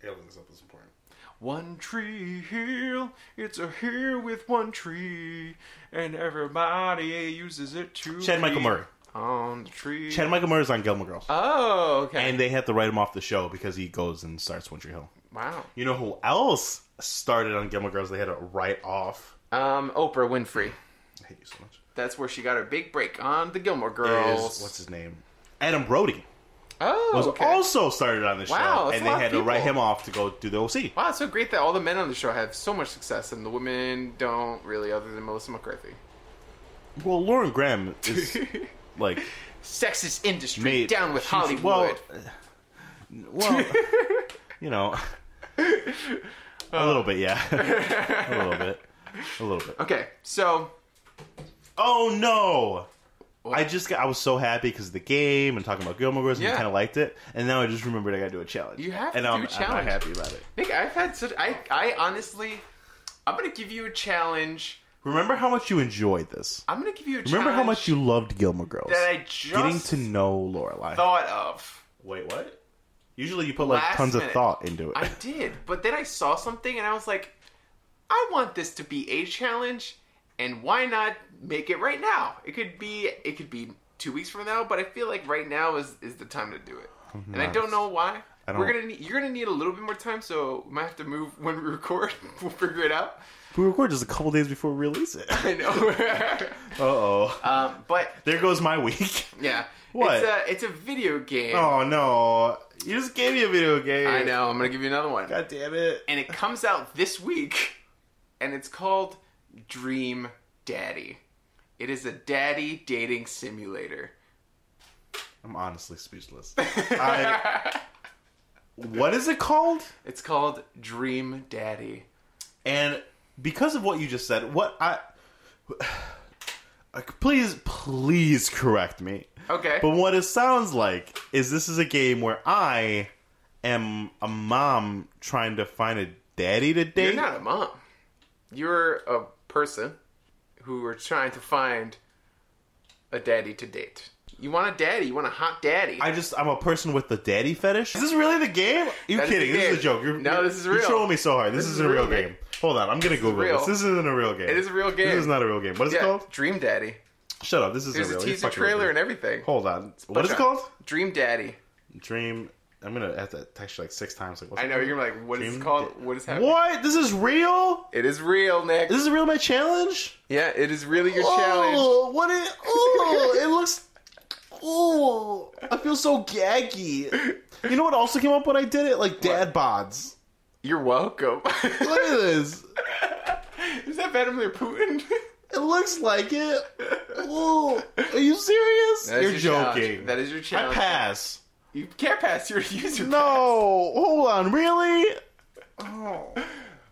Speaker 1: Yeah, look this up. It's important.
Speaker 2: One tree hill, it's a hill with one tree, and everybody uses it to.
Speaker 1: Chad Michael
Speaker 2: be
Speaker 1: Murray.
Speaker 2: On the tree.
Speaker 1: Chad Michael Murray's on Gilmore Girls.
Speaker 2: Oh, okay.
Speaker 1: and they had to write him off the show because he goes and starts Wintry Hill.
Speaker 2: wow.
Speaker 1: You know who else started on Gilmore Girls? They had to write off.
Speaker 2: Um, Oprah Winfrey.
Speaker 1: I hate you so much.
Speaker 2: That's where she got her big break on the Gilmore Girls.
Speaker 1: Is, what's his name? Adam Brody
Speaker 2: oh,
Speaker 1: was
Speaker 2: okay.
Speaker 1: also started on the show,
Speaker 2: Wow, that's
Speaker 1: and
Speaker 2: a
Speaker 1: they
Speaker 2: lot of
Speaker 1: had to write
Speaker 2: people.
Speaker 1: him off to go do the OC.
Speaker 2: Wow, it's so great that all the men on the show have so much success and the women don't really, other than Melissa McCarthy.
Speaker 1: Well, Lauren Graham is like
Speaker 2: Sexist industry,
Speaker 1: made
Speaker 2: down with
Speaker 1: she's-
Speaker 2: Hollywood.
Speaker 1: Well, uh, well you know,
Speaker 2: Uh.
Speaker 1: a little bit, yeah, a little bit, a little bit.
Speaker 2: okay, so
Speaker 1: Oh no!
Speaker 2: What?
Speaker 1: I just got, I was so happy because of the game and talking about Gilmore Girls and
Speaker 2: Yeah.
Speaker 1: kind of liked it, and now I just remembered I got to do a challenge.
Speaker 2: You have
Speaker 1: and
Speaker 2: to
Speaker 1: I'm,
Speaker 2: do
Speaker 1: I'm
Speaker 2: a
Speaker 1: not
Speaker 2: challenge.
Speaker 1: happy about it.
Speaker 2: Nick, I've had such. I, I honestly, I'm gonna give you a challenge.
Speaker 1: Remember how much you enjoyed this.
Speaker 2: I'm gonna give you a challenge.
Speaker 1: Remember how much you loved Gilmore Girls.
Speaker 2: that I just
Speaker 1: Getting to know Lorelai.
Speaker 2: thought of.
Speaker 1: Wait, what? Usually you put like
Speaker 2: Last
Speaker 1: tons
Speaker 2: minute.
Speaker 1: of thought into it.
Speaker 2: I did, but then I saw something and I was like, I want this to be a challenge, and why not make it right now? It could be it could be two weeks from now, but I feel like right now is is the time to do it. And I don't know why.
Speaker 1: I
Speaker 2: We're
Speaker 1: don't-
Speaker 2: gonna need, you're gonna need a little bit more time, so we might have to move when we record. we'll figure it out.
Speaker 1: we record just a couple days before we release it. uh
Speaker 2: I know.
Speaker 1: oh.
Speaker 2: um, but
Speaker 1: there goes my week.
Speaker 2: yeah,
Speaker 1: What?
Speaker 2: It's a, it's a video game.
Speaker 1: oh no. You just gave me a video game.
Speaker 2: I know. I'm gonna give you another one.
Speaker 1: God damn it.
Speaker 2: and it comes out this week, and it's called Dream Daddy. It is a daddy dating simulator.
Speaker 1: I'm honestly speechless. I, what is it called?
Speaker 2: It's called Dream Daddy.
Speaker 1: And because of what you just said, what I Uh, Please, please correct me.
Speaker 2: Okay.
Speaker 1: But what it sounds like is this is a game where I am a mom trying to find a daddy to date.
Speaker 2: You're not a mom. You're a person who are trying to find a daddy to date. You want a daddy. You want a hot daddy.
Speaker 1: I just I'm a person with the daddy fetish. Is this really the game? You're
Speaker 2: That is
Speaker 1: kidding.
Speaker 2: the
Speaker 1: This is
Speaker 2: game.
Speaker 1: a joke. You're,
Speaker 2: No,
Speaker 1: you're-
Speaker 2: this is
Speaker 1: You're
Speaker 2: real.
Speaker 1: trolling me so hard. This,
Speaker 2: This
Speaker 1: isn't a real game. Hold on, I'm gonna Google
Speaker 2: real.
Speaker 1: this. This isn't a real game.
Speaker 2: It is a real game.
Speaker 1: This is not a real game. What is
Speaker 2: yeah,
Speaker 1: it called?
Speaker 2: Dream Daddy.
Speaker 1: Shut up. This isn't
Speaker 2: There's
Speaker 1: real.
Speaker 2: a
Speaker 1: It's
Speaker 2: teaser
Speaker 1: fucking real
Speaker 2: trailer
Speaker 1: game.
Speaker 2: and everything.
Speaker 1: Hold on. What is it
Speaker 2: Watch
Speaker 1: called?
Speaker 2: out. Dream Daddy.
Speaker 1: Dream. I'm gonna have to text you like six times. Like, what's
Speaker 2: I
Speaker 1: it
Speaker 2: know you're
Speaker 1: called?
Speaker 2: gonna be like, what is
Speaker 1: Dream
Speaker 2: it called?
Speaker 1: Da-
Speaker 2: What is happening?
Speaker 1: What? This is real.
Speaker 2: It is real, Nick.
Speaker 1: This is real. My challenge.
Speaker 2: yeah, it is really your challenge.
Speaker 1: Oh, what it? Oh, it looks. Oh, I feel so gaggy. You know what also came up when I did it? Like dad bods.
Speaker 2: You're welcome.
Speaker 1: Look at this.
Speaker 2: is that Vladimir Putin?
Speaker 1: It looks like it. Oh, are you serious?
Speaker 2: That
Speaker 1: You're
Speaker 2: is your challenge.
Speaker 1: joking.
Speaker 2: That is your
Speaker 1: I
Speaker 2: challenge.
Speaker 1: pass.
Speaker 2: You can't pass your user.
Speaker 1: No, hold on. Really?
Speaker 2: pass.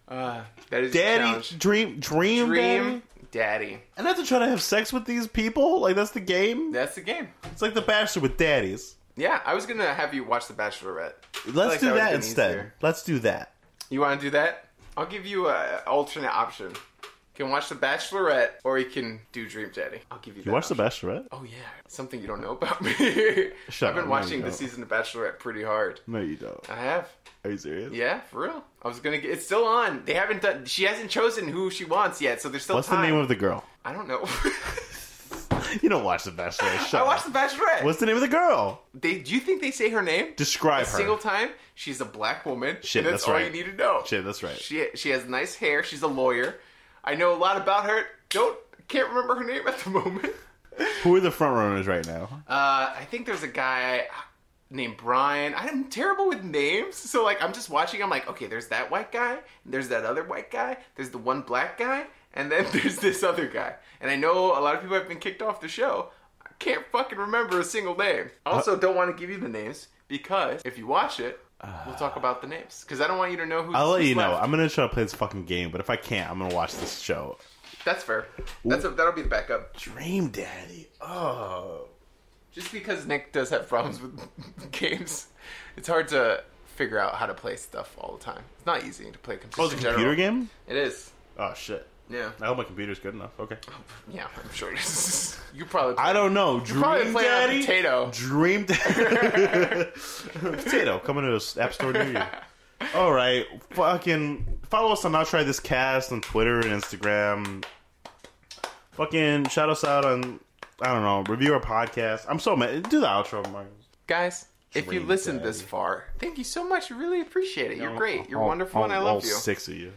Speaker 2: Uh, that is your
Speaker 1: Daddy,
Speaker 2: challenge.
Speaker 1: dream, dream,
Speaker 2: Dream
Speaker 1: daddy?
Speaker 2: Daddy.
Speaker 1: And I have to try to have sex with these people. Like that's the game.
Speaker 2: That's the game.
Speaker 1: It's like The Bachelor with daddies.
Speaker 2: Yeah, I was gonna have you watch The Bachelorette.
Speaker 1: Let's do
Speaker 2: like that would've
Speaker 1: that
Speaker 2: been
Speaker 1: instead.
Speaker 2: easier.
Speaker 1: Let's do that.
Speaker 2: You want to do that? I'll give you an alternate option. You can watch The Bachelorette, or you can do Dream Daddy. I'll give you. that
Speaker 1: You watch The
Speaker 2: option.
Speaker 1: Bachelorette?
Speaker 2: Oh yeah, something you don't know about me.
Speaker 1: Shut
Speaker 2: I've been
Speaker 1: up, no, you
Speaker 2: watching the
Speaker 1: don't.
Speaker 2: season of Bachelorette pretty hard.
Speaker 1: No, you don't.
Speaker 2: I have.
Speaker 1: Are you serious?
Speaker 2: Yeah, for real. I was gonna. Get, it's still on. They haven't done. She hasn't chosen who she wants yet, so there's still
Speaker 1: What's
Speaker 2: time.
Speaker 1: the name of the girl?
Speaker 2: I don't know.
Speaker 1: You don't watch The Bachelor. Shut
Speaker 2: I
Speaker 1: up.
Speaker 2: watched The Bachelorette.
Speaker 1: What's the name of the girl?
Speaker 2: They do you think they say her name?
Speaker 1: Describe
Speaker 2: a
Speaker 1: her.
Speaker 2: single time. She's a black woman.
Speaker 1: Shit,
Speaker 2: and that's,
Speaker 1: that's
Speaker 2: all
Speaker 1: right.
Speaker 2: you need to know.
Speaker 1: Shit, that's right.
Speaker 2: She she has nice hair. She's a lawyer. I know a lot about her. Don't can't remember her name at the moment.
Speaker 1: Who are the front runners right now?
Speaker 2: Uh, I think there's a guy named Brian. I'm terrible with names, so like I'm just watching. I'm like, okay, there's that white guy, and there's that other white guy, there's the one black guy, and then there's this other guy. And I know a lot of people have been kicked off the show. I can't fucking remember a single name. I also don't want to give you the names because if you watch it, we'll talk about the names because I don't want you to know who's.
Speaker 1: Uh. I'll let
Speaker 2: who's
Speaker 1: you know.
Speaker 2: left.
Speaker 1: I'm gonna try to play this fucking game, but if I can't, I'm gonna watch this show.
Speaker 2: That's fair. That's a, that'll be the backup.
Speaker 1: Dream Daddy. Oh,
Speaker 2: Just because Nick does have problems with games, it's hard to figure out how to play stuff all the time. It's not easy to play computers.
Speaker 1: oh, it's a
Speaker 2: in
Speaker 1: computer
Speaker 2: general.
Speaker 1: game.
Speaker 2: It is.
Speaker 1: Oh shit.
Speaker 2: Yeah.
Speaker 1: I hope my computer's good enough. Okay.
Speaker 2: Yeah, I'm sure it is. You probably
Speaker 1: I don't know. Dream
Speaker 2: probably play on a
Speaker 1: Daddy.
Speaker 2: potato.
Speaker 1: Dream Daddy. potato coming to an app store near you. All right, fucking follow us on I'll Try This Cast on Twitter and Instagram. Fucking shout us out on I don't know review our podcast. I'm so mad. Do the outro, Marcus.
Speaker 2: Guys, if you
Speaker 1: Dream
Speaker 2: listened this
Speaker 1: Daddy.
Speaker 2: far, thank you so much. I really appreciate it. You're great. You're wonderful, and I
Speaker 1: all-
Speaker 2: love
Speaker 1: all
Speaker 2: you.
Speaker 1: Six of you.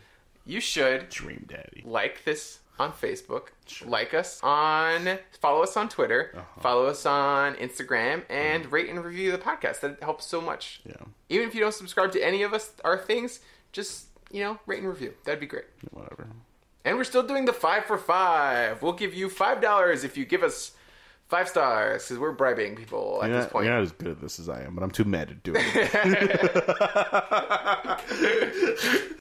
Speaker 2: You should
Speaker 1: Dream Daddy.
Speaker 2: like this on Facebook, like us on, follow us on Twitter,
Speaker 1: Uh-huh.
Speaker 2: follow us on Instagram, and
Speaker 1: Mm-hmm.
Speaker 2: rate and review the podcast. That helps so much.
Speaker 1: Yeah,
Speaker 2: Even if you don't subscribe to any of us our things, just you know, rate and review. That'd be great.
Speaker 1: whatever.
Speaker 2: And we're still doing the five for five. We'll give you five dollars if you give us five stars because we're bribing people at
Speaker 1: You're
Speaker 2: this
Speaker 1: not,
Speaker 2: point.
Speaker 1: you're not as good at this as I am, but I'm too mad to do it.